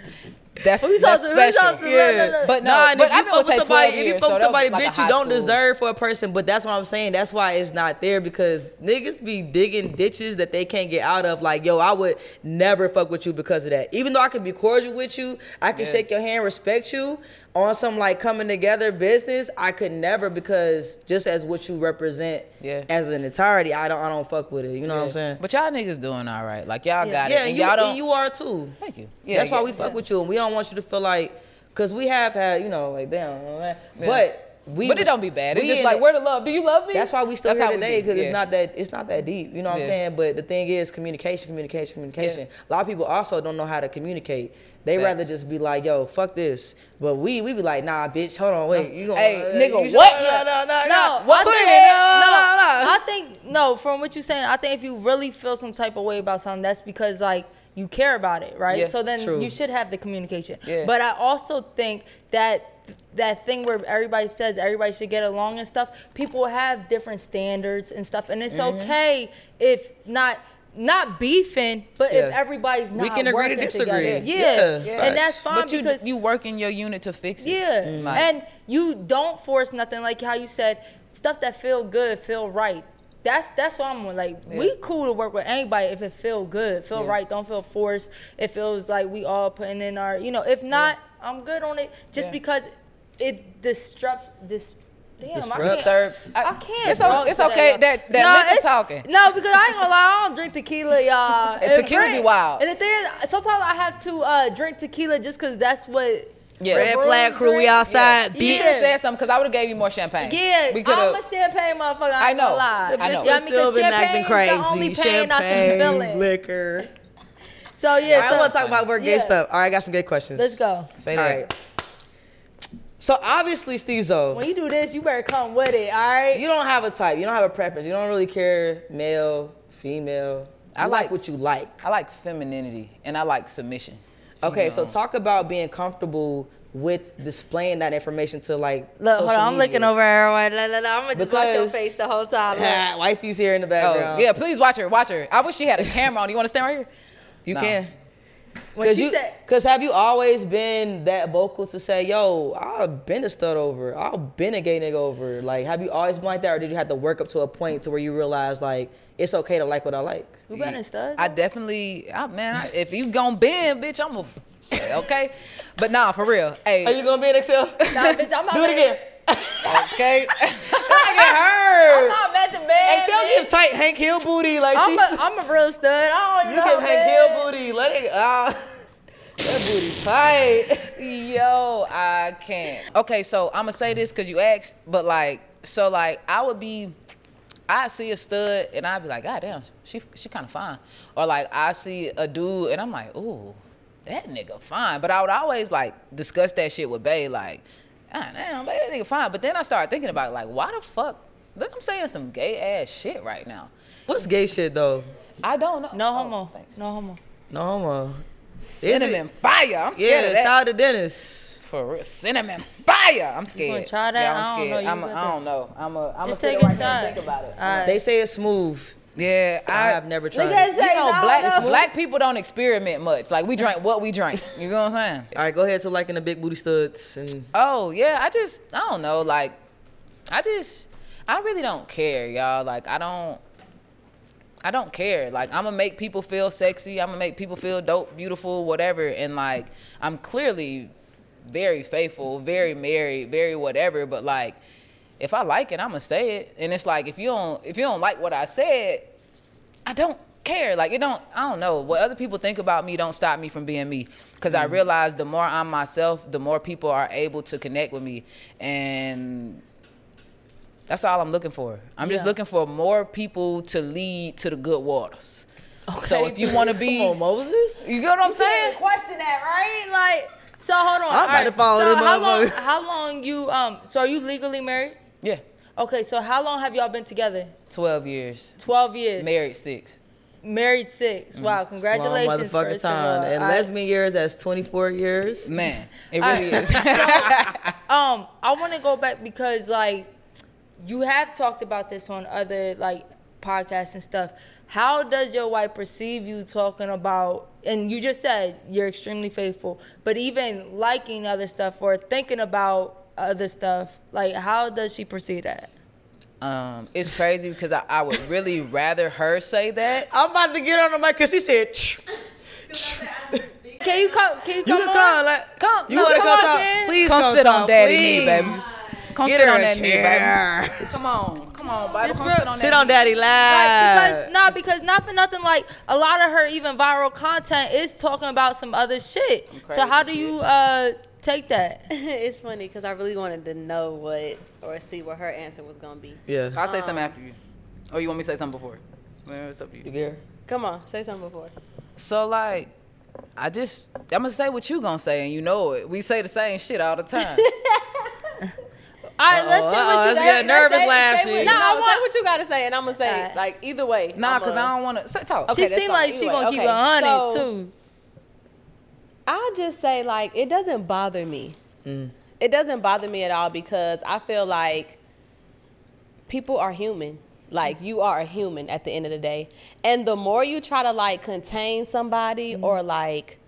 [SPEAKER 3] That's,
[SPEAKER 2] We
[SPEAKER 3] that's
[SPEAKER 2] talking- we
[SPEAKER 3] special.
[SPEAKER 2] talking-
[SPEAKER 1] Yeah.
[SPEAKER 3] But no,
[SPEAKER 1] nah, and
[SPEAKER 3] but
[SPEAKER 1] if
[SPEAKER 3] I've
[SPEAKER 1] you
[SPEAKER 3] been with
[SPEAKER 1] fuck with
[SPEAKER 3] Tay
[SPEAKER 1] somebody,
[SPEAKER 3] 12
[SPEAKER 1] if you
[SPEAKER 3] years,
[SPEAKER 1] fuck
[SPEAKER 3] so
[SPEAKER 1] with
[SPEAKER 3] that was
[SPEAKER 1] somebody,
[SPEAKER 3] like a
[SPEAKER 1] bitch,
[SPEAKER 3] high
[SPEAKER 1] you don't
[SPEAKER 3] school.
[SPEAKER 1] deserve for a person. But that's what I'm saying. That's why it's not there because niggas be digging ditches that they can't get out of. Like, yo, I would never fuck with you because of that. Even though I can be cordial with you, I can shake your hand, respect you on some like coming together business. I could never because just as what you represent
[SPEAKER 3] Yeah.
[SPEAKER 1] as an entirety, I don't, I don't fuck with it. You know what I'm saying?
[SPEAKER 3] But y'all niggas doing all right. Like y'all got
[SPEAKER 1] yeah,
[SPEAKER 3] it. And
[SPEAKER 1] you,
[SPEAKER 3] y'all
[SPEAKER 1] and
[SPEAKER 3] don't.
[SPEAKER 1] you are too.
[SPEAKER 3] Thank you.
[SPEAKER 1] Yeah,
[SPEAKER 3] Yeah,
[SPEAKER 1] that's why
[SPEAKER 3] yeah.
[SPEAKER 1] we fuck with you, and we don't want you to feel like, cause we have had, you know, like damn, all that. but we.
[SPEAKER 3] but it don't be bad. It's
[SPEAKER 1] we
[SPEAKER 3] just
[SPEAKER 1] in
[SPEAKER 3] like
[SPEAKER 1] it.
[SPEAKER 3] where the love. Do you love me?
[SPEAKER 1] That's why we still
[SPEAKER 3] That's how
[SPEAKER 1] here today,
[SPEAKER 3] be,
[SPEAKER 1] cause
[SPEAKER 3] yeah.
[SPEAKER 1] it's not that it's not that deep. You know what
[SPEAKER 3] Yeah.
[SPEAKER 1] I'm saying? But the thing is, communication, communication, communication. A lot of people also don't know how to communicate. They rather
[SPEAKER 3] Facts.
[SPEAKER 1] just be like, yo, fuck this. But we we be like, nah, bitch, hold on, wait. You gonna, uh,
[SPEAKER 3] Hey, nigga,
[SPEAKER 1] you
[SPEAKER 3] what?
[SPEAKER 1] No, no, no,
[SPEAKER 2] no,
[SPEAKER 1] no.
[SPEAKER 2] I
[SPEAKER 1] Put
[SPEAKER 2] think,
[SPEAKER 1] it,
[SPEAKER 2] no,
[SPEAKER 1] no, no, no.
[SPEAKER 2] I think no. From what you're saying, I think if you really feel some type of way about something, that's because like you care about it, right?
[SPEAKER 3] Yeah,
[SPEAKER 2] so then
[SPEAKER 1] true.
[SPEAKER 2] you should have the communication.
[SPEAKER 3] Yeah.
[SPEAKER 2] But I also think that that thing where everybody says everybody should get along and stuff, people have different standards and stuff, and it's
[SPEAKER 1] Mm-hmm.
[SPEAKER 2] okay if not. Not beefing, but if
[SPEAKER 1] Yeah.
[SPEAKER 2] everybody's not
[SPEAKER 1] We can agree to
[SPEAKER 2] working
[SPEAKER 1] disagree.
[SPEAKER 2] together.
[SPEAKER 1] Yeah.
[SPEAKER 2] yeah,
[SPEAKER 1] Yeah.
[SPEAKER 2] and that's
[SPEAKER 1] Facts.
[SPEAKER 2] fine
[SPEAKER 3] But you
[SPEAKER 2] because
[SPEAKER 3] you work in your unit to fix it. Mm,
[SPEAKER 2] yeah,
[SPEAKER 3] Like-
[SPEAKER 2] and you don't force nothing. Like how you said, stuff that feel good, feel right. That's that's what I'm with. like. We cool to work with anybody if it feel good, feel right. Don't feel forced. It feels like we all putting in our, you know. If not, I'm good on it. Just
[SPEAKER 3] Yeah.
[SPEAKER 2] because it disrupts this. Damn, I can't.
[SPEAKER 3] Disturbs.
[SPEAKER 2] I,
[SPEAKER 3] I-
[SPEAKER 2] can't.
[SPEAKER 3] It's o-
[SPEAKER 2] talk
[SPEAKER 3] it's
[SPEAKER 2] today,
[SPEAKER 3] okay
[SPEAKER 2] y'all.
[SPEAKER 3] that- that liquor
[SPEAKER 2] it's-
[SPEAKER 3] talking.
[SPEAKER 2] No, because I ain't gonna lie. I don't drink tequila, y'all.
[SPEAKER 3] And tequila be
[SPEAKER 2] drink-
[SPEAKER 3] wild.
[SPEAKER 2] And the thing is, sometimes I have to uh, drink tequila just because that's what.
[SPEAKER 3] Yeah.
[SPEAKER 2] the
[SPEAKER 3] Red
[SPEAKER 2] room
[SPEAKER 1] flag crew, we
[SPEAKER 2] drink.
[SPEAKER 1] outside,
[SPEAKER 3] You
[SPEAKER 2] Yeah.
[SPEAKER 3] should have said something because I would have gave you more champagne.
[SPEAKER 2] Yeah,
[SPEAKER 3] we could
[SPEAKER 2] I'm a
[SPEAKER 3] have.
[SPEAKER 2] champagne motherfucker. I,
[SPEAKER 3] I
[SPEAKER 2] ain't gonna
[SPEAKER 3] know.
[SPEAKER 2] Lie.
[SPEAKER 3] The bitch
[SPEAKER 2] Yeah,
[SPEAKER 3] was
[SPEAKER 2] I mean, 'cause champagne's The only pain I should be feeling.
[SPEAKER 1] liquor.
[SPEAKER 2] So yeah,
[SPEAKER 1] I
[SPEAKER 2] so,
[SPEAKER 1] want to talk about work gay
[SPEAKER 2] Yeah.
[SPEAKER 1] stuff. All right, I got some good questions.
[SPEAKER 2] Let's go.
[SPEAKER 3] Say
[SPEAKER 1] All
[SPEAKER 3] that.
[SPEAKER 1] right. So obviously, Steezo,
[SPEAKER 2] When you do this, you better come with it. All right.
[SPEAKER 1] you don't have a type. You don't have a preference. You don't really care male, female. I like,
[SPEAKER 3] like-
[SPEAKER 1] what you like.
[SPEAKER 3] I like femininity and I like submission.
[SPEAKER 1] Okay, so talk about being comfortable with displaying that information to like.
[SPEAKER 2] Look, hold
[SPEAKER 1] social
[SPEAKER 2] on. I'm looking
[SPEAKER 1] media.
[SPEAKER 2] over her. Right, look, look, look, I'm gonna just watch your
[SPEAKER 1] Because-
[SPEAKER 2] face the whole time. Look.
[SPEAKER 1] Ah, wifey's here in the
[SPEAKER 3] Oh
[SPEAKER 1] background.
[SPEAKER 3] yeah, please watch her. Watch her. I wish she had a camera on. You want to stand right here?
[SPEAKER 1] you
[SPEAKER 3] no.
[SPEAKER 1] can.
[SPEAKER 2] When she
[SPEAKER 1] you,
[SPEAKER 2] said,
[SPEAKER 1] Cause have you always been that vocal to say, "Yo, I've been a stud over. I've been a gay nigga over." Like, have you always been like that, or did you have to work up to a point to where you realize like it's okay to like what I like?
[SPEAKER 2] "You better studs."
[SPEAKER 3] I definitely, I, man. I, if you gonna bend, bitch, I'm a okay. But nah, for real.
[SPEAKER 1] Are
[SPEAKER 3] Hey,
[SPEAKER 1] you gonna be an Excel?
[SPEAKER 2] Nah, bitch, I'm not
[SPEAKER 1] Do it
[SPEAKER 2] mad.
[SPEAKER 1] again.
[SPEAKER 3] okay.
[SPEAKER 1] I get
[SPEAKER 2] I'm
[SPEAKER 1] hurt.
[SPEAKER 2] not mad to bed.
[SPEAKER 1] Excel
[SPEAKER 2] bitch.
[SPEAKER 1] give tight Hank Hill booty like
[SPEAKER 2] I'm
[SPEAKER 1] she.
[SPEAKER 2] a, I'm a real stud. I don't
[SPEAKER 1] you
[SPEAKER 2] know.
[SPEAKER 1] give Hank
[SPEAKER 2] bitch.
[SPEAKER 1] Hill booty. Let it. Ah, that booty tight.
[SPEAKER 3] Yo, I can't. Okay, so I'm gonna say this because you asked, but like, so like, I would be, I see a stud and I'd be like, God damn, she she kind of fine, or like I see a dude and I'm like, ooh, that nigga fine. But I would always like discuss that shit with Bay, like, God damn, Bay, that nigga fine. But then I started thinking about it, like, why the fuck? Look, I'm saying some gay ass shit right now.
[SPEAKER 1] What's gay shit though?
[SPEAKER 3] I don't know.
[SPEAKER 2] No
[SPEAKER 3] Oh,
[SPEAKER 2] homo.
[SPEAKER 3] thanks.
[SPEAKER 2] no homo.
[SPEAKER 1] No homo.
[SPEAKER 3] Cinnamon fire. I'm scared
[SPEAKER 1] Yeah,
[SPEAKER 3] of that.
[SPEAKER 1] shout out to Dennis.
[SPEAKER 3] For real, cinnamon fire. I'm scared.
[SPEAKER 2] gonna try that?
[SPEAKER 3] Yeah,
[SPEAKER 2] I
[SPEAKER 3] I'm
[SPEAKER 2] don't
[SPEAKER 3] scared.
[SPEAKER 2] know. You
[SPEAKER 3] I'm,
[SPEAKER 2] good
[SPEAKER 3] I don't know. I'm a. I'm
[SPEAKER 2] Just
[SPEAKER 3] a
[SPEAKER 2] take
[SPEAKER 3] sit
[SPEAKER 2] a
[SPEAKER 3] right now
[SPEAKER 2] shot.
[SPEAKER 3] and think about it.
[SPEAKER 1] They say it's smooth.
[SPEAKER 3] Yeah,
[SPEAKER 1] I
[SPEAKER 3] I,
[SPEAKER 1] have never tried.
[SPEAKER 2] at his
[SPEAKER 1] it.
[SPEAKER 3] You know,
[SPEAKER 2] I
[SPEAKER 3] black
[SPEAKER 2] don't know.
[SPEAKER 3] black people don't experiment much. Like we drank what we drank. You know what I'm saying?
[SPEAKER 1] All right, go ahead to liking the big booty studs and
[SPEAKER 3] Oh yeah, I just I don't know. Like I just I really don't care, y'all. Like I don't. I don't care. Like I'm gonna make people feel sexy. I'm gonna make people feel dope, beautiful, whatever. And like I'm clearly very faithful, very married, very whatever. But like if I like it, I'm gonna say it. And it's like if you don't if you don't like what I said, I don't care. Like it don't I don't know. What other people think about me don't stop me from being me. Cause
[SPEAKER 1] Mm-hmm.
[SPEAKER 3] I realize the more I'm myself, the more people are able to connect with me. And That's all I'm looking for. I'm just
[SPEAKER 2] Yeah.
[SPEAKER 3] looking for more people to lead to the good waters. So if you want to be,
[SPEAKER 1] Come on, Moses.
[SPEAKER 3] you get what I'm
[SPEAKER 2] saying?
[SPEAKER 3] saying?
[SPEAKER 2] Question that, right? Like, so hold on.
[SPEAKER 4] I'm about
[SPEAKER 2] All right.
[SPEAKER 4] to follow
[SPEAKER 2] so
[SPEAKER 4] this
[SPEAKER 2] how long,
[SPEAKER 4] motherfucker.
[SPEAKER 2] how long you um? So are you legally married?
[SPEAKER 3] Yeah.
[SPEAKER 2] Okay, so how long have y'all been together?
[SPEAKER 3] 12 years,
[SPEAKER 2] Twelve years.
[SPEAKER 3] married six.
[SPEAKER 2] Married six.
[SPEAKER 4] Mm-hmm.
[SPEAKER 2] Wow,
[SPEAKER 1] Long
[SPEAKER 2] congratulations.
[SPEAKER 1] motherfucking
[SPEAKER 2] first of all.
[SPEAKER 1] time. And
[SPEAKER 2] All right.
[SPEAKER 1] lesbian years, that's 24 years.
[SPEAKER 3] Man, it really
[SPEAKER 2] All
[SPEAKER 3] is.
[SPEAKER 2] Um, I want to go back because like you have talked about this on other like podcasts and stuff. How does your wife perceive you talking about? And you just said you're extremely faithful, but even liking other stuff or thinking about other stuff, like how does she perceive that?
[SPEAKER 3] um, it's crazy because I, I would really rather her say that.
[SPEAKER 1] Oh,
[SPEAKER 4] I'm about to get on the mic because she said, "Tch."
[SPEAKER 2] Can you come? Can you
[SPEAKER 4] "You
[SPEAKER 2] come?
[SPEAKER 4] can
[SPEAKER 2] on?
[SPEAKER 4] come, like,
[SPEAKER 2] Come-
[SPEAKER 4] you
[SPEAKER 2] no,
[SPEAKER 4] wanna
[SPEAKER 2] come
[SPEAKER 4] come
[SPEAKER 2] on,
[SPEAKER 4] talk?
[SPEAKER 2] kid.
[SPEAKER 4] Please
[SPEAKER 3] Come
[SPEAKER 4] come
[SPEAKER 3] sit
[SPEAKER 4] talk,
[SPEAKER 3] on daddy's
[SPEAKER 4] please.
[SPEAKER 3] knee, babies. Come
[SPEAKER 4] Get
[SPEAKER 3] sit
[SPEAKER 4] her
[SPEAKER 3] on
[SPEAKER 4] a
[SPEAKER 3] that knee,
[SPEAKER 4] chair.
[SPEAKER 3] baby. Come on, come on, baby.
[SPEAKER 2] Just
[SPEAKER 3] Come
[SPEAKER 2] real-
[SPEAKER 3] sit on that
[SPEAKER 4] Sit on
[SPEAKER 3] knee.
[SPEAKER 4] daddy live.
[SPEAKER 2] Like,
[SPEAKER 4] Uh.
[SPEAKER 2] because nah, because not for nothing, like a lot of her even viral content is talking about some other shit. So how do you uh take that?
[SPEAKER 10] it's funny because I really wanted to know what or see what her answer was gonna be.
[SPEAKER 1] Yeah.
[SPEAKER 3] I'll say something after you. Or you want me to say something before? Well, It's up to you.
[SPEAKER 10] Come on, say something before.
[SPEAKER 3] So like, I just I'm gonna say what you gonna say, and you know it. We say the same shit all the time.
[SPEAKER 2] All right, let's see
[SPEAKER 4] uh-oh,
[SPEAKER 2] what you
[SPEAKER 4] that's
[SPEAKER 2] got.
[SPEAKER 4] good. nervous laugh,
[SPEAKER 10] Say what,
[SPEAKER 4] she-
[SPEAKER 10] no,
[SPEAKER 2] No, I
[SPEAKER 10] say
[SPEAKER 2] want-
[SPEAKER 10] what you gotta say, and I'm gonna say
[SPEAKER 2] Alright.
[SPEAKER 10] like either way.
[SPEAKER 3] nah,
[SPEAKER 10] I'ma-
[SPEAKER 3] cause I don't wanna say talk.
[SPEAKER 2] She
[SPEAKER 10] Okay. that's
[SPEAKER 2] seemed
[SPEAKER 10] fine.
[SPEAKER 2] like she
[SPEAKER 10] Anyway,
[SPEAKER 2] gonna keep
[SPEAKER 10] okay,
[SPEAKER 2] it hundred
[SPEAKER 10] so-
[SPEAKER 2] too.
[SPEAKER 10] I just say like it doesn't bother me. It doesn't bother me at all because I feel like people are human. Like you are a human at the end of the day. And the more you try to like contain somebody or like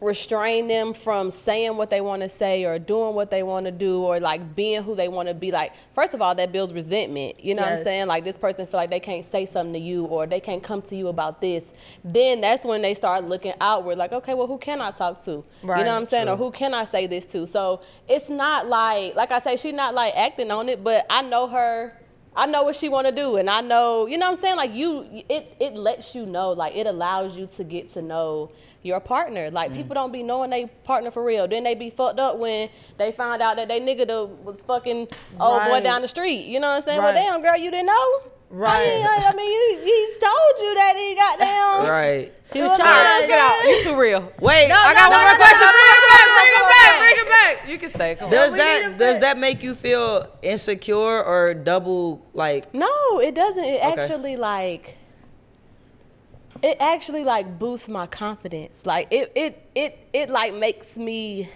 [SPEAKER 10] restrain them from saying what they want to say or doing what they want to do or like being who they want to be like first of all that builds resentment you know what
[SPEAKER 2] Yes.
[SPEAKER 10] i'm saying like this person feel like they can't say something to you or they can't come to you about this then that's when they start looking outward like okay well who can i talk to you
[SPEAKER 2] Right.
[SPEAKER 10] know what i'm saying or who can i say this to so it's not like like i say she's not like acting on it but i know her I know what she want to do, and I know, you know what I'm saying? Like you, it it lets you know, like it allows you to get to know your partner. Like people don't be knowing they partner for real. Then they be fucked up when they find out that they nigga the, was fucking old boy
[SPEAKER 2] Right.
[SPEAKER 10] down the street. You know what I'm saying?
[SPEAKER 2] Right.
[SPEAKER 10] Well, damn girl, you didn't know.
[SPEAKER 2] Right.
[SPEAKER 10] I mean, I, I mean, you, he's told you that he got down.
[SPEAKER 1] Right.
[SPEAKER 2] She was
[SPEAKER 10] Look,
[SPEAKER 2] trying to
[SPEAKER 10] look out.
[SPEAKER 2] You too real.
[SPEAKER 1] Wait,
[SPEAKER 2] No,
[SPEAKER 1] I
[SPEAKER 2] no,
[SPEAKER 1] got
[SPEAKER 2] no,
[SPEAKER 1] one
[SPEAKER 2] no,
[SPEAKER 1] more
[SPEAKER 2] no,
[SPEAKER 1] question.
[SPEAKER 2] no, no, no, no,
[SPEAKER 1] bring it
[SPEAKER 2] no, no,
[SPEAKER 1] back.
[SPEAKER 2] no.
[SPEAKER 1] Bring it back. Bring it back.
[SPEAKER 3] You can stay. Come on.
[SPEAKER 1] Does
[SPEAKER 2] we need
[SPEAKER 1] that
[SPEAKER 2] a
[SPEAKER 1] does
[SPEAKER 2] fit.
[SPEAKER 1] that make you feel insecure or double like?
[SPEAKER 10] No, it doesn't. It
[SPEAKER 1] Okay.
[SPEAKER 10] actually like it actually like boosts my confidence. Like it it it it like makes me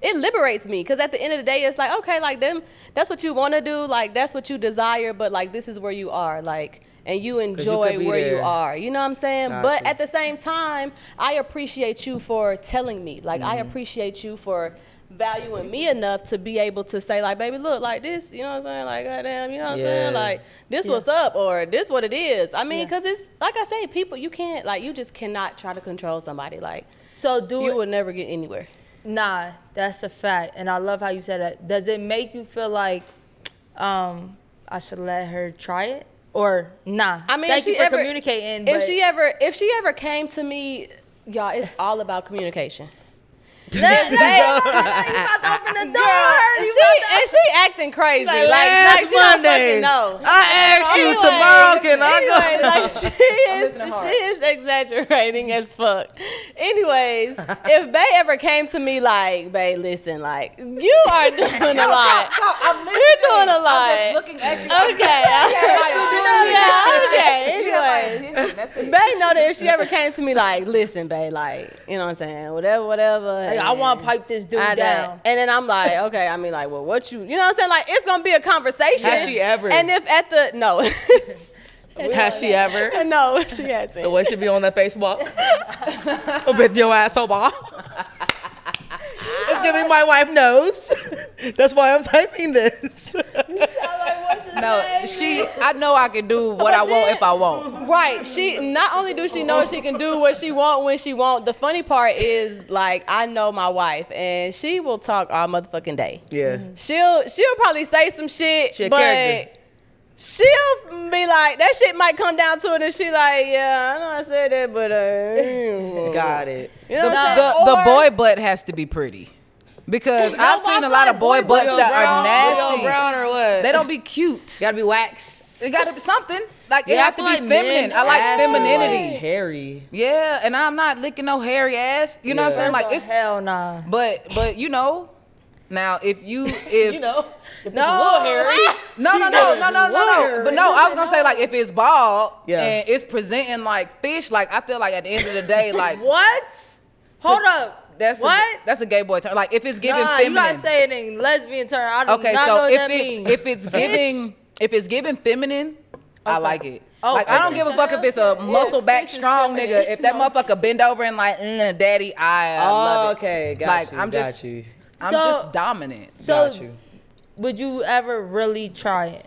[SPEAKER 10] it liberates me because at the end of the day it's like okay like them that's what you want to do like that's what you desire but like this is where you are like and you enjoy
[SPEAKER 1] could be
[SPEAKER 10] where you
[SPEAKER 1] there.
[SPEAKER 10] are you know what i'm saying
[SPEAKER 1] Got
[SPEAKER 10] but
[SPEAKER 1] you.
[SPEAKER 10] at the same time i appreciate you for telling me like i
[SPEAKER 1] Mm-hmm.
[SPEAKER 10] appreciate you for valuing me enough to be able to say like baby look like this you know what i'm saying like goddamn you know what i'm saying
[SPEAKER 1] Yeah.
[SPEAKER 10] like this what's up or this what it is. I mean, because it's like I say, people you can't like you just cannot try to control somebody. Like
[SPEAKER 2] So do
[SPEAKER 10] you
[SPEAKER 2] it.
[SPEAKER 10] would never get anywhere.
[SPEAKER 2] Nah, that's a fact, and I love how you said that. Does it make you feel like um I should let her try it or nah?
[SPEAKER 10] I mean,
[SPEAKER 2] thank
[SPEAKER 10] if she
[SPEAKER 2] you for
[SPEAKER 10] ever,
[SPEAKER 2] communicating.
[SPEAKER 10] If
[SPEAKER 2] but-
[SPEAKER 10] she ever if she ever came to me, y'all, it's all about communication.
[SPEAKER 2] Let's babe. you about to open the door.
[SPEAKER 10] and,
[SPEAKER 2] You
[SPEAKER 10] she, and she acting crazy. Like, like,
[SPEAKER 4] last
[SPEAKER 10] she don't
[SPEAKER 4] Monday.
[SPEAKER 10] fucking know.
[SPEAKER 4] I asked you
[SPEAKER 10] Anyway,
[SPEAKER 4] tomorrow, can I
[SPEAKER 10] Anyway, like she is, she is exaggerating as fuck. Anyways, if Bay ever came to me like, Bay, listen, like you are doing a lot.
[SPEAKER 3] I'm listening.
[SPEAKER 10] You're doing a lot.
[SPEAKER 3] I'm just looking at you.
[SPEAKER 10] Okay. yeah, okay. Anyways.
[SPEAKER 3] That's it.
[SPEAKER 10] Bay know that if she ever came to me like, listen, Bay, like, you know what I'm saying, whatever, whatever.
[SPEAKER 2] Like, I
[SPEAKER 10] and-
[SPEAKER 2] want to pipe this dude
[SPEAKER 10] I
[SPEAKER 2] down.
[SPEAKER 10] down. And then I'm like, okay, I mean, like, well, what you, you know what I'm saying? Like, it's gonna be a conversation.
[SPEAKER 1] Has she ever?
[SPEAKER 10] And if at the no,
[SPEAKER 1] Has she ever?
[SPEAKER 10] no, she hasn't.
[SPEAKER 1] The way she be on that Facebook. I bet your ass so ball. It's giving my wife knows. That's why I'm typing this.
[SPEAKER 3] No, she. I know I can do what I want if I want.
[SPEAKER 10] Right. She not only do she know she can do what she want when she want. The funny part is like I know my wife, and she will talk all motherfucking day.
[SPEAKER 1] yeah.
[SPEAKER 3] Mm-hmm.
[SPEAKER 10] She'll she'll probably say some shit,
[SPEAKER 1] She a
[SPEAKER 10] but
[SPEAKER 1] character.
[SPEAKER 10] she'll be like that shit might come down to it, and she like, yeah, I know I said that, but uh,
[SPEAKER 1] Got it.
[SPEAKER 10] you know what I'm
[SPEAKER 3] The,
[SPEAKER 10] saying?
[SPEAKER 3] the
[SPEAKER 10] Or-
[SPEAKER 3] boy butt has to be pretty. Because I've seen a lot of boy butts that are nasty.
[SPEAKER 1] brown or what?
[SPEAKER 3] They don't be cute.
[SPEAKER 1] Gotta be waxed.
[SPEAKER 3] It gotta be something. Like it
[SPEAKER 1] Yeah, I
[SPEAKER 3] has to
[SPEAKER 1] feel
[SPEAKER 3] be
[SPEAKER 1] like men
[SPEAKER 3] feminine. I like
[SPEAKER 1] ass are,
[SPEAKER 3] femininity.
[SPEAKER 1] like, hairy.
[SPEAKER 3] Yeah, and I'm not licking no hairy ass. You know what I'm
[SPEAKER 1] Yeah.
[SPEAKER 3] saying? Like
[SPEAKER 2] Oh,
[SPEAKER 3] it's
[SPEAKER 2] hell nah.
[SPEAKER 3] but but you know, now if you if
[SPEAKER 1] You know, if
[SPEAKER 3] No.
[SPEAKER 1] it's a little hairy.
[SPEAKER 3] No, no, no, no, no, no, no.
[SPEAKER 1] Water.
[SPEAKER 3] But no, I was gonna say like if it's bald
[SPEAKER 1] Yeah.
[SPEAKER 3] and it's presenting like fish, like I feel like at the end of the day, like
[SPEAKER 2] What? Hold up.
[SPEAKER 3] that's
[SPEAKER 2] what?
[SPEAKER 3] A, that's a gay boy term. Like if it's giving
[SPEAKER 2] nah,
[SPEAKER 3] feminine.
[SPEAKER 2] you gotta say it in lesbian term. I do
[SPEAKER 3] okay,
[SPEAKER 2] not know
[SPEAKER 3] so
[SPEAKER 2] what
[SPEAKER 3] if
[SPEAKER 2] that
[SPEAKER 3] it's
[SPEAKER 2] means.
[SPEAKER 3] if it's giving if it's giving feminine, I like it.
[SPEAKER 2] Oh,
[SPEAKER 3] like I don't
[SPEAKER 2] fish
[SPEAKER 3] give a
[SPEAKER 2] is
[SPEAKER 3] fuck if it's a muscle back
[SPEAKER 2] fish is
[SPEAKER 3] strong
[SPEAKER 2] feminine.
[SPEAKER 3] nigga. If that motherfucker bend over and like, mm, daddy, I uh, love it.
[SPEAKER 1] Oh, okay, got
[SPEAKER 3] like,
[SPEAKER 1] you.
[SPEAKER 3] I'm
[SPEAKER 1] got
[SPEAKER 3] just,
[SPEAKER 1] you.
[SPEAKER 3] I'm
[SPEAKER 2] So-
[SPEAKER 3] just dominant.
[SPEAKER 2] so,
[SPEAKER 1] got you.
[SPEAKER 2] would you ever really try it?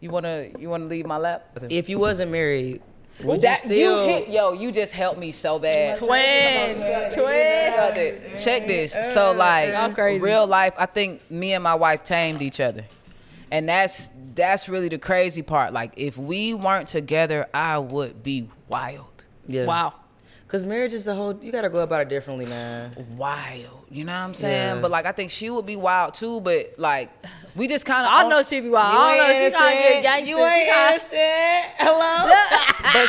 [SPEAKER 3] You wanna you wanna leave my lap?
[SPEAKER 1] If you wasn't married, would
[SPEAKER 3] that
[SPEAKER 1] you still?
[SPEAKER 3] you hit yo, you just helped me so bad.
[SPEAKER 2] Twin, twin.
[SPEAKER 3] Felt it. Check this. So like
[SPEAKER 2] Y'all Uh, crazy.
[SPEAKER 3] real life, I think me and my wife tamed each other. And that's that's really the crazy part. Like if we weren't together, I would be wild.
[SPEAKER 1] yeah.
[SPEAKER 2] Wow.
[SPEAKER 1] Cause marriage is the whole. You gotta go about it differently, man.
[SPEAKER 3] Wild. You know what I'm saying?
[SPEAKER 1] Yeah.
[SPEAKER 3] But like I think she would be wild too, but like we just kind of
[SPEAKER 2] I know she be wild. I don't know. She trying to get gangster. She tryna-
[SPEAKER 1] innocent. Hello.
[SPEAKER 3] But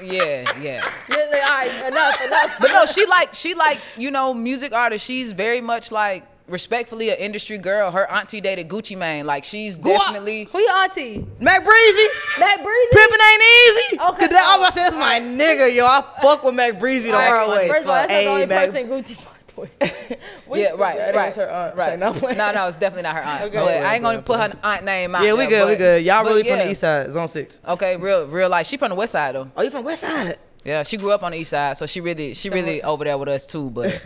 [SPEAKER 3] see, yeah, yeah.
[SPEAKER 2] Literally, all right, enough, enough.
[SPEAKER 3] But no, she like she like you know music artist. She's very much like respectfully an industry girl. Her auntie dated Gucci Mane. Like she's definitely
[SPEAKER 2] Who your auntie?
[SPEAKER 1] Mac Breezy.
[SPEAKER 2] Matt Breezy.
[SPEAKER 1] Pimpin' ain't easy.
[SPEAKER 2] Okay.
[SPEAKER 1] Cause that, I was saying, that's my nigga, yo. I fuck with Mac Breezy the
[SPEAKER 3] That's
[SPEAKER 1] hard
[SPEAKER 3] funny
[SPEAKER 1] way.
[SPEAKER 3] as
[SPEAKER 2] First of all, that's
[SPEAKER 1] Hey,
[SPEAKER 2] the only
[SPEAKER 1] Mac-
[SPEAKER 2] person Gucci fucked with. We
[SPEAKER 3] yeah
[SPEAKER 2] still
[SPEAKER 3] right
[SPEAKER 2] good.
[SPEAKER 3] right
[SPEAKER 1] That's her aunt.
[SPEAKER 3] right.
[SPEAKER 1] Say no way.
[SPEAKER 3] no no it's definitely not her aunt. But I ain't gonna put her aunt name out.
[SPEAKER 1] Yeah, we
[SPEAKER 3] there,
[SPEAKER 1] good. We
[SPEAKER 3] but-
[SPEAKER 1] good. Y'all
[SPEAKER 3] but
[SPEAKER 1] really from
[SPEAKER 3] yeah.
[SPEAKER 1] the east side, zone six.
[SPEAKER 3] Okay, real real life. She from the west side though.
[SPEAKER 1] Oh, you from west side?
[SPEAKER 3] Yeah, she grew up on the east side, so she really she really over there with us too. But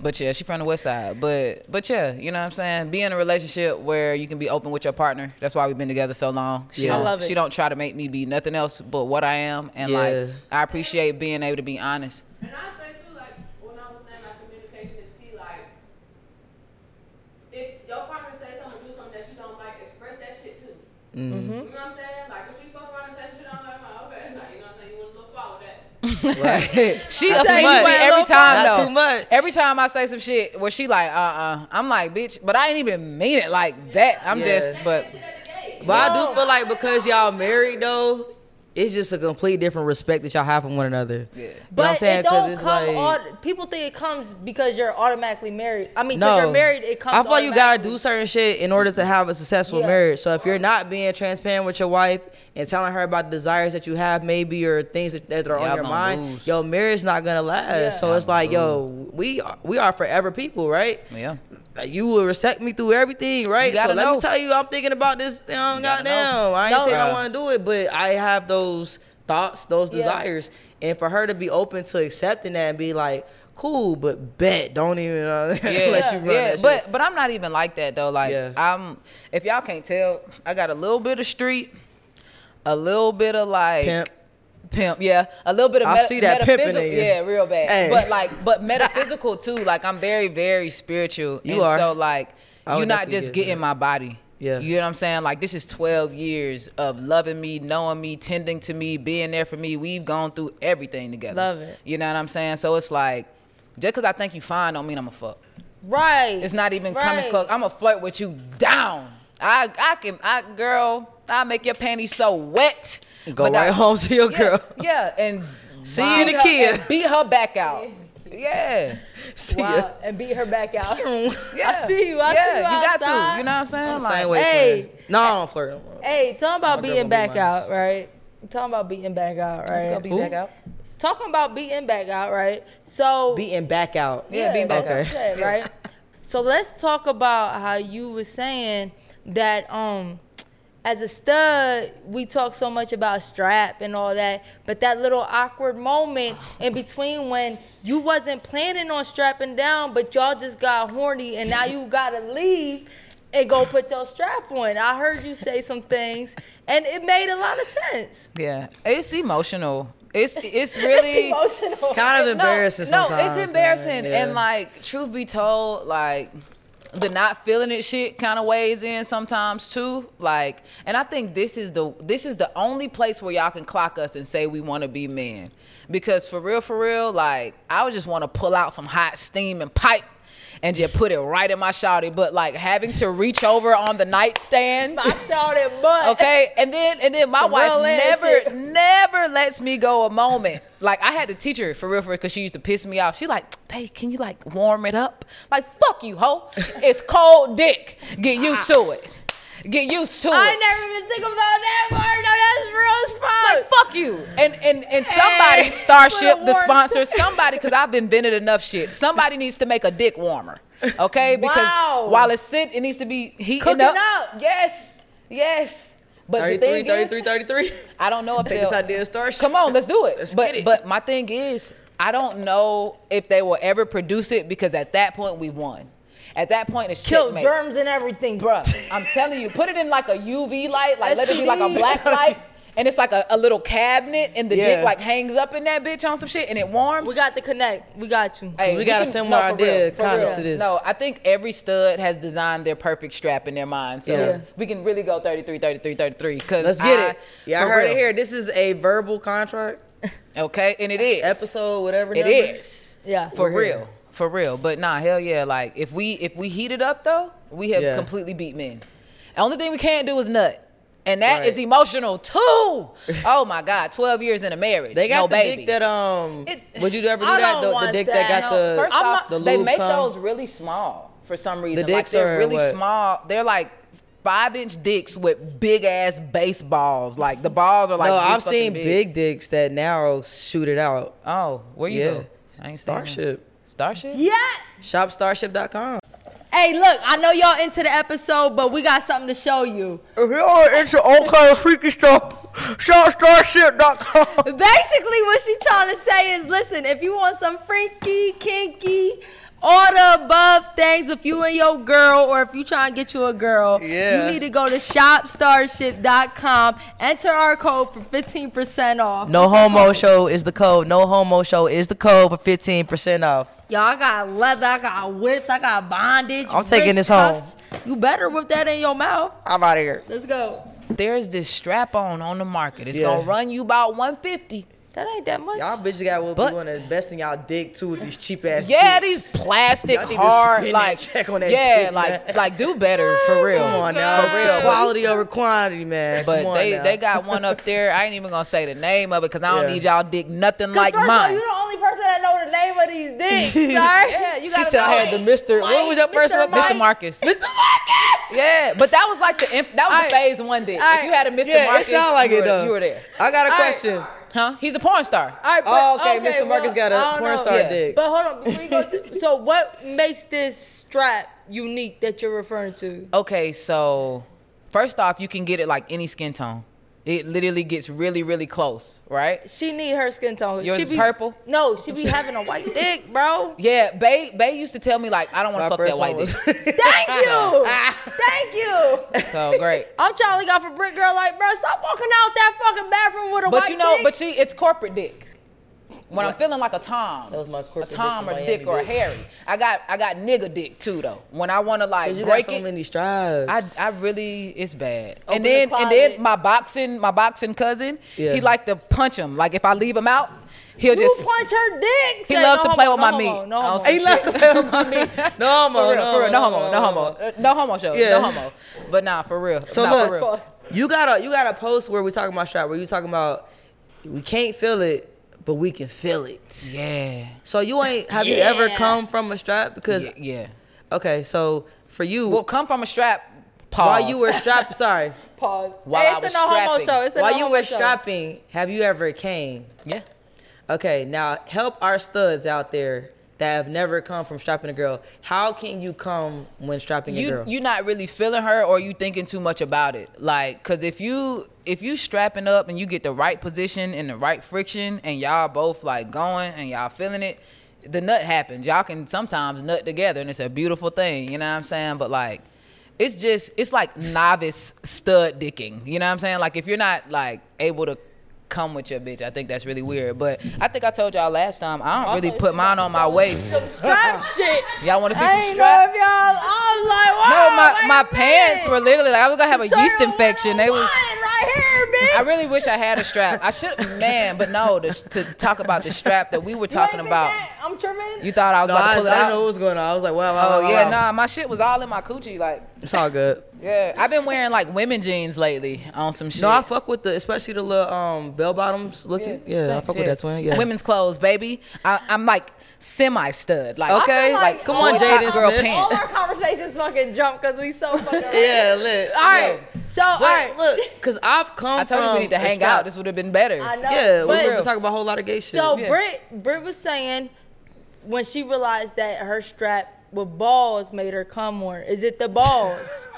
[SPEAKER 3] but yeah, she from the west side. But but yeah, you know what I'm saying. Be in a relationship where you can be open with your partner. That's why we've been together so long. She
[SPEAKER 1] Yeah. I
[SPEAKER 3] don't-
[SPEAKER 2] love it.
[SPEAKER 3] She don't try to make me be nothing else but what I am, and
[SPEAKER 1] Yeah.
[SPEAKER 3] like I appreciate being able to be honest.
[SPEAKER 11] And I say too, like when I was saying about communication is key. Like if your partner says something, or do something that you don't like, express that shit too.
[SPEAKER 1] Mm-hmm.
[SPEAKER 10] Mm-hmm.
[SPEAKER 11] You know what I'm saying? Like if you fuck around and say some shit, I'm like, oh, okay, like, you know what I'm saying? You want to follow that?
[SPEAKER 3] She
[SPEAKER 1] Not too
[SPEAKER 3] upsets me
[SPEAKER 1] much.
[SPEAKER 3] every time
[SPEAKER 1] Not
[SPEAKER 3] though.
[SPEAKER 1] too much.
[SPEAKER 3] Every time I say some shit where she like uh uh, I'm like bitch, but I ain't even mean it like that. I'm
[SPEAKER 1] Yeah.
[SPEAKER 3] just but
[SPEAKER 1] But I do feel like because y'all married though, it's just a complete different respect that y'all have for one another. Yeah. You know
[SPEAKER 2] But
[SPEAKER 1] what I'm saying?
[SPEAKER 2] it
[SPEAKER 1] 'Cause
[SPEAKER 2] don't
[SPEAKER 1] it's
[SPEAKER 2] come.
[SPEAKER 1] like-
[SPEAKER 2] aut- people think it comes because you're automatically married. I mean,
[SPEAKER 1] no,
[SPEAKER 2] because you're married, it comes.
[SPEAKER 1] I feel like you gotta do
[SPEAKER 2] automatically.
[SPEAKER 1] certain shit in order to have a successful
[SPEAKER 2] Yeah.
[SPEAKER 1] marriage. So if you're not being transparent with your wife and telling her about the desires that you have, maybe or things that, that are
[SPEAKER 3] Y'all
[SPEAKER 1] on your
[SPEAKER 3] gonna
[SPEAKER 1] mind,
[SPEAKER 3] lose.
[SPEAKER 1] your marriage not gonna last.
[SPEAKER 2] Yeah.
[SPEAKER 1] So it's like, yo, we are, we are forever people, right?
[SPEAKER 3] yeah.
[SPEAKER 1] Like, you will respect me through everything, right? So
[SPEAKER 3] gotta
[SPEAKER 1] let
[SPEAKER 3] know.
[SPEAKER 1] me tell you, I'm thinking about this. Um,
[SPEAKER 3] gotta
[SPEAKER 1] goddamn,
[SPEAKER 3] know.
[SPEAKER 1] I ain't
[SPEAKER 3] No.
[SPEAKER 1] saying I
[SPEAKER 3] Bruh.
[SPEAKER 1] want to do it, but I have those thoughts, those
[SPEAKER 2] Yeah.
[SPEAKER 1] desires, and for her to be open to accepting that and be like, cool, but bet, don't even uh,
[SPEAKER 3] yeah,
[SPEAKER 1] let you run.
[SPEAKER 3] yeah.
[SPEAKER 1] that
[SPEAKER 3] But
[SPEAKER 1] shit.
[SPEAKER 3] but I'm not even like that though. Like
[SPEAKER 1] Yeah.
[SPEAKER 3] I'm, if y'all can't tell, I got a little bit of street, a little bit of like
[SPEAKER 1] Pimp.
[SPEAKER 3] pimp, yeah, a little bit of
[SPEAKER 1] I
[SPEAKER 3] meta-
[SPEAKER 1] see that pimping in
[SPEAKER 3] metaphysical-
[SPEAKER 1] you.
[SPEAKER 3] yeah, real bad.
[SPEAKER 1] Hey.
[SPEAKER 3] But like, but metaphysical too. Like I'm very very spiritual,
[SPEAKER 1] You
[SPEAKER 3] and
[SPEAKER 1] are.
[SPEAKER 3] so like
[SPEAKER 1] I would
[SPEAKER 3] you're not
[SPEAKER 1] definitely
[SPEAKER 3] just
[SPEAKER 1] get
[SPEAKER 3] getting
[SPEAKER 1] that.
[SPEAKER 3] my body.
[SPEAKER 1] Yeah.
[SPEAKER 3] You know what I'm saying? Like this is 12 years of loving me, knowing me, tending to me, being there for me. We've gone through everything together.
[SPEAKER 2] Love it.
[SPEAKER 3] You know what I'm saying? So it's like just cuz I think you fine don't mean I'm a fuck.
[SPEAKER 2] Right.
[SPEAKER 3] It's not even coming
[SPEAKER 2] Right.
[SPEAKER 3] close. I'm gonna flirt with you down. I I can I girl, I make your panties so wet.
[SPEAKER 1] Go
[SPEAKER 3] but
[SPEAKER 1] right
[SPEAKER 3] that-
[SPEAKER 1] home to your
[SPEAKER 3] yeah,
[SPEAKER 1] girl.
[SPEAKER 3] Yeah, and
[SPEAKER 1] See you in
[SPEAKER 3] beat
[SPEAKER 1] the
[SPEAKER 3] her-
[SPEAKER 1] kid.
[SPEAKER 3] and beat her back out. Yeah.
[SPEAKER 1] See ya.
[SPEAKER 2] Wow, Uh, and beat her back out.
[SPEAKER 3] yeah.
[SPEAKER 2] I see you. I
[SPEAKER 3] yeah,
[SPEAKER 2] see you.
[SPEAKER 3] got
[SPEAKER 2] outside.
[SPEAKER 3] to. You know what I'm saying?
[SPEAKER 1] I'm the
[SPEAKER 3] Like,
[SPEAKER 1] same way.
[SPEAKER 2] hey.
[SPEAKER 1] twin. no, I don't flirt. no more.
[SPEAKER 2] Hey, talking about
[SPEAKER 1] My girl
[SPEAKER 2] beating
[SPEAKER 1] gonna be
[SPEAKER 2] back
[SPEAKER 1] mine.
[SPEAKER 2] out, right? Talking about beating back out, right?
[SPEAKER 3] Let's go beat
[SPEAKER 1] Who?
[SPEAKER 3] back out.
[SPEAKER 2] Talking about beating back out, right? So
[SPEAKER 1] Beating back out.
[SPEAKER 3] Yeah, beating back
[SPEAKER 2] that's
[SPEAKER 1] out.
[SPEAKER 2] what I said, right? so let's talk about how you were saying that um as a stud, we talk so much about strap and all that, but that little awkward moment in between when you wasn't planning on strapping down, but y'all just got horny and now you gotta leave and go put your strap on. I heard you say some things and it made a lot of sense.
[SPEAKER 3] Yeah. It's emotional. It's it's really
[SPEAKER 2] It's emotional.
[SPEAKER 1] Kind of
[SPEAKER 3] No,
[SPEAKER 1] embarrassing
[SPEAKER 3] No,
[SPEAKER 1] sometimes.
[SPEAKER 3] it's embarrassing.
[SPEAKER 1] man. Yeah.
[SPEAKER 3] And like, truth be told, like the not feeling it shit kind of weighs in sometimes too. Like, and I think this is the this is the only place where y'all can clock us and say we want to be men. Because for real, for real, like I would just want to pull out some hot steam and pipe and just put it right in my shawty. But like having to reach over on the nightstand, my
[SPEAKER 2] shawty butt.
[SPEAKER 3] Okay, and then and then my
[SPEAKER 2] Some
[SPEAKER 3] wife
[SPEAKER 2] real ass
[SPEAKER 3] never
[SPEAKER 2] shit.
[SPEAKER 3] never lets me go a moment. Like I had to teach her for real, for real, because she used to piss me off. She like, babe, can you like warm it up? Like fuck you, hoe. It's cold dick. Get used to it. Get used to
[SPEAKER 2] I
[SPEAKER 3] it.
[SPEAKER 2] never even think about that part. No, that's real fun.
[SPEAKER 3] Like, fuck you. And and and somebody Starship,
[SPEAKER 2] put a
[SPEAKER 3] the
[SPEAKER 2] warm-
[SPEAKER 3] sponsor, somebody, because I've been vented enough shit. Somebody needs to make a dick warmer. Okay? Because
[SPEAKER 2] Wow.
[SPEAKER 3] while it's sit, it needs to be heating
[SPEAKER 2] Cooking
[SPEAKER 3] up.
[SPEAKER 2] up. Yes. Yes.
[SPEAKER 3] But the
[SPEAKER 1] 33,
[SPEAKER 3] thing is,
[SPEAKER 1] 33, 33.
[SPEAKER 3] I don't know if
[SPEAKER 1] Take
[SPEAKER 3] they'll-
[SPEAKER 1] this idea and start shit.
[SPEAKER 3] Come on, let's do it. but
[SPEAKER 1] get it.
[SPEAKER 3] but my thing is, I don't know if they will ever produce it because at that point we won. At that point, it's
[SPEAKER 2] Kill
[SPEAKER 3] checkmate.
[SPEAKER 2] germs and everything, bruh.
[SPEAKER 3] I'm telling you, put it in like a UV light, like let it be like a
[SPEAKER 2] STDs.
[SPEAKER 3] black light, and it's like a, a little cabinet, and the
[SPEAKER 1] Yeah.
[SPEAKER 3] dick like hangs up in that bitch on some shit, and it warms.
[SPEAKER 2] We got the connect. We got you.
[SPEAKER 3] Hey,
[SPEAKER 1] We
[SPEAKER 3] you
[SPEAKER 1] gotta
[SPEAKER 3] can-
[SPEAKER 1] send more
[SPEAKER 3] for real,
[SPEAKER 1] idea
[SPEAKER 3] for
[SPEAKER 1] kinda
[SPEAKER 3] real.
[SPEAKER 1] to this.
[SPEAKER 3] No, I think every stud has designed their perfect strap in their mind. So
[SPEAKER 1] Yeah. Yeah.
[SPEAKER 3] we can really go 33, 33, 33. Cause
[SPEAKER 1] Let's get
[SPEAKER 3] I-
[SPEAKER 1] it. Y'all
[SPEAKER 3] for
[SPEAKER 1] heard
[SPEAKER 3] real.
[SPEAKER 1] it here. This is a verbal contract
[SPEAKER 3] Okay, and it is.
[SPEAKER 1] episode, whatever.
[SPEAKER 3] It
[SPEAKER 1] number.
[SPEAKER 3] is.
[SPEAKER 2] Yeah.
[SPEAKER 3] For
[SPEAKER 1] We're here.
[SPEAKER 3] real. For real. But nah, hell yeah. Like if we if we heat it up though, we have
[SPEAKER 1] Yeah.
[SPEAKER 3] completely beat men. The only thing we can't do is nut. And that is
[SPEAKER 1] Right.
[SPEAKER 3] emotional too. Oh my God, twelve years in a marriage,
[SPEAKER 1] They got
[SPEAKER 3] no
[SPEAKER 1] the
[SPEAKER 3] baby.
[SPEAKER 1] dick that um.
[SPEAKER 3] It-
[SPEAKER 1] would you ever do
[SPEAKER 2] I
[SPEAKER 1] that?
[SPEAKER 2] don't
[SPEAKER 1] The, the
[SPEAKER 2] want
[SPEAKER 1] dick that,
[SPEAKER 2] that.
[SPEAKER 1] got
[SPEAKER 2] No,
[SPEAKER 1] the
[SPEAKER 2] first
[SPEAKER 3] I'm
[SPEAKER 2] off,
[SPEAKER 3] not-
[SPEAKER 1] the lube
[SPEAKER 3] they make
[SPEAKER 1] come?
[SPEAKER 3] those really small for some reason.
[SPEAKER 1] dicks
[SPEAKER 3] like they're
[SPEAKER 1] are
[SPEAKER 3] really
[SPEAKER 1] what?
[SPEAKER 3] small. They're like five inch dicks with big ass baseballs. Like the balls are like.
[SPEAKER 1] no,
[SPEAKER 3] this
[SPEAKER 1] I've
[SPEAKER 3] fucking
[SPEAKER 1] seen big. dicks that now shoot it out.
[SPEAKER 3] Oh, where you
[SPEAKER 1] yeah,
[SPEAKER 3] go? I ain't seen that.
[SPEAKER 1] Starship.
[SPEAKER 3] Starship.
[SPEAKER 2] Yeah.
[SPEAKER 1] Shopstarship.com.
[SPEAKER 2] Hey, look, I know y'all into the episode, but we got something to show you.
[SPEAKER 4] If y'all into all kind of freaky stuff, shopstarship.com.
[SPEAKER 2] Basically, what she trying to say is, listen, if you want some freaky, kinky, all the above things with you and your girl, or if you trying to get you a girl,
[SPEAKER 1] Yeah.
[SPEAKER 2] you need to go to shopstarship.com. Enter our code for 15% off.
[SPEAKER 1] No homo show is the code. No homo show is the code for fifteen percent off.
[SPEAKER 2] Y'all I got leather, I got whips, I got bondage.
[SPEAKER 1] I'm taking
[SPEAKER 2] wrist
[SPEAKER 1] this home.
[SPEAKER 2] cuffs. You better whip that in your mouth.
[SPEAKER 1] I'm out of here.
[SPEAKER 2] Let's go.
[SPEAKER 3] There's this strap on on the market. It's
[SPEAKER 1] Yeah.
[SPEAKER 3] gonna run you about 150.
[SPEAKER 2] That ain't that much.
[SPEAKER 1] Y'all bitches got what
[SPEAKER 3] But-
[SPEAKER 1] we want to invest in y'all dick too with these cheap ass.
[SPEAKER 3] Yeah,
[SPEAKER 1] dicks.
[SPEAKER 3] these plastic
[SPEAKER 1] Y'all need to
[SPEAKER 3] hard
[SPEAKER 1] spin that
[SPEAKER 3] like
[SPEAKER 1] check on that
[SPEAKER 3] yeah,
[SPEAKER 1] dick,
[SPEAKER 3] like
[SPEAKER 1] man.
[SPEAKER 3] like do better for real.
[SPEAKER 1] Come on now,
[SPEAKER 3] Oh, for real.
[SPEAKER 1] Quality over quantity, man.
[SPEAKER 3] But
[SPEAKER 1] Come on
[SPEAKER 3] they
[SPEAKER 1] now.
[SPEAKER 3] they got one up there. I ain't even gonna say the name of it because I don't
[SPEAKER 1] Yeah.
[SPEAKER 3] need y'all dick nothing like
[SPEAKER 2] first
[SPEAKER 3] mine.
[SPEAKER 2] of all, you the only person that know the name of these dicks, sir. yeah, you
[SPEAKER 1] She said I had the Mister. What was your first
[SPEAKER 2] Mr.
[SPEAKER 1] one?
[SPEAKER 2] Mike.
[SPEAKER 3] Mr. Marcus.
[SPEAKER 1] Mr. Marcus.
[SPEAKER 3] Yeah, but that was like the inf- that was
[SPEAKER 2] Alright.
[SPEAKER 3] the phase one dick. If
[SPEAKER 2] Alright.
[SPEAKER 3] you had a Mr.
[SPEAKER 1] Yeah,
[SPEAKER 3] Marcus,
[SPEAKER 1] it sound like
[SPEAKER 3] you,
[SPEAKER 1] it
[SPEAKER 3] were,
[SPEAKER 1] though.
[SPEAKER 3] you were there.
[SPEAKER 1] I got a
[SPEAKER 2] All right.
[SPEAKER 1] question.
[SPEAKER 3] Huh? He's a porn star.
[SPEAKER 2] All right, but,
[SPEAKER 1] Oh, okay, Mr. Marcus got a
[SPEAKER 2] I don't
[SPEAKER 1] porn star dick.
[SPEAKER 2] But hold on, before you go to, so what makes this strap unique that you're referring to?
[SPEAKER 3] Okay, so first off, you can get it like any skin tone. It literally gets really, really close, right?
[SPEAKER 2] She need her skin tone.
[SPEAKER 3] Yours
[SPEAKER 2] she
[SPEAKER 3] is purple?
[SPEAKER 2] No, she be having a white dick, bro.
[SPEAKER 3] Yeah, Bay Bay used to tell me like I don't want
[SPEAKER 1] My
[SPEAKER 3] to fuck
[SPEAKER 1] first
[SPEAKER 3] that white
[SPEAKER 1] one was-
[SPEAKER 3] dick.
[SPEAKER 2] Thank you, thank you.
[SPEAKER 3] So great.
[SPEAKER 2] I'm trying to look out for Brick Girl, like, bro, stop walking out that fucking bathroom with a
[SPEAKER 3] But
[SPEAKER 2] white
[SPEAKER 3] you know,
[SPEAKER 2] dick.
[SPEAKER 3] but see, it's corporate dick. When I'm feeling like a Tom,
[SPEAKER 1] That was my
[SPEAKER 3] a
[SPEAKER 1] corporate
[SPEAKER 3] Tom
[SPEAKER 1] dick
[SPEAKER 3] or
[SPEAKER 1] in
[SPEAKER 3] Dick
[SPEAKER 1] Miami,
[SPEAKER 3] or a
[SPEAKER 1] bitch.
[SPEAKER 3] Harry. I got I got nigga dick too though. When I want to like
[SPEAKER 1] 'Cause you
[SPEAKER 3] break
[SPEAKER 1] got so
[SPEAKER 3] it,
[SPEAKER 1] many strides.
[SPEAKER 3] I, I really it's bad.
[SPEAKER 2] Open
[SPEAKER 3] and
[SPEAKER 2] the
[SPEAKER 3] then and
[SPEAKER 2] closet.
[SPEAKER 3] then my boxing my boxing cousin,
[SPEAKER 1] Yeah.
[SPEAKER 3] he like to punch him. Like if I leave him out, he'll
[SPEAKER 2] you
[SPEAKER 3] just
[SPEAKER 2] punch her dick.
[SPEAKER 3] He
[SPEAKER 2] Say,
[SPEAKER 3] loves
[SPEAKER 2] no
[SPEAKER 3] to play
[SPEAKER 2] homo,
[SPEAKER 3] with my
[SPEAKER 2] no
[SPEAKER 3] meat. Oh,
[SPEAKER 2] homo, No,
[SPEAKER 3] I don't
[SPEAKER 2] homo.
[SPEAKER 3] say
[SPEAKER 1] He left the hell on me. No homo,
[SPEAKER 3] for real,
[SPEAKER 1] no,
[SPEAKER 3] for real, no homo, no
[SPEAKER 1] no.
[SPEAKER 3] homo, Uh, no homo show,
[SPEAKER 1] Yeah.
[SPEAKER 3] no homo. But nah, for real.
[SPEAKER 1] So
[SPEAKER 3] nah, for real.
[SPEAKER 1] look, you got a you got a post where we talking about strap where you talking about we can't feel it, but we can feel it.
[SPEAKER 3] yeah,
[SPEAKER 1] So you ain't have you ever come from a strap? Because
[SPEAKER 3] yeah, yeah.
[SPEAKER 1] okay, so for you,
[SPEAKER 3] Well, come from a strap. Pause.
[SPEAKER 1] while you were strapped, sorry,
[SPEAKER 2] Pause.
[SPEAKER 3] While
[SPEAKER 2] Hey,
[SPEAKER 3] I
[SPEAKER 2] it's
[SPEAKER 3] was
[SPEAKER 2] the no homo
[SPEAKER 3] strapping.
[SPEAKER 2] show. It's the
[SPEAKER 1] while
[SPEAKER 2] no
[SPEAKER 1] you
[SPEAKER 2] homo
[SPEAKER 1] were
[SPEAKER 2] show.
[SPEAKER 1] strapping, have you ever came?
[SPEAKER 3] yeah.
[SPEAKER 1] Okay, now help our studs out there that have never come from strapping a girl. How can you come when strapping a
[SPEAKER 3] you
[SPEAKER 1] girl?
[SPEAKER 3] you're not really feeling her or you thinking too much about it like because if you if you strapping up and you get the right position and the right friction and y'all both like going and y'all feeling it the nut happens y'all can sometimes nut together and it's a beautiful thing you know what i'm saying but like it's just it's like novice stud dicking you know what i'm saying like if you're not like able to come with your bitch i think that's really weird but i think i told y'all last time i don't really put mine on my waist
[SPEAKER 2] Strap shit.
[SPEAKER 3] y'all want to see
[SPEAKER 2] I
[SPEAKER 3] some
[SPEAKER 2] ain't know
[SPEAKER 3] strap
[SPEAKER 2] if y'all. I was like, wow.
[SPEAKER 3] no, my,
[SPEAKER 2] wait
[SPEAKER 3] my
[SPEAKER 2] a minute.
[SPEAKER 3] pants were literally like I was gonna have a yeast
[SPEAKER 2] Tutorial
[SPEAKER 3] infection. They was
[SPEAKER 2] 101 right here,
[SPEAKER 4] bitch.
[SPEAKER 3] I really wish I had a strap. I should, man, but no. To, to talk about the strap that we were talking about,
[SPEAKER 2] I'm tripping.
[SPEAKER 3] you thought I was
[SPEAKER 1] No,
[SPEAKER 3] about
[SPEAKER 1] I,
[SPEAKER 3] to pull it
[SPEAKER 1] I
[SPEAKER 3] out.
[SPEAKER 1] didn't know what was going on. I was like, wow, wow,
[SPEAKER 3] Oh
[SPEAKER 1] wow,
[SPEAKER 3] yeah,
[SPEAKER 1] wow.
[SPEAKER 3] nah, my shit was all in my coochie. Like,
[SPEAKER 1] It's all good.
[SPEAKER 3] yeah, I've been wearing like women jeans lately on some shit.
[SPEAKER 1] No, I fuck with the, especially the little um, bell bottoms looking. Yeah, I
[SPEAKER 3] Thanks,
[SPEAKER 1] fuck with
[SPEAKER 3] yeah.
[SPEAKER 1] that twin. Yeah.
[SPEAKER 3] Women's clothes, baby. I, I'm like semi stud. Like
[SPEAKER 1] Okay,
[SPEAKER 3] I feel
[SPEAKER 1] like, come on,
[SPEAKER 3] all
[SPEAKER 1] Jaden
[SPEAKER 3] top girl
[SPEAKER 1] Smith.
[SPEAKER 2] All
[SPEAKER 3] pants.
[SPEAKER 2] our conversations fucking jump because we so fucking.
[SPEAKER 1] yeah, lit.
[SPEAKER 2] All right. So all right.
[SPEAKER 1] look, because I've come
[SPEAKER 3] I told you
[SPEAKER 1] from
[SPEAKER 3] we need to
[SPEAKER 1] a
[SPEAKER 3] hang
[SPEAKER 1] strap.
[SPEAKER 3] out. This would have been better.
[SPEAKER 2] I know.
[SPEAKER 1] Yeah, we
[SPEAKER 2] but-
[SPEAKER 1] were talking about a whole lot of gay shit.
[SPEAKER 2] So Britt, Britt was saying when she realized that her strap with balls made her come more. Is it the balls?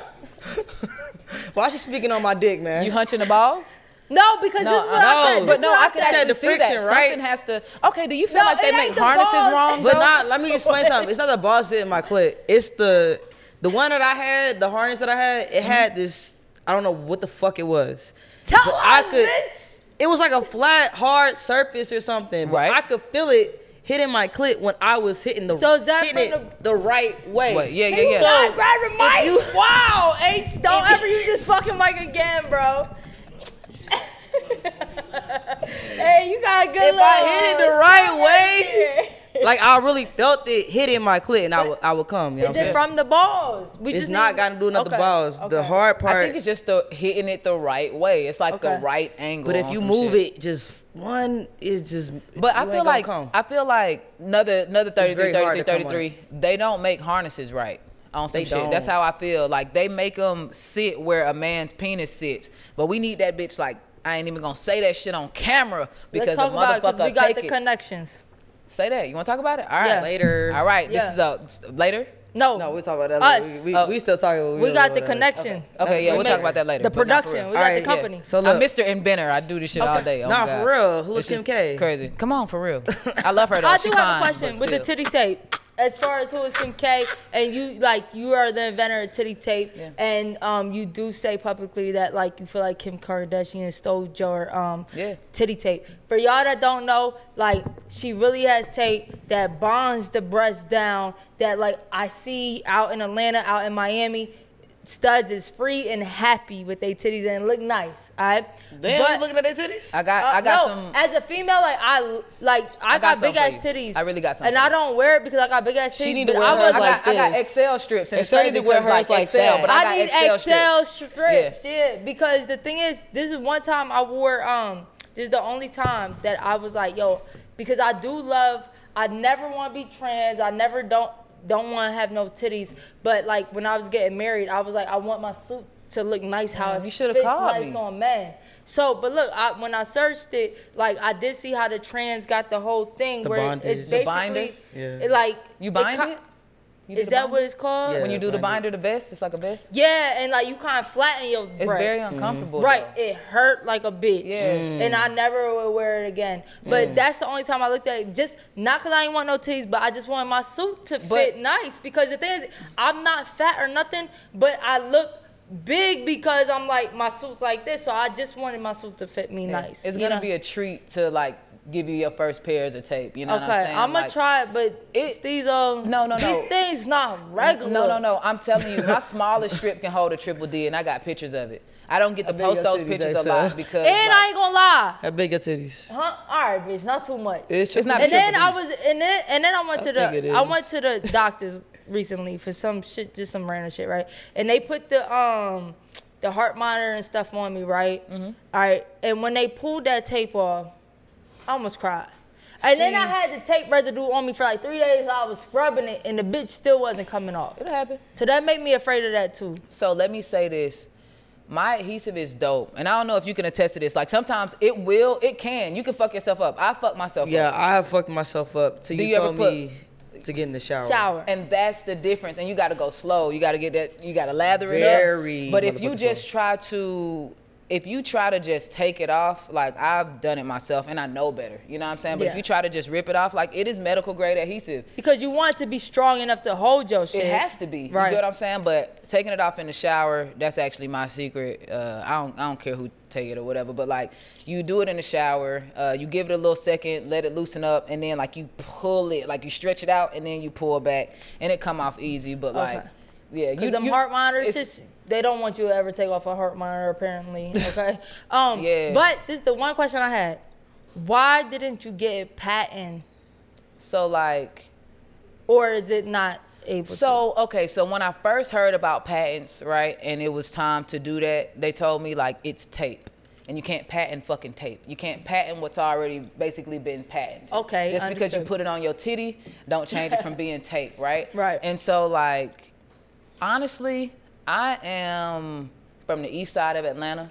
[SPEAKER 1] Why she speaking on my dick, man?
[SPEAKER 3] You hunching the balls?
[SPEAKER 2] no, because this is what
[SPEAKER 1] No,
[SPEAKER 2] I said.
[SPEAKER 3] But no, I can
[SPEAKER 1] said
[SPEAKER 3] actually
[SPEAKER 1] the
[SPEAKER 3] see
[SPEAKER 1] friction,
[SPEAKER 3] that.
[SPEAKER 1] right?
[SPEAKER 3] Something has to. Okay, do you feel
[SPEAKER 2] No,
[SPEAKER 3] like they
[SPEAKER 2] it
[SPEAKER 3] make
[SPEAKER 2] ain't the
[SPEAKER 3] harnesses
[SPEAKER 2] balls.
[SPEAKER 3] wrong?
[SPEAKER 1] But
[SPEAKER 3] though?
[SPEAKER 1] not. Let me explain something. It's not the boss sitting in my clit. It's the the one that I had, the harness that I had. It had this. I don't know what the fuck it was.
[SPEAKER 2] Mm-hmm. Tell
[SPEAKER 1] But
[SPEAKER 2] us,
[SPEAKER 1] I could-
[SPEAKER 2] bitch.
[SPEAKER 1] It was like a flat, hard surface or something. But
[SPEAKER 3] Right.
[SPEAKER 1] I could feel it hitting my clit when I was hitting the
[SPEAKER 2] So is that
[SPEAKER 1] hitting
[SPEAKER 2] from
[SPEAKER 1] it the, right way.
[SPEAKER 3] Wait, yeah, yeah,
[SPEAKER 2] Can you
[SPEAKER 3] yeah.
[SPEAKER 2] stop grabbing Mike?
[SPEAKER 1] you-
[SPEAKER 2] wow, H, don't ever use this fucking mic again, bro. hey, you got a good
[SPEAKER 1] If I hit it the right way,
[SPEAKER 2] way.
[SPEAKER 1] like I really felt it hitting my clit, and I would I would come. You know what
[SPEAKER 2] Is
[SPEAKER 1] I'm
[SPEAKER 2] it
[SPEAKER 1] saying?
[SPEAKER 2] from the balls? We
[SPEAKER 1] it's not
[SPEAKER 2] need-
[SPEAKER 1] got to do nothing with the
[SPEAKER 2] Okay,
[SPEAKER 1] balls. The
[SPEAKER 2] okay.
[SPEAKER 1] hard part.
[SPEAKER 3] I think it's just the hitting it the right way. It's like the
[SPEAKER 2] Okay.
[SPEAKER 3] right angle.
[SPEAKER 1] But if
[SPEAKER 3] on
[SPEAKER 1] you
[SPEAKER 3] some
[SPEAKER 1] move
[SPEAKER 3] shit.
[SPEAKER 1] it, just one is just.
[SPEAKER 3] But
[SPEAKER 1] you
[SPEAKER 3] I
[SPEAKER 1] ain't
[SPEAKER 3] feel
[SPEAKER 1] gonna
[SPEAKER 3] like
[SPEAKER 1] come.
[SPEAKER 3] I feel like another another 33,
[SPEAKER 1] very hard
[SPEAKER 3] 33,
[SPEAKER 1] to come on
[SPEAKER 3] 33. They don't make harnesses right on some
[SPEAKER 1] They
[SPEAKER 3] shit. That's
[SPEAKER 1] don't.
[SPEAKER 3] how I feel. Like they make them sit where a man's penis sits, but we need that bitch. Like I ain't even gonna say that shit on camera because
[SPEAKER 2] Let's talk
[SPEAKER 3] a
[SPEAKER 2] about it 'cause
[SPEAKER 3] motherfucker
[SPEAKER 2] we got
[SPEAKER 3] take
[SPEAKER 2] the
[SPEAKER 3] it.
[SPEAKER 2] connections.
[SPEAKER 3] say that. You want to talk about it? All right,
[SPEAKER 2] Yeah.
[SPEAKER 1] Later.
[SPEAKER 3] All right,
[SPEAKER 2] Yeah.
[SPEAKER 3] this is a s- later.
[SPEAKER 2] No,
[SPEAKER 1] No, we talking about that.
[SPEAKER 2] Us.
[SPEAKER 1] later. We, we,
[SPEAKER 3] Oh.
[SPEAKER 1] we still talking.
[SPEAKER 2] we got the
[SPEAKER 1] whatever.
[SPEAKER 2] connection.
[SPEAKER 3] Okay, yeah,
[SPEAKER 1] we
[SPEAKER 3] we'll
[SPEAKER 1] make-
[SPEAKER 3] talk about that later.
[SPEAKER 2] The
[SPEAKER 3] but not for
[SPEAKER 2] production,
[SPEAKER 3] real.
[SPEAKER 2] we got
[SPEAKER 1] Alright,
[SPEAKER 2] the
[SPEAKER 1] yeah.
[SPEAKER 2] company.
[SPEAKER 1] So
[SPEAKER 3] I'm
[SPEAKER 1] look,
[SPEAKER 3] Mr. Inventor. I do this shit all day. Oh,
[SPEAKER 1] Nah,
[SPEAKER 3] God.
[SPEAKER 1] for real. Who
[SPEAKER 3] This
[SPEAKER 1] is Kim
[SPEAKER 3] shit
[SPEAKER 1] K?
[SPEAKER 3] Crazy. Come on, for real. I love her. Though.
[SPEAKER 2] I do
[SPEAKER 3] She
[SPEAKER 2] have a
[SPEAKER 3] fine,
[SPEAKER 2] question
[SPEAKER 3] but
[SPEAKER 2] with the
[SPEAKER 3] still.
[SPEAKER 2] titty tape. As far as who is Kim K, and you like you are the inventor of titty tape,
[SPEAKER 3] Yeah.
[SPEAKER 2] and um, you do say publicly that like you feel like Kim Kardashian stole your um,
[SPEAKER 3] Yeah.
[SPEAKER 2] titty tape. For y'all that don't know, like she really has tape that bonds the breast down. That like I see out in Atlanta, out in Miami, studs is free and happy with their titties and look nice. All right,
[SPEAKER 1] Damn, you looking at their titties.
[SPEAKER 3] I got.
[SPEAKER 2] uh,
[SPEAKER 3] I got
[SPEAKER 2] no,
[SPEAKER 3] some.
[SPEAKER 2] As a female, like I like I,
[SPEAKER 3] I got
[SPEAKER 2] got,
[SPEAKER 3] something
[SPEAKER 2] big ass
[SPEAKER 3] for you.
[SPEAKER 2] titties.
[SPEAKER 3] I really got something
[SPEAKER 2] And I
[SPEAKER 3] for you.
[SPEAKER 2] don't wear it because I got big ass titties.
[SPEAKER 1] She need to
[SPEAKER 2] but
[SPEAKER 1] wear
[SPEAKER 2] I
[SPEAKER 1] hers
[SPEAKER 2] was
[SPEAKER 3] I
[SPEAKER 1] like
[SPEAKER 3] got, I got
[SPEAKER 1] this.
[SPEAKER 3] Excel strips. And it's
[SPEAKER 1] Excited
[SPEAKER 3] crazy
[SPEAKER 1] to wear
[SPEAKER 3] 'cause,
[SPEAKER 1] hers like
[SPEAKER 3] Excel,
[SPEAKER 1] that.
[SPEAKER 3] But I,
[SPEAKER 2] I,
[SPEAKER 3] got
[SPEAKER 2] need
[SPEAKER 3] Excel,
[SPEAKER 2] XL
[SPEAKER 3] strips.
[SPEAKER 2] strips.
[SPEAKER 3] Yeah.
[SPEAKER 2] Yeah. Because the thing is, this is one time I wore um this is the only time that I was like, yo, because I do love I never wanna be trans. I never don't don't wanna have no titties. But like when I was getting married, I was like, I want my suit to look nice how
[SPEAKER 3] Damn,
[SPEAKER 2] it
[SPEAKER 3] you should've
[SPEAKER 2] fits
[SPEAKER 3] called
[SPEAKER 2] nice
[SPEAKER 3] me.
[SPEAKER 2] on men. So, but look, I, when I searched it, like I did see how the trans got the whole thing where
[SPEAKER 1] bondage.
[SPEAKER 2] it's
[SPEAKER 3] The binder?
[SPEAKER 2] basically
[SPEAKER 1] Yeah.
[SPEAKER 2] it, like
[SPEAKER 3] You bind
[SPEAKER 2] co-
[SPEAKER 3] it? You do
[SPEAKER 2] Is
[SPEAKER 3] the
[SPEAKER 2] that
[SPEAKER 3] binder?
[SPEAKER 2] what it's called?
[SPEAKER 1] Yeah.
[SPEAKER 3] When you do the
[SPEAKER 1] bind
[SPEAKER 3] binder, the vest, it's like a vest.
[SPEAKER 2] Yeah, and like you kind of flatten your
[SPEAKER 3] It's
[SPEAKER 2] breast.
[SPEAKER 3] very
[SPEAKER 1] Mm-hmm.
[SPEAKER 3] uncomfortable.
[SPEAKER 2] Right,
[SPEAKER 3] though.
[SPEAKER 2] it hurt like a bitch.
[SPEAKER 3] Yeah. Mm.
[SPEAKER 2] And I never would wear it again. But that's the only time I looked at it. Just not because I didn't want no titties, but I just wanted my suit to
[SPEAKER 3] But-
[SPEAKER 2] fit nice. Because the thing is, I'm not fat or nothing, but I look big because I'm like, my suit's like this. So I just wanted my suit to fit me nice.
[SPEAKER 3] It's
[SPEAKER 2] you
[SPEAKER 3] gonna
[SPEAKER 2] know?
[SPEAKER 3] be a treat to like give you your first pairs of tape. You know
[SPEAKER 2] Okay,
[SPEAKER 3] what I'm saying?
[SPEAKER 2] I'm gonna
[SPEAKER 3] Like-
[SPEAKER 2] try it, but it's these uh,
[SPEAKER 3] No, no, no.
[SPEAKER 2] these things not regular.
[SPEAKER 3] No, no, no. I'm telling you, my smallest strip can hold a triple D, and I got pictures of it. I don't get to
[SPEAKER 1] bet
[SPEAKER 3] post
[SPEAKER 1] your
[SPEAKER 3] those
[SPEAKER 1] titties
[SPEAKER 3] pictures a
[SPEAKER 1] ain't
[SPEAKER 3] lot
[SPEAKER 1] so.
[SPEAKER 3] because
[SPEAKER 2] And I ain't gonna lie.
[SPEAKER 1] How big your titties?
[SPEAKER 2] Huh? All right, bitch, not too much.
[SPEAKER 1] It's triple
[SPEAKER 3] not
[SPEAKER 1] D.
[SPEAKER 2] and then
[SPEAKER 3] triple
[SPEAKER 2] I was, and then and then I went
[SPEAKER 1] I
[SPEAKER 2] to
[SPEAKER 1] think it
[SPEAKER 2] the, I
[SPEAKER 1] is.
[SPEAKER 2] went to the doctors recently for some shit, just some random shit, right? And they put the um, the heart monitor and stuff on me, right?
[SPEAKER 3] Mm-hmm.
[SPEAKER 2] All right, and when they pulled that tape off, I almost cried. And then I had the tape residue on me for like three days. I was scrubbing it, and the bitch still wasn't coming off.
[SPEAKER 3] it'll happen.
[SPEAKER 2] So that made me afraid of that too.
[SPEAKER 3] So let me say this. My adhesive is dope. And I don't know if you can attest to this. Like sometimes it will, it can. You can fuck yourself up. I fuck myself up.
[SPEAKER 1] Yeah, I have fucked myself up till
[SPEAKER 3] Do
[SPEAKER 1] you,
[SPEAKER 3] you ever
[SPEAKER 1] told me to get in the shower.
[SPEAKER 2] Shower.
[SPEAKER 3] And that's the difference. And you got to go slow. You got to get that. You got to lather it
[SPEAKER 1] Very
[SPEAKER 3] up. But if you
[SPEAKER 1] motherfucking
[SPEAKER 3] just try to, if you try to just take it off, like I've done it myself, and I know better. You know what I'm saying? But
[SPEAKER 2] Yeah.
[SPEAKER 3] if you try to just rip it off, like it is medical grade adhesive.
[SPEAKER 2] Because you want it to be strong enough to hold your shit.
[SPEAKER 3] It has to be.
[SPEAKER 2] Right.
[SPEAKER 3] You get what I'm saying? But taking it off in the shower, that's actually my secret. Uh, I don't I don't care who take it or whatever, but like you do it in the shower, uh, you give it a little second, let it loosen up, and then like you pull it, like you stretch it out and then you pull back and it come off easy. But like
[SPEAKER 2] Okay.
[SPEAKER 3] Yeah,
[SPEAKER 2] Because them heart monitors, just, they don't want you to ever take off a heart monitor, apparently. Okay. um,
[SPEAKER 3] Yeah.
[SPEAKER 2] But this is the one question I had. Why didn't you get it patent?
[SPEAKER 3] So, like.
[SPEAKER 2] Or is it not able to?
[SPEAKER 3] so okay so when i first heard about patents right and it was time to do that they told me like it's tape and you can't patent fucking tape you can't patent what's already basically been patented
[SPEAKER 2] Okay,
[SPEAKER 3] just because you
[SPEAKER 2] understood.
[SPEAKER 3] put it on your titty don't change it from being tape right right and so like honestly i am from the east side of atlanta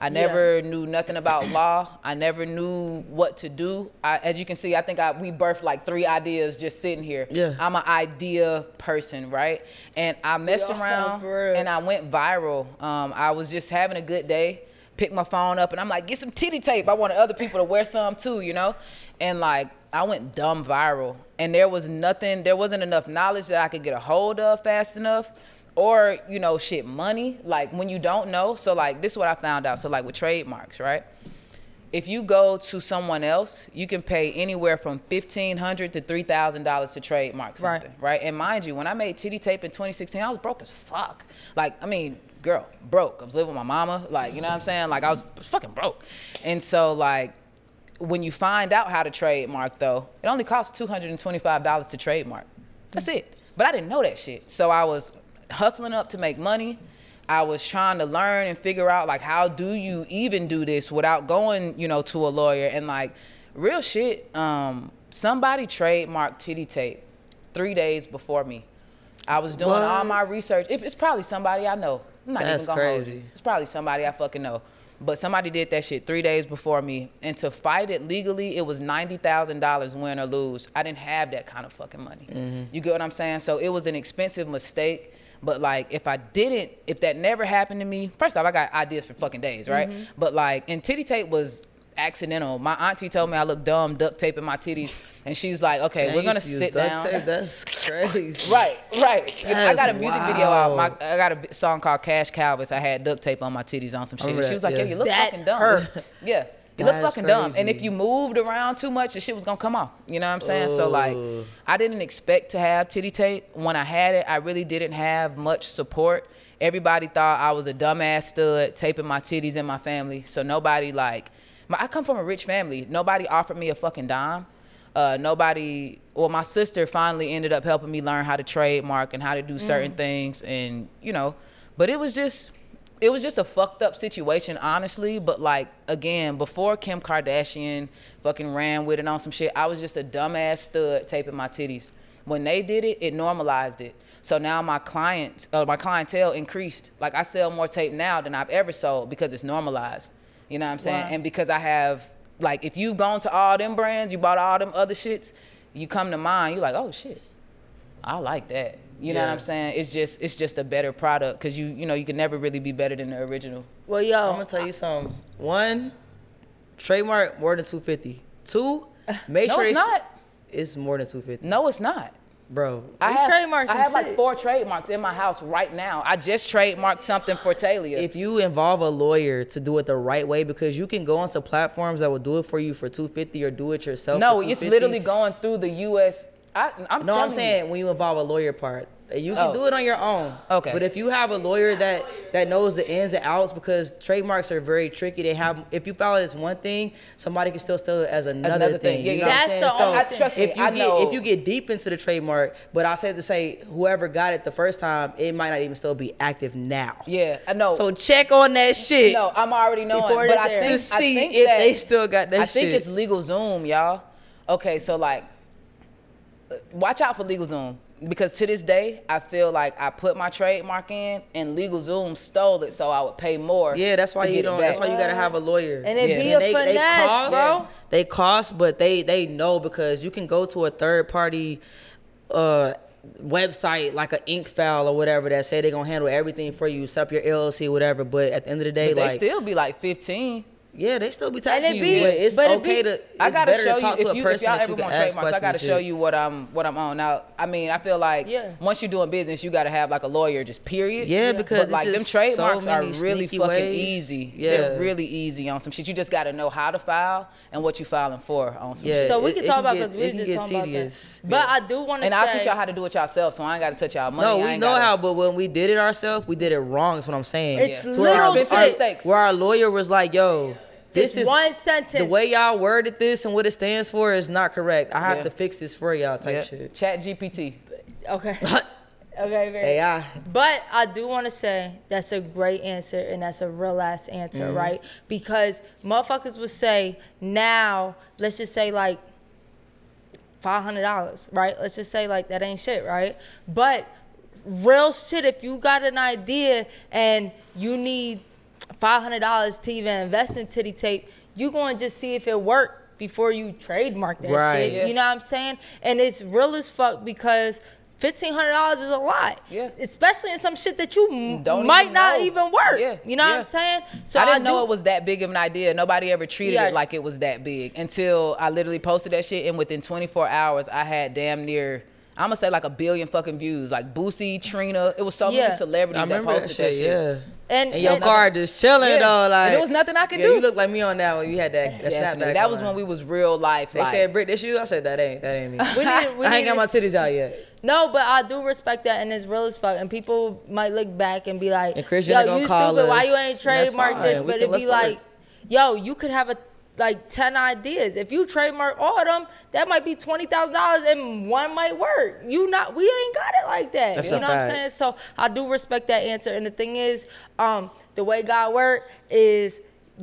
[SPEAKER 3] I
[SPEAKER 2] Yeah.
[SPEAKER 3] never knew nothing about law. I never knew what to do. I, as you can see, I think I, we birthed like three ideas just sitting here.
[SPEAKER 1] Yeah.
[SPEAKER 3] I'm an idea person, right? And I messed
[SPEAKER 1] Yeah,
[SPEAKER 3] around and I went viral. Um, I was just having a good day, picked my phone up, and I'm like, get some titty tape. I wanted other people to wear some too, you know? And like, I went dumb viral. And there was nothing, there wasn't enough knowledge that I could get a hold of fast enough. Or, you know, shit, money. Like, when you don't know. So, like, this is what I found out. So, like, with trademarks, right? if you go to someone else, you can pay anywhere from fifteen hundred to three thousand dollars to trademark something, right. And mind you, when I made Titty Tape in 2016, I was broke as fuck. Like, I mean, girl, broke. I was living with my mama. Like, you know what I'm saying? Like, I was fucking broke. And so, like, when you find out how to trademark, though, it only costs two hundred and twenty-five dollars to trademark. That's it. But I didn't know that shit, so I was hustling up to make money. I was trying to learn and figure out like how do you even do this without going, you know, to a lawyer and like real shit. Um, somebody trademarked titty tape three days before me. I was doing all my research. It- it's probably somebody I know. I'm not
[SPEAKER 1] That's
[SPEAKER 3] even gonna hold you.
[SPEAKER 1] crazy.
[SPEAKER 3] It's probably somebody I fucking know. But somebody did that shit three days before me. And to fight it legally, it was $90,000 win or lose. I didn't have that kind of fucking money.
[SPEAKER 1] Mm-hmm.
[SPEAKER 3] You get what I'm saying? So it was an expensive mistake. But like, if I didn't, if that never happened to me, first off, I got ideas for fucking days, right?
[SPEAKER 1] Mhm.
[SPEAKER 3] But like, and titty tape was accidental. My auntie told me I look dumb duct taping my titties, and she's like, "Okay,
[SPEAKER 1] Dang,
[SPEAKER 3] we're
[SPEAKER 1] you
[SPEAKER 3] gonna
[SPEAKER 1] should use
[SPEAKER 3] sit
[SPEAKER 1] duct
[SPEAKER 3] down."
[SPEAKER 1] tape. That's crazy.
[SPEAKER 3] Right, right. You know, I
[SPEAKER 1] That's
[SPEAKER 3] got a music video out. My,
[SPEAKER 1] wild.
[SPEAKER 3] I got a vi- song called Cash Calvis. I had duct tape on my titties on some shit.
[SPEAKER 1] I
[SPEAKER 3] And she
[SPEAKER 1] read-
[SPEAKER 3] was like, "Yeah,
[SPEAKER 1] yeah.
[SPEAKER 3] you look
[SPEAKER 1] That
[SPEAKER 3] fucking dumb."
[SPEAKER 1] hurt.
[SPEAKER 3] Yeah. You
[SPEAKER 1] That
[SPEAKER 3] look
[SPEAKER 1] is
[SPEAKER 3] fucking dumb. And if you moved around too much, the shit was gonna come off. You know what I'm saying? So like
[SPEAKER 1] Ooh.
[SPEAKER 3] I didn't expect to have titty tape. When I had it, I really didn't have much support. Everybody thought I was a dumbass stud taping my titties in my family. So nobody like my, I come from a rich family. Nobody offered me a fucking dime. Uh, nobody well my sister finally ended up helping me learn how to trademark and how to do certain
[SPEAKER 1] Mm.
[SPEAKER 3] things and you know but it was just it was just a fucked up situation, honestly. But like again, before Kim Kardashian fucking ran with it on some shit, I was just a dumbass stud taping my titties. When they did it, it normalized it. So now my clients, uh, my clientele increased. Like I sell more tape now than I've ever sold because it's normalized. You know what I'm saying?
[SPEAKER 1] Wow.
[SPEAKER 3] And because I have, like, if you've gone to all them brands, you bought all them other shits, you come to mine, you're like, oh shit, I like that. You know what
[SPEAKER 2] Yeah.
[SPEAKER 3] I'm saying? It's just it's just a better product because you you know you can never really be better than the original.
[SPEAKER 2] Well, yo,
[SPEAKER 1] I'm gonna tell you something. One, trademark more than 250. Two, make
[SPEAKER 3] No,
[SPEAKER 1] sure
[SPEAKER 3] it's not.
[SPEAKER 1] It's more than 250.
[SPEAKER 3] No, it's not,
[SPEAKER 1] bro.
[SPEAKER 3] I have
[SPEAKER 2] trademarked
[SPEAKER 3] I
[SPEAKER 2] some
[SPEAKER 3] have like
[SPEAKER 2] shit.
[SPEAKER 3] four trademarks in my house right now. I just trademarked something for Talia.
[SPEAKER 1] If you involve a lawyer to do it the right way, because you can go onto platforms that will do it for you for 250 or do it yourself.
[SPEAKER 3] no,
[SPEAKER 1] for
[SPEAKER 3] it's
[SPEAKER 1] 250.
[SPEAKER 3] literally going through the U.S. I, I'm
[SPEAKER 1] no,
[SPEAKER 3] telling
[SPEAKER 1] I'm
[SPEAKER 3] you.
[SPEAKER 1] saying when you involve a lawyer part, you can
[SPEAKER 3] Oh.
[SPEAKER 1] do it on your own.
[SPEAKER 3] Okay.
[SPEAKER 1] But if you have a lawyer that that knows the ins and outs, because trademarks are very tricky. They have if you file it as one thing, somebody can still steal it as another,
[SPEAKER 3] Another thing.
[SPEAKER 1] thing.
[SPEAKER 3] Yeah,
[SPEAKER 1] you
[SPEAKER 3] yeah.
[SPEAKER 1] know what
[SPEAKER 3] That's
[SPEAKER 1] I'm saying?
[SPEAKER 3] the
[SPEAKER 1] So
[SPEAKER 3] only- I- trust me,
[SPEAKER 1] if you
[SPEAKER 3] I
[SPEAKER 1] get
[SPEAKER 3] know.
[SPEAKER 1] if you get deep into the trademark, but I said to say whoever got it the first time, it might not even still be active now.
[SPEAKER 3] Yeah, I know.
[SPEAKER 1] So check on that shit.
[SPEAKER 3] No, I'm already knowing.
[SPEAKER 1] Before
[SPEAKER 3] but
[SPEAKER 1] it's
[SPEAKER 3] I
[SPEAKER 1] there.
[SPEAKER 3] think,
[SPEAKER 1] To
[SPEAKER 3] I
[SPEAKER 1] see
[SPEAKER 3] think
[SPEAKER 1] if
[SPEAKER 3] that-
[SPEAKER 1] they still got that
[SPEAKER 3] I think
[SPEAKER 1] shit.
[SPEAKER 3] it's legal Zoom, y'all. Okay, so like, uh, watch out for legal Zoom because to this day, I feel like I put my trademark in and legal Zoom stole it, so I would pay more.
[SPEAKER 1] Yeah, that's why
[SPEAKER 3] to
[SPEAKER 1] you
[SPEAKER 3] get it
[SPEAKER 1] don't. That's
[SPEAKER 3] back.
[SPEAKER 1] why you gotta have a lawyer.
[SPEAKER 3] And it be a finesse, bro.
[SPEAKER 1] They cost, but they they know because you can go to a third party uh, website like an ink file or whatever that say they gonna handle everything for you, set up your LLC, whatever. But at the end of the day,
[SPEAKER 3] But they
[SPEAKER 1] like
[SPEAKER 3] still be like 15.
[SPEAKER 1] Yeah, they still be
[SPEAKER 3] And
[SPEAKER 1] talking
[SPEAKER 3] it
[SPEAKER 1] to you,
[SPEAKER 3] be-
[SPEAKER 1] but it's
[SPEAKER 3] but it
[SPEAKER 1] okay
[SPEAKER 3] be-
[SPEAKER 1] to. It's
[SPEAKER 3] I gotta
[SPEAKER 1] better
[SPEAKER 3] show
[SPEAKER 1] to talk
[SPEAKER 3] you
[SPEAKER 1] to
[SPEAKER 3] if
[SPEAKER 1] a
[SPEAKER 3] you if
[SPEAKER 1] person
[SPEAKER 3] y'all
[SPEAKER 1] that
[SPEAKER 3] ever
[SPEAKER 1] you can
[SPEAKER 3] want
[SPEAKER 1] ask
[SPEAKER 3] trademarks,
[SPEAKER 1] questions.
[SPEAKER 3] I gotta
[SPEAKER 1] and
[SPEAKER 3] show
[SPEAKER 1] shit.
[SPEAKER 3] you what I'm what I'm on. Now, I mean, I feel like once you're doing business, you gotta have like a lawyer, just period.
[SPEAKER 1] Yeah, because
[SPEAKER 3] but, like
[SPEAKER 1] it's
[SPEAKER 3] them
[SPEAKER 1] just so
[SPEAKER 3] trademarks are
[SPEAKER 1] many
[SPEAKER 3] really
[SPEAKER 1] sneaky
[SPEAKER 3] fucking
[SPEAKER 1] ways.
[SPEAKER 3] easy.
[SPEAKER 1] Yeah.
[SPEAKER 3] They're really easy on some shit. You just gotta know how to file and what you filing for on some
[SPEAKER 1] Yeah,
[SPEAKER 3] shit.
[SPEAKER 1] So we it- can it talk can about- get- 'cause we it was can just get talking about that. tedious. But
[SPEAKER 2] I do wanna
[SPEAKER 3] and I'll
[SPEAKER 2] say-
[SPEAKER 3] teach y'all how to do it yourself, so I ain't gotta touch y'all money.
[SPEAKER 1] No,
[SPEAKER 3] I
[SPEAKER 1] we
[SPEAKER 3] ain't
[SPEAKER 1] know
[SPEAKER 3] gotta-
[SPEAKER 1] how, but when we did it ourselves, we did it wrong. Is what I'm saying.
[SPEAKER 2] It's
[SPEAKER 1] To where
[SPEAKER 2] little shit. mistakes.
[SPEAKER 1] Where our lawyer was like, "Yo, this
[SPEAKER 2] Just
[SPEAKER 1] is
[SPEAKER 2] one sentence.
[SPEAKER 1] The way y'all worded this and what it stands for is not correct. I have
[SPEAKER 2] Yeah.
[SPEAKER 1] to fix this for y'all." Type
[SPEAKER 2] Yeah.
[SPEAKER 1] shit.
[SPEAKER 3] Chat GPT.
[SPEAKER 2] Okay. okay, very.
[SPEAKER 1] AI.
[SPEAKER 2] But I do want to say that's a great answer and that's a real ass answer,
[SPEAKER 1] Mhm.
[SPEAKER 2] right? Because motherfuckers would say now, let's just say like five hundred dollars, right? Let's just say like that ain't shit, right? But real shit, if you got an idea and you need five hundred dollars to even invest in titty tape, you going to just see if it work before you trademark that
[SPEAKER 1] Right.
[SPEAKER 2] shit.
[SPEAKER 1] Yeah.
[SPEAKER 2] You know what I'm saying? And it's real as fuck because. Fifteen hundred dollars is a lot, yeah. Especially in some shit that you m-
[SPEAKER 3] Don't
[SPEAKER 2] might
[SPEAKER 3] even
[SPEAKER 2] not
[SPEAKER 3] know.
[SPEAKER 2] even work.
[SPEAKER 3] Yeah,
[SPEAKER 2] You know what
[SPEAKER 3] yeah.
[SPEAKER 2] I'm saying?
[SPEAKER 3] I didn't
[SPEAKER 2] do-
[SPEAKER 3] know it was that big of an idea. Nobody ever treated
[SPEAKER 2] Yeah.
[SPEAKER 3] it like it was that big until I literally posted that shit, and within 24 hours, I had damn near. I'm gonna say like a billion fucking views, like Boosie, Trina. It was so
[SPEAKER 2] Yeah.
[SPEAKER 3] many celebrities
[SPEAKER 1] I
[SPEAKER 3] that
[SPEAKER 1] remember that
[SPEAKER 3] posted
[SPEAKER 1] shit, yeah.
[SPEAKER 2] And,
[SPEAKER 1] And your card just chilling
[SPEAKER 3] Yeah.
[SPEAKER 1] though,
[SPEAKER 3] And
[SPEAKER 1] like
[SPEAKER 3] there was nothing I could
[SPEAKER 1] yeah,
[SPEAKER 3] do.
[SPEAKER 1] You look like me on that one. You had that, that
[SPEAKER 3] Definitely.
[SPEAKER 1] snapback.
[SPEAKER 3] That was
[SPEAKER 1] on.
[SPEAKER 3] when we was real life.
[SPEAKER 1] They
[SPEAKER 3] like-
[SPEAKER 1] said, "Brick, this you." I said, "That ain't that ain't me."
[SPEAKER 2] We need- we
[SPEAKER 1] I ain't
[SPEAKER 2] need
[SPEAKER 1] got my titties out yet.
[SPEAKER 2] No, but I do respect that, and it's real as fuck. And people might look back and be like,
[SPEAKER 1] And Chris Jenner
[SPEAKER 2] "Yo,
[SPEAKER 1] gonna
[SPEAKER 2] you
[SPEAKER 1] call
[SPEAKER 2] stupid. Why
[SPEAKER 1] us,
[SPEAKER 2] you ain't
[SPEAKER 1] and that's
[SPEAKER 2] trademark
[SPEAKER 1] fine.
[SPEAKER 2] this?"
[SPEAKER 1] We
[SPEAKER 2] But
[SPEAKER 1] can-
[SPEAKER 2] it'd
[SPEAKER 1] let's
[SPEAKER 2] be
[SPEAKER 1] work.
[SPEAKER 2] like, "Yo, you could have a like ten ideas. If you trademark all of them, that might be twenty thousand dollars, and one might work. You not, we ain't got it like that.
[SPEAKER 12] That's
[SPEAKER 2] you
[SPEAKER 12] a
[SPEAKER 2] know what I'm
[SPEAKER 12] fact.
[SPEAKER 2] saying? So I do respect that answer. And the thing is, um, the way God work is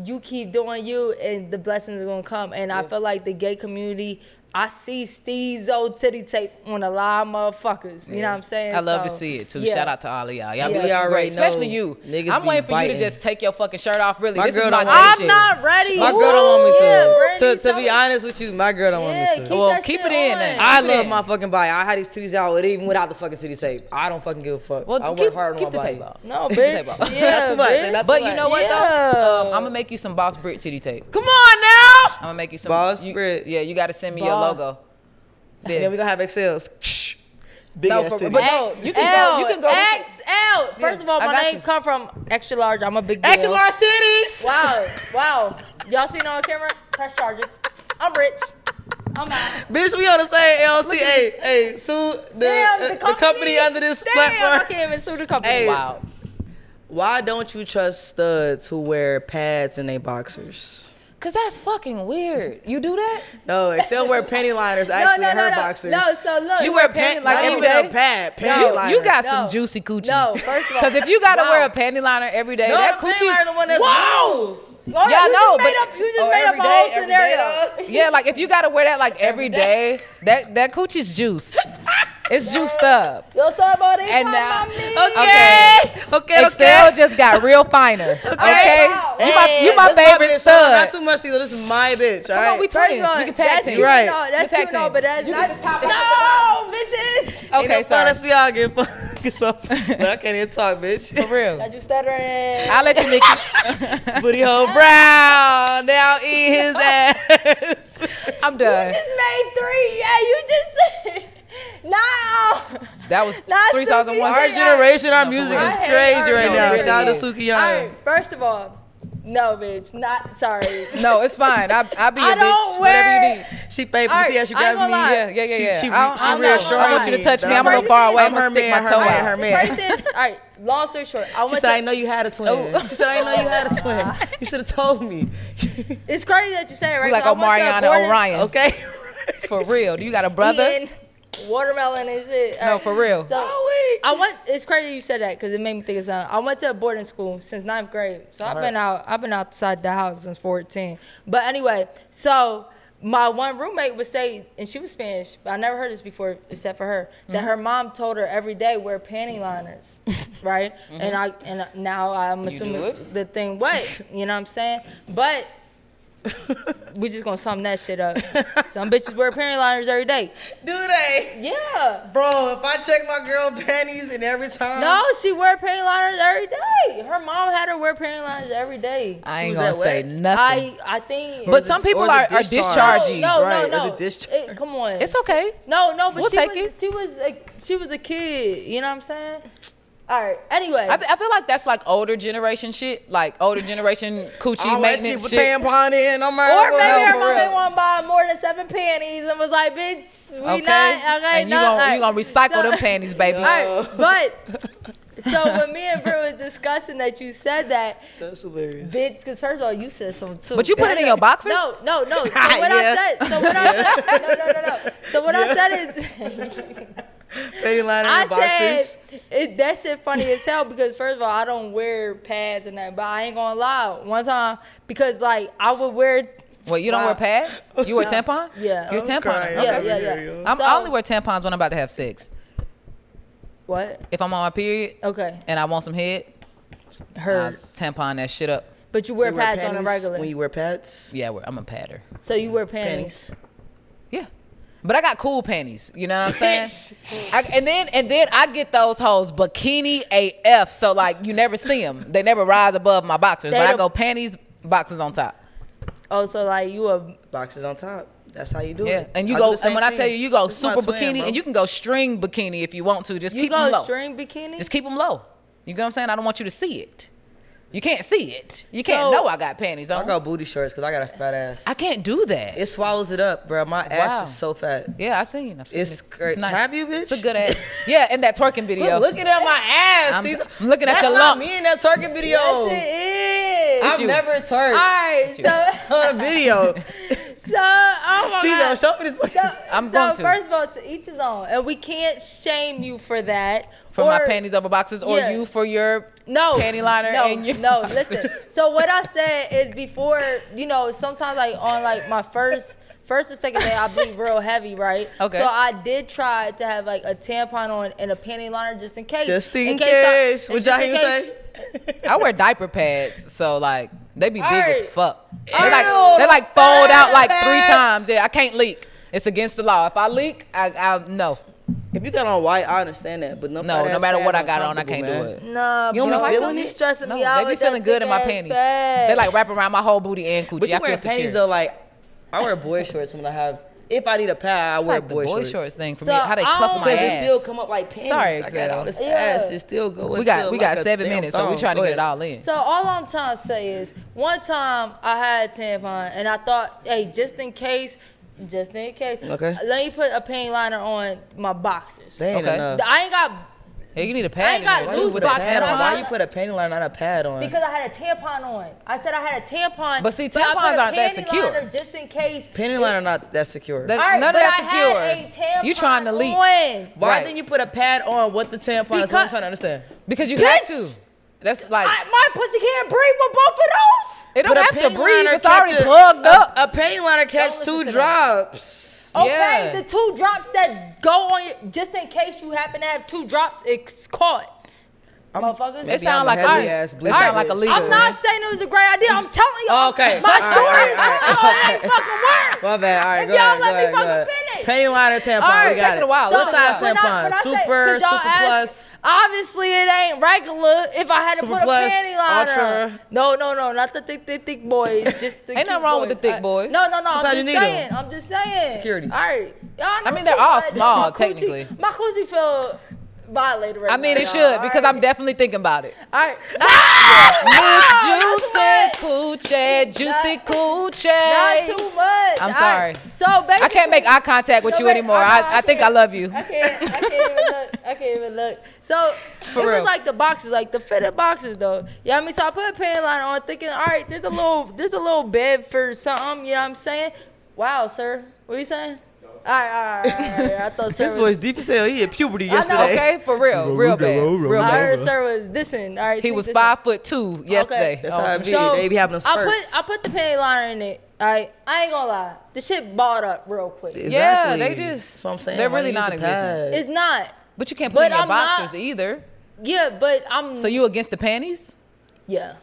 [SPEAKER 2] you keep doing you, and the blessings are gonna come. And I feel like the gay community. I see Steve's old titty tape on a lot of motherfuckers. You know what I'm saying?
[SPEAKER 3] I love
[SPEAKER 2] So,
[SPEAKER 3] to see it too.
[SPEAKER 2] yeah.
[SPEAKER 3] Shout out to all of y'all. Y'all
[SPEAKER 1] Yeah.
[SPEAKER 3] be
[SPEAKER 1] We
[SPEAKER 3] looking
[SPEAKER 1] already
[SPEAKER 3] great, especially
[SPEAKER 1] know
[SPEAKER 3] you.
[SPEAKER 1] niggas
[SPEAKER 3] I'm
[SPEAKER 1] be
[SPEAKER 3] waiting for you
[SPEAKER 1] biting.
[SPEAKER 3] to just take your fucking shirt off. Really,
[SPEAKER 1] My
[SPEAKER 3] this is
[SPEAKER 1] girl
[SPEAKER 3] my
[SPEAKER 1] don't want
[SPEAKER 3] good
[SPEAKER 1] this
[SPEAKER 3] shit.
[SPEAKER 1] shit. My girl don't want me to. To, to be honest with you, my girl don't want me to.
[SPEAKER 3] well, keep it in. then.
[SPEAKER 1] I
[SPEAKER 3] Keep it
[SPEAKER 1] love
[SPEAKER 3] in.
[SPEAKER 1] my fucking body. I had these titties out with even without the fucking titty tape. I don't fucking give a fuck. I work
[SPEAKER 3] keep-
[SPEAKER 1] hard on
[SPEAKER 3] keep
[SPEAKER 1] my
[SPEAKER 3] the
[SPEAKER 1] body.
[SPEAKER 3] tape off.
[SPEAKER 2] No,
[SPEAKER 1] Keep the tape
[SPEAKER 2] bitch.
[SPEAKER 1] off.
[SPEAKER 2] Yeah,
[SPEAKER 1] Not too much.
[SPEAKER 2] bitch.
[SPEAKER 1] Not too
[SPEAKER 3] But you
[SPEAKER 1] much.
[SPEAKER 3] know what
[SPEAKER 2] Yeah.
[SPEAKER 3] though? Um, I'm gonna make you some Boss Brit titty tape.
[SPEAKER 1] Come on now.
[SPEAKER 3] I'm gonna make you some
[SPEAKER 1] Boss
[SPEAKER 3] you-
[SPEAKER 1] Brit.
[SPEAKER 3] Yeah, you got to send me your
[SPEAKER 1] Boss-
[SPEAKER 3] logo.
[SPEAKER 1] And then we gonna have XLs. Big
[SPEAKER 3] No,
[SPEAKER 1] ass
[SPEAKER 3] for-
[SPEAKER 1] titties.
[SPEAKER 3] but no, you can go- you can go with it.
[SPEAKER 2] XL. First of all,
[SPEAKER 3] I
[SPEAKER 2] my
[SPEAKER 3] got
[SPEAKER 2] name
[SPEAKER 3] you.
[SPEAKER 2] come from extra large. I'm a big deal.
[SPEAKER 1] Extra large titties.
[SPEAKER 2] Wow, wow. Y'all seen it on camera? Press charges. I'm rich. I'm out.
[SPEAKER 1] Bitch, we on the same LLC.
[SPEAKER 2] Look at
[SPEAKER 1] Hey, hey, sue the,
[SPEAKER 2] Damn,
[SPEAKER 1] uh,
[SPEAKER 2] the
[SPEAKER 1] the, company,
[SPEAKER 2] company.
[SPEAKER 1] under this
[SPEAKER 2] Damn,
[SPEAKER 1] platform.
[SPEAKER 2] I can't even sue the company. Wow.
[SPEAKER 1] Why don't you trust studs who wear pads in their boxers?
[SPEAKER 3] Cause that's fucking weird. You do that?
[SPEAKER 1] No, Excel wear panty liners actually
[SPEAKER 2] no,
[SPEAKER 1] in her
[SPEAKER 2] no, no.
[SPEAKER 1] boxers.
[SPEAKER 2] No, so look.
[SPEAKER 1] She
[SPEAKER 2] You
[SPEAKER 1] wear
[SPEAKER 2] wear panty
[SPEAKER 1] panty
[SPEAKER 2] like
[SPEAKER 1] like not
[SPEAKER 2] every
[SPEAKER 1] even
[SPEAKER 2] day?
[SPEAKER 1] a pad,
[SPEAKER 2] No.
[SPEAKER 1] panty
[SPEAKER 3] You-
[SPEAKER 1] liner.
[SPEAKER 3] you got some juicy coochie. No,
[SPEAKER 2] first of all,
[SPEAKER 3] Cause if you gotta
[SPEAKER 2] wow.
[SPEAKER 3] wear a panty liner every day,
[SPEAKER 1] No,
[SPEAKER 3] that
[SPEAKER 1] the
[SPEAKER 3] coochie.
[SPEAKER 1] panty liner the one that's-
[SPEAKER 3] wow.
[SPEAKER 2] Oh,
[SPEAKER 3] Y'all
[SPEAKER 2] you
[SPEAKER 3] know,
[SPEAKER 2] just made
[SPEAKER 3] but
[SPEAKER 2] up- you just
[SPEAKER 1] Oh,
[SPEAKER 2] made up
[SPEAKER 1] every
[SPEAKER 2] a
[SPEAKER 1] day,
[SPEAKER 2] whole
[SPEAKER 1] every day,
[SPEAKER 2] scenario.
[SPEAKER 3] yeah, like if you gotta wear that like every day, that that coochie's juiced. It's juiced up.
[SPEAKER 2] Yo, somebody
[SPEAKER 3] And now,
[SPEAKER 1] okay, okay,
[SPEAKER 3] Excel
[SPEAKER 1] okay.
[SPEAKER 3] just got real finer. Okay, you my,
[SPEAKER 1] Hey,
[SPEAKER 3] you my
[SPEAKER 1] that's
[SPEAKER 3] favorite
[SPEAKER 1] bitch. No, no,
[SPEAKER 3] stud.
[SPEAKER 1] Not too much, either. This is my bitch. All
[SPEAKER 3] Come
[SPEAKER 1] right.
[SPEAKER 3] on, we
[SPEAKER 2] First
[SPEAKER 3] twins.
[SPEAKER 2] of all,
[SPEAKER 3] We can tag
[SPEAKER 2] that's
[SPEAKER 3] team.
[SPEAKER 2] cute
[SPEAKER 1] Right.
[SPEAKER 2] and all. That's
[SPEAKER 3] We tag
[SPEAKER 2] cute and all,
[SPEAKER 3] team.
[SPEAKER 2] but that's
[SPEAKER 3] You
[SPEAKER 2] not
[SPEAKER 3] get the top
[SPEAKER 2] No, bitches.
[SPEAKER 1] Ain't no
[SPEAKER 3] Okay,
[SPEAKER 1] fun,
[SPEAKER 3] sorry.
[SPEAKER 1] That's we all get fun. So, I can't even talk, bitch.
[SPEAKER 3] For real.
[SPEAKER 2] That you stuttering.
[SPEAKER 3] I'll let you make
[SPEAKER 1] Booty hole brown. Now eat his ass.
[SPEAKER 3] I'm done.
[SPEAKER 2] You just made three. Yeah, you just. Nah.
[SPEAKER 3] That was
[SPEAKER 2] Not
[SPEAKER 3] three songs in
[SPEAKER 2] Suki.
[SPEAKER 3] one.
[SPEAKER 1] Our generation, our music is
[SPEAKER 2] I hate
[SPEAKER 1] crazy
[SPEAKER 2] our
[SPEAKER 1] right now.
[SPEAKER 2] generation.
[SPEAKER 1] Shout out to Sukiana.
[SPEAKER 2] All right, first of all, no, bitch. Not sorry.
[SPEAKER 3] No, it's fine. I I be a
[SPEAKER 2] I
[SPEAKER 3] bitch.
[SPEAKER 2] don't
[SPEAKER 3] Whatever
[SPEAKER 2] wear-
[SPEAKER 3] you need.
[SPEAKER 1] She paid,
[SPEAKER 2] All
[SPEAKER 1] you see how
[SPEAKER 2] right,
[SPEAKER 1] she
[SPEAKER 2] I
[SPEAKER 1] grabbed
[SPEAKER 2] ain't
[SPEAKER 1] me?
[SPEAKER 2] gonna lie.
[SPEAKER 3] Yeah, yeah, yeah,
[SPEAKER 1] She-
[SPEAKER 3] yeah.
[SPEAKER 1] she-
[SPEAKER 3] I don't-
[SPEAKER 1] she
[SPEAKER 3] I don't
[SPEAKER 1] real
[SPEAKER 3] know. I want you to
[SPEAKER 1] shorty.
[SPEAKER 3] touch me.
[SPEAKER 1] Nah,
[SPEAKER 3] I'm a little
[SPEAKER 1] I'm
[SPEAKER 3] far away. I'm
[SPEAKER 1] her
[SPEAKER 3] gonna stick my
[SPEAKER 1] man,
[SPEAKER 3] toe
[SPEAKER 1] her man,
[SPEAKER 3] out.
[SPEAKER 1] her man.
[SPEAKER 2] First is, all right. Long story short, I
[SPEAKER 1] She
[SPEAKER 2] went
[SPEAKER 1] said, I
[SPEAKER 2] to.
[SPEAKER 1] know you had a twin. She said, I know you had a twin. You should have told me.
[SPEAKER 2] It's crazy that you say it, right?
[SPEAKER 3] We like
[SPEAKER 2] 'Cause I went to a
[SPEAKER 3] Omarion and
[SPEAKER 2] Gordon
[SPEAKER 3] Orion.
[SPEAKER 1] Okay.
[SPEAKER 3] For real. Do you got a brother?
[SPEAKER 2] eating Watermelon and shit.
[SPEAKER 3] No, for real.
[SPEAKER 2] So I went. It's crazy you said that because it made me think of something. I went to a boarding school since ninth grade, so I've
[SPEAKER 12] Alright.
[SPEAKER 2] been out. I've been outside the house since fourteen. But anyway, so my one roommate would say, and she was Spanish, but I never heard this before except for her, that her mom told her every day wear panty liners, right? And I and now I'm
[SPEAKER 12] You do
[SPEAKER 2] assuming
[SPEAKER 12] it?
[SPEAKER 2] the thing what you know what I'm saying, but we just gonna sum that shit up. Some bitches wear panty liners every day.
[SPEAKER 1] Do they?
[SPEAKER 2] Yeah.
[SPEAKER 1] Bro, if I check my girl panties and every time.
[SPEAKER 2] No, she wear panty liners every day. Her mom had her wear panty liners every day.
[SPEAKER 3] I
[SPEAKER 2] She
[SPEAKER 3] ain't
[SPEAKER 2] was
[SPEAKER 3] gonna
[SPEAKER 2] that
[SPEAKER 3] say
[SPEAKER 2] wet.
[SPEAKER 3] nothing.
[SPEAKER 2] I I think.
[SPEAKER 3] But Or the- some people or the are- are discharge. dischargee.
[SPEAKER 2] No, no,
[SPEAKER 3] Right, or
[SPEAKER 2] no.
[SPEAKER 3] the discharge.
[SPEAKER 2] It- come on.
[SPEAKER 3] It's okay.
[SPEAKER 2] No, no. But
[SPEAKER 3] We'll
[SPEAKER 2] she
[SPEAKER 3] take
[SPEAKER 2] was, She was a she was a kid. You know what I'm saying? All right. Anyway,
[SPEAKER 3] I, th- I feel like that's like older generation shit, like older generation coochie
[SPEAKER 1] Always
[SPEAKER 3] maintenance
[SPEAKER 1] keep a
[SPEAKER 3] shit.
[SPEAKER 1] tampon in, I'm out.
[SPEAKER 2] Or maybe
[SPEAKER 3] No,
[SPEAKER 2] her
[SPEAKER 3] for
[SPEAKER 2] mom
[SPEAKER 3] real.
[SPEAKER 2] didn't want to buy more than seven panties and was like, bitch, we
[SPEAKER 3] Okay.
[SPEAKER 2] not, okay,
[SPEAKER 3] and you
[SPEAKER 2] no.
[SPEAKER 3] gonna,
[SPEAKER 2] all
[SPEAKER 3] you gonna recycle
[SPEAKER 2] So-
[SPEAKER 3] them panties, baby.
[SPEAKER 2] All right, but so when me and Brit was discussing that you said that,
[SPEAKER 1] That's hilarious.
[SPEAKER 2] bitch, because first of all, you said something too.
[SPEAKER 3] But you put it in your boxers?
[SPEAKER 2] No, no, no. So what I said, so what I said, no, no, no, no. So what I said is,
[SPEAKER 1] Panty liner
[SPEAKER 2] I
[SPEAKER 1] and boxers.
[SPEAKER 2] said it, that shit funny as hell because first of all, I don't wear pads and that, but I ain't gonna lie. One time, because like I would wear.
[SPEAKER 3] Wait, you don't
[SPEAKER 2] Wow.
[SPEAKER 3] wear pads? You wear
[SPEAKER 2] No.
[SPEAKER 3] tampons?
[SPEAKER 2] Yeah.
[SPEAKER 3] You're
[SPEAKER 2] I'm
[SPEAKER 3] tampon.
[SPEAKER 2] crying.
[SPEAKER 3] Okay.
[SPEAKER 2] Yeah, yeah, yeah.
[SPEAKER 3] I'm, I
[SPEAKER 2] So-
[SPEAKER 3] only wear tampons when I'm about to have sex.
[SPEAKER 2] What?
[SPEAKER 3] If I'm on my period
[SPEAKER 2] Okay.
[SPEAKER 3] and I want some head,
[SPEAKER 2] Her.
[SPEAKER 3] I tampon that shit up.
[SPEAKER 2] But you wear
[SPEAKER 1] You
[SPEAKER 2] pads on a
[SPEAKER 1] panties
[SPEAKER 2] regular.
[SPEAKER 1] When you wear pads?
[SPEAKER 3] Yeah, I wear- I'm a padder.
[SPEAKER 2] so you wear panties.
[SPEAKER 3] But I got cool panties. You know what I'm saying? I, and then and then I get those hoes bikini AF. So like you never see them. They never rise above my boxers.
[SPEAKER 2] They
[SPEAKER 3] but I
[SPEAKER 2] don't-
[SPEAKER 3] go panties, boxers on top.
[SPEAKER 2] Oh, so like you a
[SPEAKER 1] Boxers on top. That's how you do
[SPEAKER 3] Yeah.
[SPEAKER 1] it.
[SPEAKER 3] And you
[SPEAKER 1] I do
[SPEAKER 3] go
[SPEAKER 1] the
[SPEAKER 3] and
[SPEAKER 1] same
[SPEAKER 3] when I
[SPEAKER 1] thing.
[SPEAKER 3] tell you you go
[SPEAKER 1] This is my
[SPEAKER 3] super
[SPEAKER 1] twin,
[SPEAKER 3] bikini
[SPEAKER 1] bro.
[SPEAKER 3] and you can go string bikini if you want to. Just
[SPEAKER 2] you
[SPEAKER 3] keep them
[SPEAKER 2] go
[SPEAKER 3] low.
[SPEAKER 2] string bikini.
[SPEAKER 3] Just keep them low. You get what I'm saying? I don't want you to see it. You can't see it. You can't
[SPEAKER 2] So-
[SPEAKER 3] know I got panties on.
[SPEAKER 1] I got booty shorts because I got a fat ass.
[SPEAKER 3] I can't do that.
[SPEAKER 1] It swallows it up, bro. My ass
[SPEAKER 3] Wow.
[SPEAKER 1] is so fat.
[SPEAKER 3] Yeah, I seen. I've seen
[SPEAKER 1] It's
[SPEAKER 3] it. it's,
[SPEAKER 1] great.
[SPEAKER 3] nice.
[SPEAKER 1] Have you, bitch?
[SPEAKER 3] It's a good ass. Yeah, and that twerking video.
[SPEAKER 1] Quit looking at my ass.
[SPEAKER 3] I'm-
[SPEAKER 1] These-
[SPEAKER 3] I'm looking at
[SPEAKER 1] That's
[SPEAKER 3] your
[SPEAKER 1] not
[SPEAKER 3] lumps.
[SPEAKER 1] me in that turkey video.
[SPEAKER 2] Yes, it is.
[SPEAKER 3] It's
[SPEAKER 1] I've
[SPEAKER 3] you.
[SPEAKER 1] never
[SPEAKER 2] All
[SPEAKER 1] turned
[SPEAKER 2] right, so
[SPEAKER 1] on a video.
[SPEAKER 2] so oh my
[SPEAKER 1] Tito,
[SPEAKER 2] god.
[SPEAKER 1] show me this.
[SPEAKER 2] So,
[SPEAKER 3] I'm
[SPEAKER 2] so
[SPEAKER 3] going to.
[SPEAKER 2] first of all, to each his own, and we can't shame you for that.
[SPEAKER 3] for my
[SPEAKER 2] or-
[SPEAKER 3] panties over boxes, or
[SPEAKER 2] Yeah.
[SPEAKER 3] you for your
[SPEAKER 2] No,
[SPEAKER 3] panty liner
[SPEAKER 2] no,
[SPEAKER 3] and your
[SPEAKER 2] no.
[SPEAKER 3] boxers.
[SPEAKER 2] Listen. So what I said is before, you know, sometimes like on like my first, first and second day, I bleed real heavy, right?
[SPEAKER 3] Okay.
[SPEAKER 2] So I did try to have like a tampon on and a panty liner just in case.
[SPEAKER 1] Just in
[SPEAKER 2] I-
[SPEAKER 1] case.
[SPEAKER 2] and
[SPEAKER 1] Would y'all
[SPEAKER 2] just in
[SPEAKER 1] hear you
[SPEAKER 2] case-
[SPEAKER 1] say?
[SPEAKER 3] I wear diaper pads, so like they be big as
[SPEAKER 2] Alright.
[SPEAKER 3] fuck. They like
[SPEAKER 1] Ew,
[SPEAKER 3] they like fold out like three
[SPEAKER 1] pads.
[SPEAKER 3] times. Yeah, I can't leak. It's against the law. If I leak, I, I no,
[SPEAKER 1] If you got on white, I understand that. But no,
[SPEAKER 3] no. No matter what I got on, I can't do it.
[SPEAKER 2] Nah,
[SPEAKER 1] You don't
[SPEAKER 2] bro,
[SPEAKER 1] be feeling
[SPEAKER 2] you
[SPEAKER 1] it?
[SPEAKER 2] stressing
[SPEAKER 3] No,
[SPEAKER 2] me out.
[SPEAKER 3] they be
[SPEAKER 2] with that
[SPEAKER 3] feeling good in my
[SPEAKER 2] thick-ass
[SPEAKER 3] panties.
[SPEAKER 2] bag.
[SPEAKER 3] They like wrap around my whole booty and coochie.
[SPEAKER 1] But
[SPEAKER 3] I
[SPEAKER 1] you
[SPEAKER 3] feel
[SPEAKER 1] wearing
[SPEAKER 3] secure.
[SPEAKER 1] panties though, like I wear boy shorts when I have. If I need a pad, I
[SPEAKER 3] It's
[SPEAKER 1] wear
[SPEAKER 3] like the boy shorts. thing for
[SPEAKER 2] So,
[SPEAKER 3] me. How they
[SPEAKER 2] I
[SPEAKER 3] cuff
[SPEAKER 2] don't-
[SPEAKER 3] my
[SPEAKER 1] Because it
[SPEAKER 3] ass.
[SPEAKER 1] still come up like panties.
[SPEAKER 3] Sorry,
[SPEAKER 1] I got
[SPEAKER 3] Excel.
[SPEAKER 1] all this
[SPEAKER 2] Yeah.
[SPEAKER 1] ass. It still going.
[SPEAKER 3] we got
[SPEAKER 1] to,
[SPEAKER 3] we
[SPEAKER 1] like,
[SPEAKER 3] got
[SPEAKER 1] a
[SPEAKER 3] seven
[SPEAKER 1] damn
[SPEAKER 3] minutes, so we
[SPEAKER 1] thong.
[SPEAKER 3] trying to
[SPEAKER 1] Go
[SPEAKER 3] get
[SPEAKER 1] ahead.
[SPEAKER 3] it all in.
[SPEAKER 2] So all I'm trying to say is, one time I had a tampon and I thought, hey, just in case, just in case,
[SPEAKER 1] Okay.
[SPEAKER 2] let me put a pain liner on my boxers.
[SPEAKER 1] They ain't
[SPEAKER 3] Okay.
[SPEAKER 1] enough.
[SPEAKER 2] I ain't got
[SPEAKER 3] Yeah, you need a pad.
[SPEAKER 2] I ain't
[SPEAKER 3] in
[SPEAKER 2] got
[SPEAKER 3] there.
[SPEAKER 1] Why
[SPEAKER 3] too,
[SPEAKER 1] you
[SPEAKER 2] loose
[SPEAKER 3] with a
[SPEAKER 1] put a
[SPEAKER 2] boxes.
[SPEAKER 3] pad
[SPEAKER 1] pad
[SPEAKER 3] on.
[SPEAKER 1] on?
[SPEAKER 2] I
[SPEAKER 1] Why
[SPEAKER 2] got-
[SPEAKER 1] you put a panty line, not a pad on?
[SPEAKER 2] because I had a tampon on. I said I had a tampon.
[SPEAKER 3] But see,
[SPEAKER 2] I put
[SPEAKER 3] tampons
[SPEAKER 2] a
[SPEAKER 3] aren't that
[SPEAKER 2] panty
[SPEAKER 3] secure.
[SPEAKER 2] liner Just in case.
[SPEAKER 1] panty line are not that secure.
[SPEAKER 3] That-
[SPEAKER 2] All right,
[SPEAKER 3] None
[SPEAKER 2] but
[SPEAKER 3] of that's
[SPEAKER 2] I had
[SPEAKER 3] secure.
[SPEAKER 2] a tampon
[SPEAKER 3] You trying to leak.
[SPEAKER 2] on.
[SPEAKER 1] Why
[SPEAKER 3] Right.
[SPEAKER 1] didn't you put a pad on with the tampon? That's what I'm
[SPEAKER 2] Because-
[SPEAKER 1] trying to understand.
[SPEAKER 3] Because you had to.
[SPEAKER 2] Bitch!
[SPEAKER 3] That's like
[SPEAKER 2] I- my pussy can't breathe with both of those.
[SPEAKER 3] it don't
[SPEAKER 1] But a
[SPEAKER 3] have to
[SPEAKER 1] panty
[SPEAKER 3] breathe.
[SPEAKER 1] liner
[SPEAKER 3] It's already
[SPEAKER 1] catch a-
[SPEAKER 3] plugged up.
[SPEAKER 1] A, a panty liner catch
[SPEAKER 2] listen
[SPEAKER 1] two
[SPEAKER 2] to them.
[SPEAKER 1] drops.
[SPEAKER 2] Okay,
[SPEAKER 3] Yeah.
[SPEAKER 2] the two drops that go on, your, just in case you happen to have two drops, it's caught. Motherfuckers,
[SPEAKER 3] It sound like a
[SPEAKER 1] heavy
[SPEAKER 3] leak.
[SPEAKER 1] ass
[SPEAKER 3] It
[SPEAKER 1] blue
[SPEAKER 3] sound like a
[SPEAKER 1] bitch.
[SPEAKER 3] leak.
[SPEAKER 2] I'm not saying it was a great idea. I'm telling you.
[SPEAKER 1] Oh, okay.
[SPEAKER 2] My
[SPEAKER 1] All right,
[SPEAKER 2] story
[SPEAKER 1] all right,
[SPEAKER 2] is
[SPEAKER 1] all right.
[SPEAKER 2] that fucking work.
[SPEAKER 1] My bad. All right,
[SPEAKER 2] If
[SPEAKER 1] go
[SPEAKER 2] y'all
[SPEAKER 1] ahead,
[SPEAKER 2] let
[SPEAKER 1] go
[SPEAKER 2] me
[SPEAKER 1] ahead, go
[SPEAKER 2] fucking
[SPEAKER 1] ahead.
[SPEAKER 2] finish.
[SPEAKER 1] Panty liner tampon.
[SPEAKER 2] All right,
[SPEAKER 1] we got
[SPEAKER 3] taking a while.
[SPEAKER 1] It. What
[SPEAKER 3] So,
[SPEAKER 1] size
[SPEAKER 2] when I- when
[SPEAKER 1] tampon?
[SPEAKER 2] I say- 'cause
[SPEAKER 1] super,
[SPEAKER 2] y'all
[SPEAKER 1] super
[SPEAKER 2] asked-
[SPEAKER 1] plus.
[SPEAKER 2] Obviously, it ain't regular. If I had to
[SPEAKER 1] Super
[SPEAKER 2] put a
[SPEAKER 1] plus,
[SPEAKER 2] panty liner,
[SPEAKER 1] ultra.
[SPEAKER 2] no, no, no, not the thick, thick, thick boys. Just the
[SPEAKER 3] Ain't nothing
[SPEAKER 2] cute
[SPEAKER 3] wrong with the thick
[SPEAKER 2] I-
[SPEAKER 3] boys.
[SPEAKER 2] no, no, no.
[SPEAKER 1] Sometimes
[SPEAKER 2] I'm
[SPEAKER 1] you
[SPEAKER 2] just
[SPEAKER 1] need 'em.
[SPEAKER 2] saying. I'm just saying.
[SPEAKER 1] Security.
[SPEAKER 2] All right, y'all. Know
[SPEAKER 3] mean,
[SPEAKER 2] too
[SPEAKER 3] they're all
[SPEAKER 2] much.
[SPEAKER 3] small,
[SPEAKER 2] My coochie-
[SPEAKER 3] technically.
[SPEAKER 2] My coochie feel violated right
[SPEAKER 3] I
[SPEAKER 2] now,
[SPEAKER 3] mean, it
[SPEAKER 2] y'all.
[SPEAKER 3] should
[SPEAKER 2] All
[SPEAKER 3] because Ah!
[SPEAKER 2] right.
[SPEAKER 3] I'm definitely thinking about it.
[SPEAKER 2] All right.
[SPEAKER 3] Miss
[SPEAKER 2] that's
[SPEAKER 3] Juicy Coochie, Juicy
[SPEAKER 2] Not-
[SPEAKER 3] Coochie.
[SPEAKER 2] Not too much.
[SPEAKER 3] I'm
[SPEAKER 2] All
[SPEAKER 3] sorry.
[SPEAKER 2] right. So basically,
[SPEAKER 3] I can't make eye contact with
[SPEAKER 2] So
[SPEAKER 3] you
[SPEAKER 2] ba-
[SPEAKER 3] anymore.
[SPEAKER 2] I know,
[SPEAKER 3] I,
[SPEAKER 2] I
[SPEAKER 3] I think I
[SPEAKER 2] can't.
[SPEAKER 3] love you.
[SPEAKER 2] I can't. I can't even look. I can't even look. So
[SPEAKER 3] For
[SPEAKER 2] it
[SPEAKER 3] real.
[SPEAKER 2] was like the boxes, like the fitted boxes, though. You know what I mean? So I put a panty liner on, thinking, all right, there's a little, there's a little bed for something. You know what I'm saying? Wow, sir, what you saying? All right, all right, all right, all right. I thought sir
[SPEAKER 1] This boy's
[SPEAKER 2] was.
[SPEAKER 1] deep as hell. He had puberty
[SPEAKER 2] know.
[SPEAKER 1] yesterday.
[SPEAKER 3] Okay, for real, real bad, real
[SPEAKER 2] I
[SPEAKER 3] bad.
[SPEAKER 2] heard sir was dissing. All right,
[SPEAKER 3] He
[SPEAKER 2] sneak
[SPEAKER 3] was
[SPEAKER 2] dissing.
[SPEAKER 3] five foot two yesterday.
[SPEAKER 1] That's
[SPEAKER 3] Oh,
[SPEAKER 1] how it
[SPEAKER 3] some
[SPEAKER 1] be.
[SPEAKER 3] shit.
[SPEAKER 2] So,
[SPEAKER 1] they be having us
[SPEAKER 2] I put
[SPEAKER 1] first.
[SPEAKER 2] I put the panty liner in it. All right, I ain't gonna lie. The shit balled up real quick.
[SPEAKER 3] Yeah, they
[SPEAKER 1] Exactly.
[SPEAKER 3] just-
[SPEAKER 1] That's what I'm saying.
[SPEAKER 3] they're
[SPEAKER 1] Why
[SPEAKER 3] really
[SPEAKER 1] you use a
[SPEAKER 3] non-existent.
[SPEAKER 1] pad?
[SPEAKER 2] It's not.
[SPEAKER 3] but you can't put
[SPEAKER 2] But
[SPEAKER 3] it in your
[SPEAKER 2] I'm
[SPEAKER 3] boxes
[SPEAKER 2] not-
[SPEAKER 3] either.
[SPEAKER 2] Yeah, but I'm.
[SPEAKER 3] So you against the panties?
[SPEAKER 2] Yeah.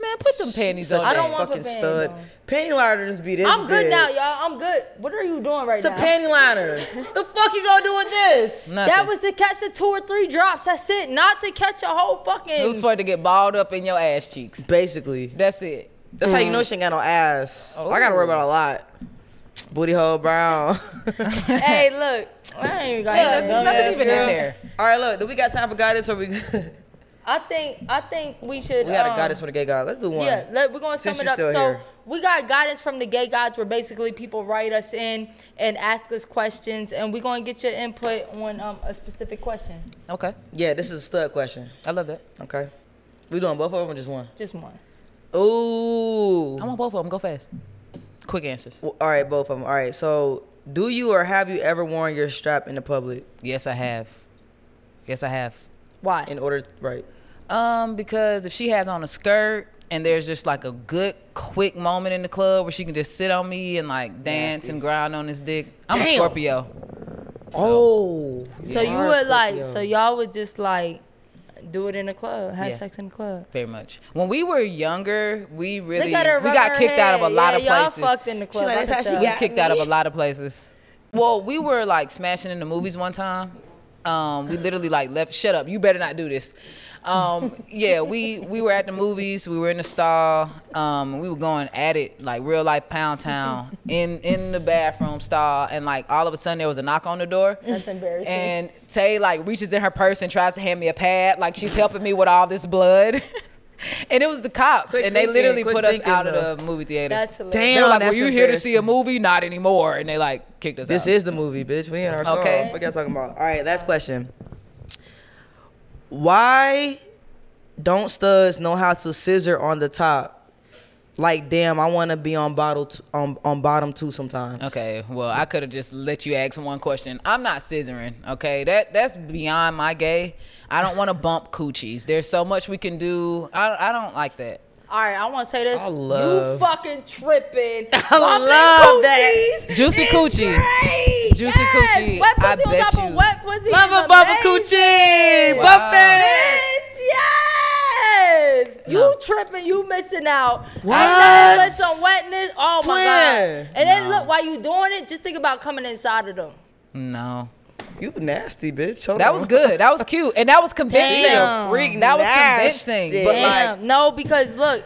[SPEAKER 2] Man, put them panties on.
[SPEAKER 1] Such
[SPEAKER 2] I
[SPEAKER 1] a
[SPEAKER 2] don't want
[SPEAKER 1] fucking
[SPEAKER 2] put panties
[SPEAKER 1] stud.
[SPEAKER 2] on.
[SPEAKER 1] Panty liner just be this
[SPEAKER 2] I'm good
[SPEAKER 1] big.
[SPEAKER 2] now, y'all. I'm good. What are you doing right
[SPEAKER 1] It's a
[SPEAKER 2] now?
[SPEAKER 1] panty liner. the fuck you gonna do with this?
[SPEAKER 2] That was to catch the two or three drops. That's it. Not to catch a whole fucking.
[SPEAKER 3] It was for it to get balled up in your ass cheeks.
[SPEAKER 1] Basically.
[SPEAKER 3] That's it.
[SPEAKER 1] That's how you know she ain't got no ass. I gotta worry about a lot. Booty hole brown.
[SPEAKER 2] hey, look. I ain't even got
[SPEAKER 1] Yeah,
[SPEAKER 2] nothing.
[SPEAKER 1] dumbass girl. All right, look. Do we got time for guidance or we? we
[SPEAKER 2] I think I think we should.
[SPEAKER 1] got a
[SPEAKER 2] um,
[SPEAKER 1] guidance for the gay guys. Let's do one.
[SPEAKER 2] Yeah, let, we're going to
[SPEAKER 1] Since
[SPEAKER 2] sum it
[SPEAKER 1] you're still
[SPEAKER 2] up. So
[SPEAKER 1] here.
[SPEAKER 2] we got guidance from the gay gods where basically people write us in and ask us questions, and we're going to get your input on um, a specific question.
[SPEAKER 3] Okay.
[SPEAKER 1] Yeah, this is a stud question.
[SPEAKER 3] I love that.
[SPEAKER 1] Okay. We doing both of them or just one?
[SPEAKER 2] Just one.
[SPEAKER 1] Ooh.
[SPEAKER 3] I want both of them. Go fast. Quick answers.
[SPEAKER 1] All right, both of them. All right. So, do you or have you ever worn your strap in the public?
[SPEAKER 3] Yes, I have. Yes, I have.
[SPEAKER 2] Why?
[SPEAKER 1] In order, right?
[SPEAKER 3] Um, because if she has on a skirt and there's just like a good quick moment in the club where she can just sit on me and like dance and grind on this dick. I'm a
[SPEAKER 1] Damn.
[SPEAKER 3] Scorpio.
[SPEAKER 1] Oh.
[SPEAKER 2] So you
[SPEAKER 3] are
[SPEAKER 2] would like,
[SPEAKER 3] Scorpio.
[SPEAKER 2] so y'all would just like do it in the club, have
[SPEAKER 3] Yeah.
[SPEAKER 2] sex in the club.
[SPEAKER 3] Very much. When we were younger, we really we
[SPEAKER 2] got her
[SPEAKER 3] got
[SPEAKER 2] rubber
[SPEAKER 3] kicked out of a
[SPEAKER 2] head.
[SPEAKER 3] lot
[SPEAKER 2] Yeah, y'all
[SPEAKER 3] of places.
[SPEAKER 2] fucked in the She club, like, I "That's could how she tell."
[SPEAKER 3] We
[SPEAKER 2] got
[SPEAKER 3] kicked out of a lot of places. Well, we were like smashing in the movies one time. Um, we literally like left. Shut up! You better not do this. Um, yeah, we we were at the movies. We were in the stall. Um, we were going at it like real life pound town in in the bathroom stall. And like all of a sudden there was a knock on the door.
[SPEAKER 2] That's embarrassing.
[SPEAKER 3] And Tay like reaches in her purse and tries to hand me a pad, like she's helping me with all this blood. and it was the cops,
[SPEAKER 2] Quick
[SPEAKER 3] and they
[SPEAKER 2] thinking,
[SPEAKER 3] literally
[SPEAKER 2] quick
[SPEAKER 3] put us
[SPEAKER 2] thinking,
[SPEAKER 3] out
[SPEAKER 2] though.
[SPEAKER 3] of the movie theater.
[SPEAKER 2] That's hilarious.
[SPEAKER 3] they were like,
[SPEAKER 1] Damn,
[SPEAKER 3] "Were you
[SPEAKER 1] that's
[SPEAKER 3] here to see a movie? Not anymore." And they like kicked us
[SPEAKER 1] This
[SPEAKER 3] out.
[SPEAKER 1] is the movie, bitch. We in our stall.
[SPEAKER 3] Okay.
[SPEAKER 1] What y'all talking about? All right, last question. Why don't studs know how to scissor on the top? Like, damn, I want to be on bottle t- on on bottom too sometimes.
[SPEAKER 3] Okay, well, I could have just let you ask one question. I'm not scissoring, okay? That that's beyond my gay. I don't want to bump coochies. There's so much we can do. I, I don't like that.
[SPEAKER 2] All right, I want to say this.
[SPEAKER 3] I love-
[SPEAKER 2] You fucking tripping. I
[SPEAKER 3] love that. Juicy coochie. Juicy coochie.
[SPEAKER 2] Wet
[SPEAKER 3] I
[SPEAKER 2] pussy on
[SPEAKER 3] bet
[SPEAKER 2] top of
[SPEAKER 3] you.
[SPEAKER 2] wet pussy.
[SPEAKER 1] Love
[SPEAKER 2] is
[SPEAKER 1] a bubble
[SPEAKER 2] amazing.
[SPEAKER 1] coochie.
[SPEAKER 3] Wow.
[SPEAKER 1] Buffet.
[SPEAKER 2] Bitch, Yes. You tripping. You missing out.
[SPEAKER 1] What?
[SPEAKER 2] And then put some wetness. Oh my
[SPEAKER 1] Twin.
[SPEAKER 2] god. And then look while you doing it, just think about coming inside of them.
[SPEAKER 3] No.
[SPEAKER 1] You nasty bitch.
[SPEAKER 3] That was good. That was cute, and that was convincing.
[SPEAKER 2] Damn.
[SPEAKER 3] that was
[SPEAKER 2] Nasty.
[SPEAKER 3] convincing. But like,
[SPEAKER 2] Damn. no, because look.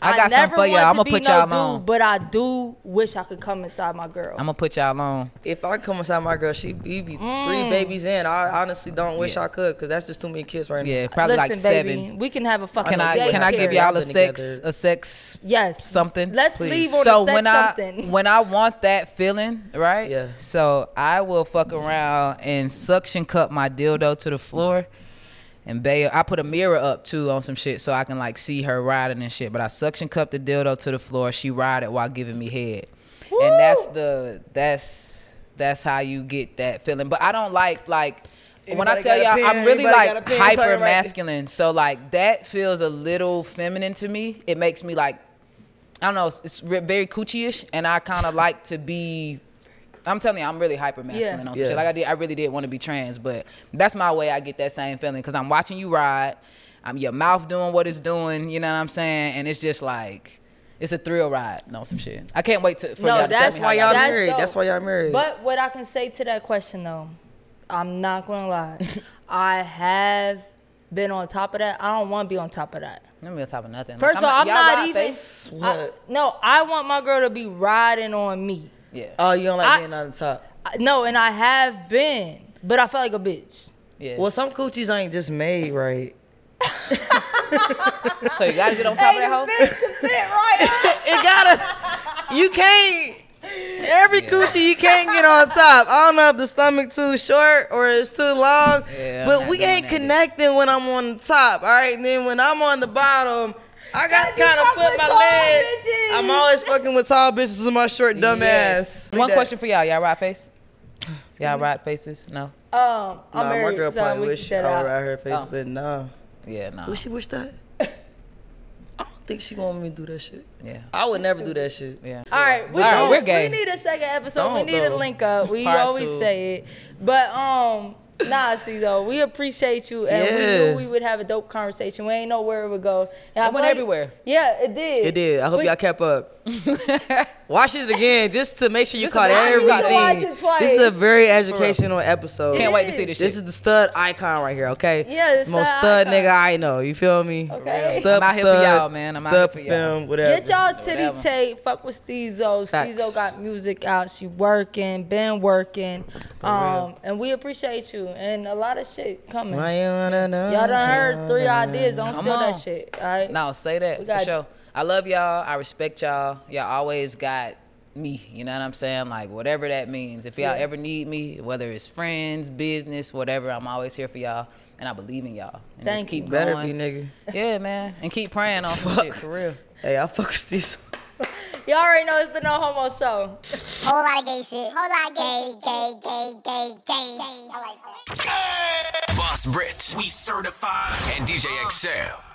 [SPEAKER 3] I got something
[SPEAKER 2] never
[SPEAKER 3] for y'all.
[SPEAKER 2] wanted to
[SPEAKER 3] I'ma
[SPEAKER 2] be
[SPEAKER 3] put
[SPEAKER 2] no
[SPEAKER 3] y'all
[SPEAKER 2] dude,
[SPEAKER 3] on.
[SPEAKER 2] But I do wish I could come inside my girl.
[SPEAKER 3] I'm gonna put y'all on.
[SPEAKER 1] If I come inside my girl, she be, be
[SPEAKER 2] Mm.
[SPEAKER 1] three babies in. I honestly don't wish I could, cause that's just too many kids right now.
[SPEAKER 3] Yeah, probably like
[SPEAKER 2] Listen, baby,
[SPEAKER 3] seven.
[SPEAKER 2] We can have a fucking.
[SPEAKER 3] Can I
[SPEAKER 2] day
[SPEAKER 3] can I give
[SPEAKER 2] here.
[SPEAKER 3] y'all a sex a sex
[SPEAKER 2] yes
[SPEAKER 3] something?
[SPEAKER 2] Let's leave on
[SPEAKER 3] so
[SPEAKER 2] a sex
[SPEAKER 3] when
[SPEAKER 2] something.
[SPEAKER 3] I when I want that feeling, right?
[SPEAKER 1] Yeah.
[SPEAKER 3] So I will fuck around and suction cup my dildo to the floor. And babe, I put a mirror up too on some shit so I can like see her riding and shit. But I suction cup the dildo to the floor. She ride it while giving me head, and that's the that's that's how you get that feeling. But I don't like like when I
[SPEAKER 1] Anybody
[SPEAKER 3] tell
[SPEAKER 1] got
[SPEAKER 3] y'all,
[SPEAKER 1] a
[SPEAKER 3] I'm
[SPEAKER 1] pen?
[SPEAKER 3] really
[SPEAKER 1] Anybody
[SPEAKER 3] like
[SPEAKER 1] got a pen? Sorry,
[SPEAKER 3] hyper
[SPEAKER 1] right there.
[SPEAKER 3] masculine. So like that feels a little feminine to me. It makes me like I don't know. It's, it's re- very coochie-ish, and I kind of like to be. I'm telling you, I'm really hyper masculine
[SPEAKER 2] Yeah.
[SPEAKER 3] on some shit.
[SPEAKER 2] Yeah.
[SPEAKER 3] Like I did, I really did want to be trans, but that's my way. I get that same feeling because I'm watching you ride. I'm your mouth doing what it's doing. You know what I'm saying? And it's just like it's a thrill ride on some shit. I can't wait to. For
[SPEAKER 2] No,
[SPEAKER 3] y'all to tell
[SPEAKER 2] that's
[SPEAKER 3] me how
[SPEAKER 2] why y'all
[SPEAKER 3] do it.
[SPEAKER 2] married. That's That's
[SPEAKER 1] why y'all married.
[SPEAKER 2] But what I can say to that question though, I'm not gonna lie. I have been on top of that. I don't want to be on top of that.
[SPEAKER 3] Let me on top of nothing.
[SPEAKER 2] First of all, I'm
[SPEAKER 3] y'all
[SPEAKER 2] not
[SPEAKER 3] ride
[SPEAKER 2] even.
[SPEAKER 3] face.
[SPEAKER 2] I- no, I want my girl to be riding on me.
[SPEAKER 3] Yeah.
[SPEAKER 2] Uh,
[SPEAKER 1] Oh, you don't like
[SPEAKER 2] I-
[SPEAKER 1] being on the top.
[SPEAKER 2] I- No, and I have been, but I felt like a bitch.
[SPEAKER 3] Yeah.
[SPEAKER 1] Well, some coochies ain't just made right.
[SPEAKER 3] so you gotta get on top of that hoe.
[SPEAKER 1] it gotta. You can't. Every coochie you can't get on top. I don't know if the stomach too short or it's too long,
[SPEAKER 4] Yeah, I'm
[SPEAKER 1] but
[SPEAKER 4] not
[SPEAKER 1] we
[SPEAKER 4] doing
[SPEAKER 1] ain't
[SPEAKER 4] that.
[SPEAKER 1] connecting when I'm on the top. All right, and then when I'm on the bottom, I gotta kind of put my leg. I'm always fucking with tall bitches with my short dumb
[SPEAKER 3] Yes.
[SPEAKER 1] ass.
[SPEAKER 3] One question for y'all. Y'all ride face? Y'all ride faces? No.
[SPEAKER 2] Um,
[SPEAKER 1] Nah,
[SPEAKER 2] I'm
[SPEAKER 1] my
[SPEAKER 2] married,
[SPEAKER 1] girl
[SPEAKER 2] so
[SPEAKER 1] probably
[SPEAKER 2] we
[SPEAKER 1] wish
[SPEAKER 2] can
[SPEAKER 1] I
[SPEAKER 2] shut
[SPEAKER 1] would
[SPEAKER 2] out.
[SPEAKER 1] ride her face,
[SPEAKER 2] Oh.
[SPEAKER 1] but nah.
[SPEAKER 3] Yeah, nah.
[SPEAKER 1] Would she wish that? I don't think she want me to do that shit.
[SPEAKER 3] Yeah.
[SPEAKER 1] I would never do that shit.
[SPEAKER 3] Yeah.
[SPEAKER 2] All right, we,
[SPEAKER 1] All right,
[SPEAKER 2] need,
[SPEAKER 1] we're gay.
[SPEAKER 2] we need a second episode. we
[SPEAKER 1] Don't,
[SPEAKER 2] need
[SPEAKER 1] though.
[SPEAKER 2] a link up. We
[SPEAKER 1] Part
[SPEAKER 2] always
[SPEAKER 1] two.
[SPEAKER 2] say it, but um, Nah, see though, we appreciate you, and
[SPEAKER 1] Yeah.
[SPEAKER 2] we knew we would have a dope conversation. We ain't know where it would go. And I
[SPEAKER 1] It went
[SPEAKER 2] feel like-
[SPEAKER 1] everywhere.
[SPEAKER 2] Yeah, it did.
[SPEAKER 1] It did. I hope
[SPEAKER 2] But-
[SPEAKER 1] y'all kept up. Watch it again just to make sure you
[SPEAKER 2] Just
[SPEAKER 1] caught
[SPEAKER 2] to watch it.
[SPEAKER 1] everything.
[SPEAKER 2] You gotta watch it twice.
[SPEAKER 1] This is a very
[SPEAKER 2] For real.
[SPEAKER 1] educational episode.
[SPEAKER 2] Can't wait to see this
[SPEAKER 1] This
[SPEAKER 2] shit.
[SPEAKER 1] is the stud icon right here, okay?
[SPEAKER 2] Yeah, the
[SPEAKER 1] The most
[SPEAKER 2] stud
[SPEAKER 1] stud
[SPEAKER 2] icon.
[SPEAKER 1] nigga I know. You feel me?
[SPEAKER 2] Okay.
[SPEAKER 3] I'm
[SPEAKER 1] Stud,
[SPEAKER 3] out here for
[SPEAKER 1] stud,
[SPEAKER 3] y'all, man. I'm out here
[SPEAKER 1] stud
[SPEAKER 3] for y'all.
[SPEAKER 1] film, whatever.
[SPEAKER 2] Get y'all titty
[SPEAKER 1] Whatever.
[SPEAKER 2] tape. Fuck with Steezo.
[SPEAKER 1] Facts.
[SPEAKER 2] Steezo got music out. She working, been working.
[SPEAKER 1] For
[SPEAKER 2] Um, and we appreciate you. And a lot of shit coming.
[SPEAKER 1] Why you wanna know?
[SPEAKER 2] Y'all done heard three ideas. Don't
[SPEAKER 3] Come
[SPEAKER 2] steal
[SPEAKER 3] on.
[SPEAKER 2] that shit. All right.
[SPEAKER 3] No, say that
[SPEAKER 2] We
[SPEAKER 3] for
[SPEAKER 2] got-
[SPEAKER 3] sure. I love y'all. I respect y'all. Y'all always got me. You know what I'm saying? Like whatever that means. If y'all
[SPEAKER 2] Yeah.
[SPEAKER 3] ever need me, whether it's friends, business, whatever, I'm always here for y'all. And I believe in y'all. And
[SPEAKER 2] Thank
[SPEAKER 3] just keep
[SPEAKER 2] you.
[SPEAKER 1] Better
[SPEAKER 3] going.
[SPEAKER 1] be, nigga.
[SPEAKER 3] Yeah, man. And keep praying on some shit for real.
[SPEAKER 1] Hey, I fuck with these.
[SPEAKER 2] Y'all already know it's the No Homo Show.
[SPEAKER 12] Whole lot of gay shit. Whole lot of gay, gay, gay, gay, gay. gay. I like that.
[SPEAKER 13] Boss Brits, we certified, and DJ XL.